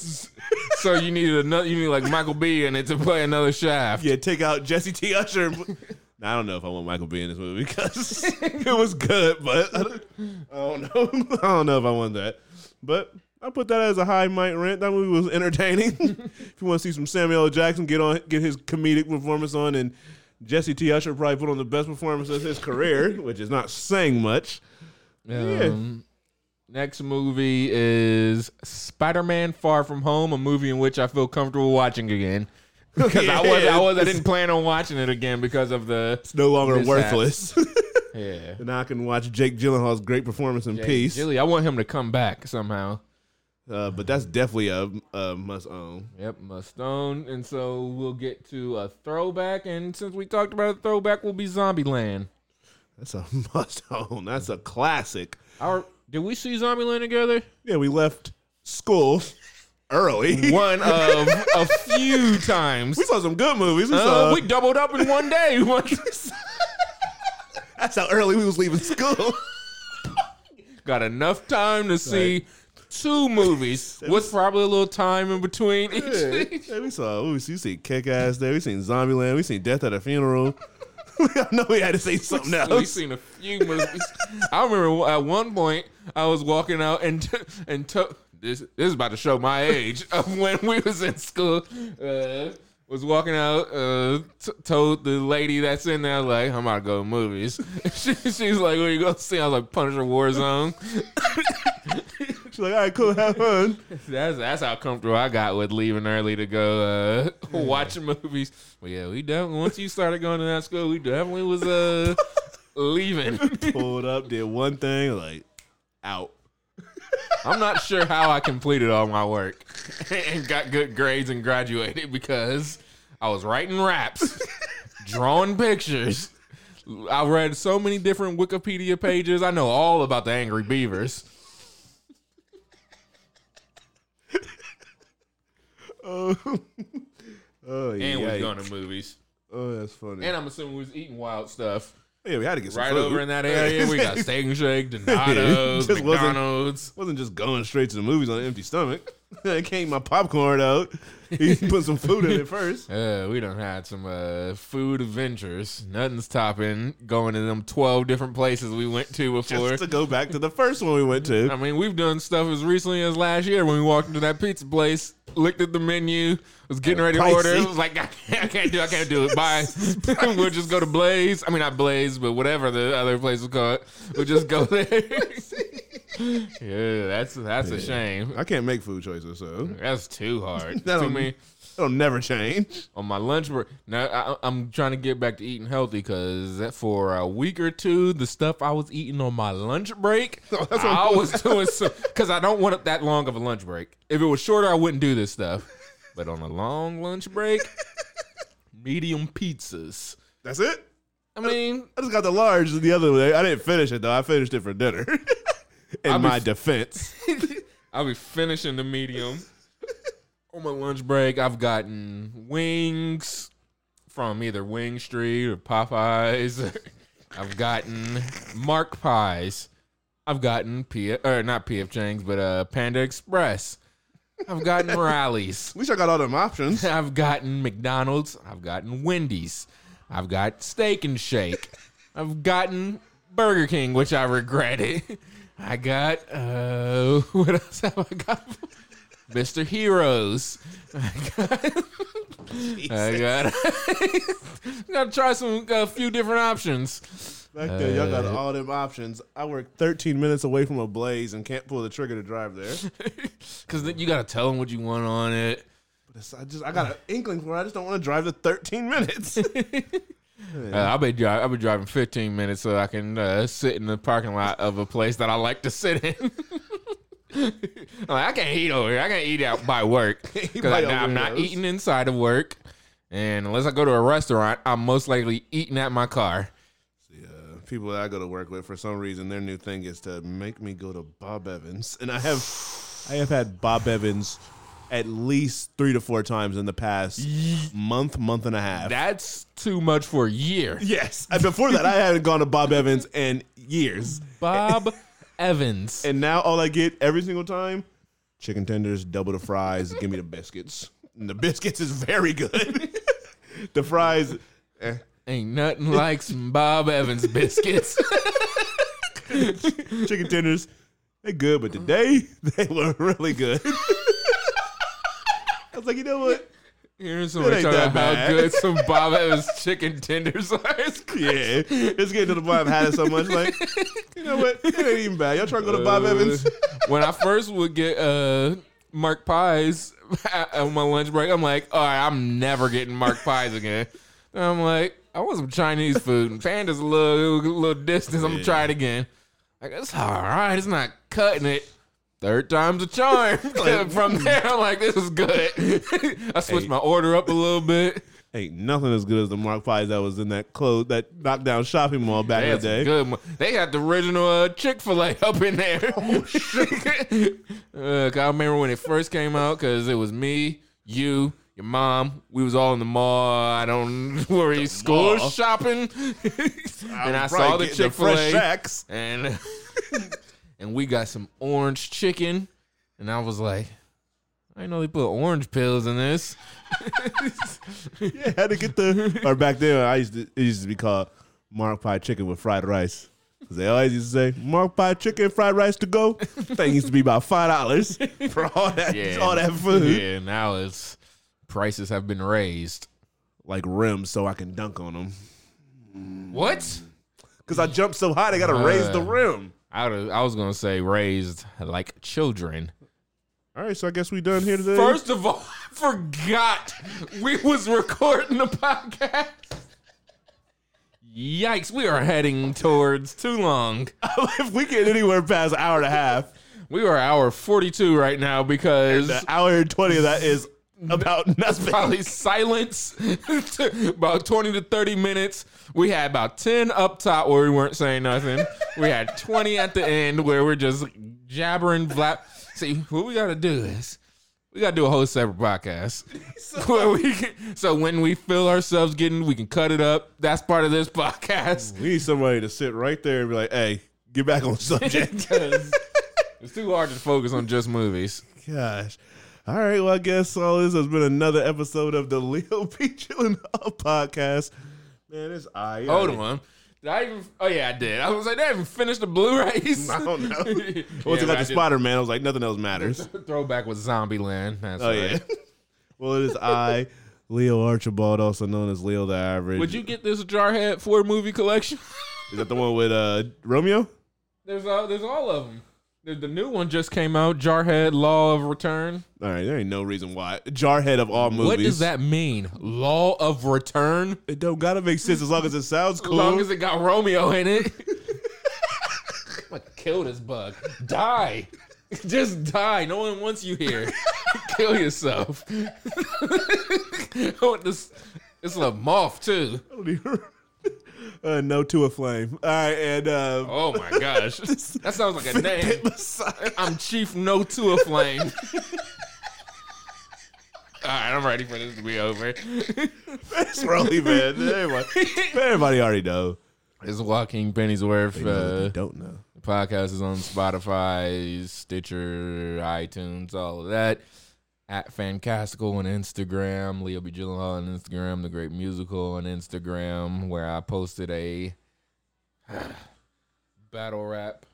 A: so you needed another. You need like Michael B. in it to play another Shaft.
B: yeah, take out Jesse T. Usher. And put- Now, I don't know if I want Michael B in this movie because [laughs] [laughs] it was good, but I don't, I don't know. I don't know if I want that. But I put that as a high might rent. That movie was entertaining. [laughs] if you want to see some Samuel L. Jackson get on, get his comedic performance on, and Jesse T. Usher probably put on the best performance of his career, which is not
A: [laughs]
B: saying much. Yeah.
A: Um, Next movie is Spider Man Far From Home, a movie in which I feel comfortable watching again. Because I was, I was, I didn't plan on watching it again because of the.
B: It's no longer
A: Mishaps.
B: worthless. [laughs]
A: Yeah.
B: and I can watch Jake Gyllenhaal's great performance in peace.
A: Jilly, I want him to come back somehow.
B: Uh, but that's definitely a, a must own.
A: Yep, Mustone. And so we'll get to a throwback. And since we talked about a throwback, will be Zombieland. [laughs]
B: That's a must own. That's a classic.
A: Our, did we see Zombieland together?
B: Yeah, we left school
A: [laughs]
B: early.
A: One of a [laughs] few times.
B: We saw some good movies. We
A: Uh,
B: saw,
A: we doubled up in one day. [laughs] Once.
B: that's how early we was
A: [laughs]
B: leaving school.
A: Got enough time to see two movies with probably a little time in between
B: yeah,
A: each.
B: we saw. We see, Kick Ass there. We seen Zombieland. We seen Death at a Funeral. [laughs] I know we had to say
A: [laughs]
B: something
A: We've
B: else.
A: seen a few movies. I remember at one point I was walking out and [laughs] and to, this this is about to show my age [laughs] of when we was in school. Uh, was walking out, uh, t- told the lady that's in there like I'm about to go to movies. [laughs] she, she's like, "What you gonna see?" I was like, "Punisher Warzone." [laughs]
B: She's like, all right, cool, have fun.
A: [laughs] That's that's how comfortable I got with leaving early to go uh, watch movies. But yeah, we definitely once you started going to that school, we definitely was uh leaving.
B: Pulled up, did one thing, like out.
A: I'm not sure how I completed all my
B: [laughs]
A: work and got good grades and graduated because I was writing
B: [laughs]
A: raps, drawing pictures. I read so many different Wikipedia pages. I know all about the Angry Beavers.
B: Oh, [laughs] oh
A: And
B: yikes.
A: was going to movies.
B: Oh, that's funny.
A: And I'm assuming we was eating wild stuff.
B: yeah, we had to get some
A: right
B: food.
A: over in that area. We
B: [laughs]
A: got Steak and Shake, Donato's,
B: Just wasn't-
A: McDonald's.
B: wasn't just going straight to the movies on an empty stomach. [laughs] I came my popcorn out. [laughs] He put some food in
A: [laughs]
B: it first.
A: Uh, we done had some uh, food adventures. Nothing's topping going to them 12 different places we went to before.
B: Just to go back to the first one we went
A: I
B: to.
A: mean, we've done stuff as recently as last year when we walked into that pizza place, looked at the menu, was getting ready to
B: pricey.
A: order. It was like, [laughs] I can't, I can't do it. I can't do it. Bye. [laughs] we'll just go to Blaze. I mean, not Blaze, but whatever the other place was called. We'll just go there. [laughs] yeah, that's that's a shame.
B: I can't make food choices, so
A: That's too hard.
B: That'll-
A: too many
B: it'll never change.
A: on my lunch break. Now I, I'm trying to get back to eating healthy because for a week or two, the stuff I was eating on my lunch break,
B: [laughs] that's what
A: I
B: I'm-
A: was doing because I don't want it that long of a lunch break. If it was shorter, I wouldn't do this stuff. But on a long lunch break, [laughs] medium pizzas.
B: That's it.
A: I mean,
B: I just got the large the other way. I didn't finish it though. I finished it for dinner. [laughs] In
A: I'll be
B: my
A: f-
B: defense,
A: I'll be finishing the medium. On my lunch break, I've gotten wings from either Wing Street or Popeyes. [laughs] I've gotten Mark Pies. I've gotten P or not PF Chang's, but uh, Panda Express. I've gotten Rallies.
B: at least I got all them
A: [laughs]
B: options.
A: I've gotten McDonald's. I've gotten Wendy's. I've got Steak and Shake. I've gotten Burger King, which I regretted. [laughs] I got uh, [laughs] what else have I got? [laughs] Mr. Heroes. [laughs] I got. [laughs] I got. [laughs] gotta try some a few different options.
B: Back there, y'all got
A: Uh.
B: all them options. I work 13 minutes away from a blaze and can't pull the trigger to
A: [laughs]
B: drive there.
A: Cause then you gotta tell them what you want on it.
B: It's- I just I got an inkling for it. I just don't want to drive the 13 minutes. [laughs]
A: Uh, I'll be dri- I'll be driving 15 minutes so I can uh, sit in the parking lot of a place that I like to sit in. [laughs] I'm like, I can't eat over here. I can't eat out by
B: [laughs]
A: work because
B: by
A: I'm not
B: overdose.
A: eating inside of work. And unless I go to a restaurant, I'm most likely eating at my car.
B: yeah, people that I go to work with, for some reason, their new thing is to make me go to Bob Evans, and I have I have had Bob Evans at least three to four times in the past month, month and a half.
A: That's too much for a year.
B: Yes. And Before that, I hadn't gone to Bob Evans in years. [laughs]
A: Bob Evans.
B: And now all I get every single time chicken tenders, double the fries, give me the biscuits. And the biscuits is very good. [laughs] the fries, eh.
A: Ain't nothing [laughs] like some Bob Evans biscuits.
B: chicken tenders, They good, but today [laughs] they were really good. [laughs] I was like, you know what?
A: Hearing
B: It
A: someone
B: ain't
A: talking
B: that
A: about how
B: bad.
A: good some Bob Evans chicken tenders are. It's
B: [laughs]
A: crazy.
B: Yeah, it's getting to the point I've had it so much. Like, you know what? It ain't even bad. Y'all trying to go to Bob
A: Uh,
B: Evans? [laughs]
A: [laughs] when I first would get uh, Mark Pies [laughs] on my lunch break, I'm like, all right, I'm never getting Mark Pies again. And I'm like, I want some Chinese food. And Panda's a little, little distance. I'm going to try it again. Like, it's all right. It's not cutting it. Third time's a charm. [laughs] From there, I'm like, this is good. [laughs] I switched
B: Hey.
A: my order up a little bit.
B: Ain't nothing as good as the Mark Pies that was in that clothes that knockdown shopping mall back in
A: That's
B: the day.
A: good. mo- They got the original uh, Chick Fil A [laughs] up in there.
B: Oh,
A: [laughs] Look, I remember when it first came out because it was me, you, your mom. We was all in the mall. I don't [laughs] worry, school
B: mall. [laughs]
A: shopping, and I
B: Right,
A: saw the
B: getting
A: Chick Fil
B: fresh
A: A,
B: sacks.
A: and and we got some orange chicken, and I was like. I didn't know they put orange pills in this.
B: Yeah, [laughs] had to get the. Or back then, I used to it used to be called Mark Pie Chicken with fried rice. 'Cause they always used to say Mark Pie Chicken fried rice to go. Thing used to be about five dollars [laughs] for all that all that food.
A: Yeah, now it's prices have been raised.
B: Like rims, so I can dunk on them.
A: What?
B: Cause I jumped so high, they gotta raise the
A: Uh.
B: rim.
A: I, would- I was gonna say raised like children.
B: All right, so I guess we done here today.
A: First of all, [laughs] I forgot we was recording the podcast. Yikes, we are heading towards too long.
B: [laughs] if we get anywhere past an hour and a half,
A: We are hour 42 right now because
B: the hour and uh, twenty of that is about nothing.
A: probably silence [laughs] about 20 to 30 minutes. We had about 10 up top where we weren't saying nothing. we had 20 at the end where we're just jabbering. Bla- See, what we got to do is we got to do a whole separate podcast. Where we can- so when we feel ourselves getting, we can cut it up. That's part of this
B: [laughs]
A: podcast.
B: We need somebody to sit right there and be like, "Hey, get back
A: [laughs]
B: on subject."
A: It's too hard to focus on just movies.
B: Gosh. All right. Well, I guess all this has been another episode of the Leo P. Chillin' Up podcast. Man, it's I.
A: Hold on. Did I even? Oh yeah, I did. I was like, did I even finish the Blu-rays?
B: [laughs] I don't
A: [laughs]
B: know. Once
A: Yeah,
B: I
A: but
B: got
A: I
B: to
A: did.
B: Spider Man, I was like, nothing
A: [laughs]
B: else matters.
A: Throwback was Zombieland. That's
B: Oh,
A: right.
B: yeah. [laughs] well, it is I, Leo Archibald, also known as Leo the
A: [laughs]
B: Average.
A: Would you get this Jarhead Ford movie collection? [laughs]
B: Is that the one with uh, Romeo?
A: There's all, there's all of them. The, the new one just came out, Jarhead Law of Return.
B: All right. There ain't no reason why. Jarhead of all movies.
A: What does that mean? Law of Return?
B: It don't got to make sense as long as it sounds cool.
A: As long
B: [laughs]
A: as it got Romeo in it. [laughs] I'm gonna kill this bug. Die. [laughs] Just die. No one wants you here. [laughs] kill yourself. [laughs] I want this. It's a moth too.
B: uh, no to a flame. All right. And. Uh,
A: Oh my gosh. That sounds like a name. I'm Chief No Two Flame. All right, I'm ready for this to be over.
B: It's
A: [laughs]
B: Rolly, man. Everybody, everybody already know.
A: It's Joaquin Pennyworth.
B: They
A: Uh,
B: don't know.
A: the podcast is on Spotify, Stitcher, iTunes, all of that. At Fancastical on Instagram, Leo B. Gyllenhaal on Instagram, The Great Musical on Instagram, where I posted a [sighs] battle rap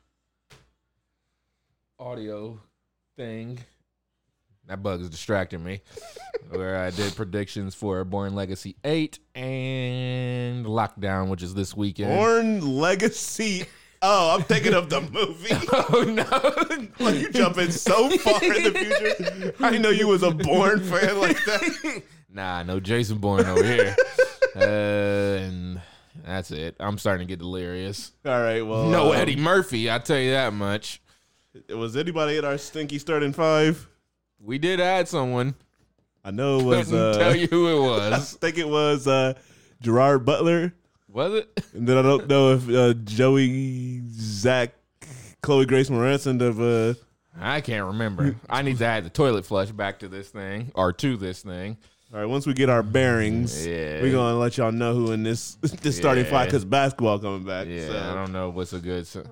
A: audio thing. That bug is distracting me. where I did predictions for Born Legacy 8 and Lockdown, which is this weekend.
B: Born Legacy. Oh, I'm thinking of the movie.
A: [laughs]
B: [laughs]
A: oh, no.
B: like you jumping so far in the future. I didn't know you was a Born fan like that. [laughs]
A: Nah, no Jason Bourne over here. uh, and that's it. I'm starting to get delirious.
B: All right, well,
A: No
B: uh,
A: Eddie Murphy, I tell you that much.
B: Was anybody at our stinky starting five?
A: We did add someone.
B: I know it was.
A: Couldn't
B: Uh,
A: tell you who it
B: I
A: was. [laughs]
B: think it was uh, Gerard Butler,
A: was it?
B: and then I don't know if uh, Joey, Zach, Chloe Grace Moretz, of uh,
A: I can't remember. I need to add the toilet flush back to this thing or to this thing.
B: All right, once we get our bearings,
A: Yeah.
B: we're gonna let y'all know who in this [laughs] this starting
A: Yeah.
B: five because basketball coming back.
A: Yeah,
B: so.
A: I don't know what's a good. So-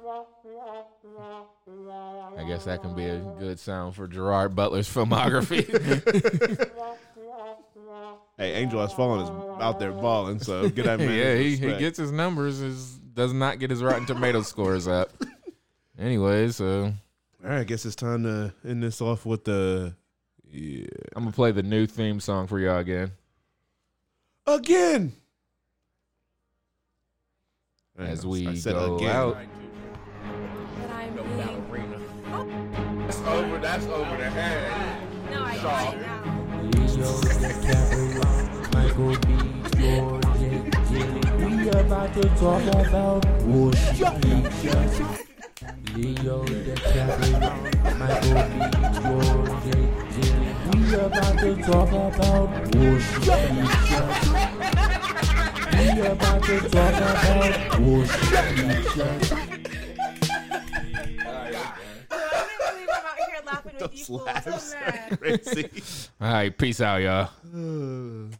A: I guess that can be a good sound for Gerard Butler's
B: [laughs]
A: filmography.
B: Hey, Angel has fallen is out there balling, so
A: [laughs]
B: get that man.
A: yeah,
B: his
A: he, he
B: respect.
A: gets his
B: [laughs]
A: numbers, is does not get his Rotten Tomato scores up. Anyway, so
B: All right, I guess it's time to end this off with the yeah.
A: I'm gonna play the new theme song for y'all again.
B: again.
A: As
B: I-
A: we
B: I said
A: go
B: again.
A: out.
C: But I'm being.
D: That's over. That's over the head.
C: No, I got it now.
E: Leo DiCaprio, Michael B. Jordan, yeah. We about to talk about worship leaders. Leo DiCaprio, Michael B. Jordan, yeah. We about to talk about worship leaders. We about to talk about worship leaders.
F: I can't believe I'm
B: [laughs]
F: out here laughing with you fools. I'm mad.
B: Crazy.
A: All right, peace out, y'all.
B: Uh.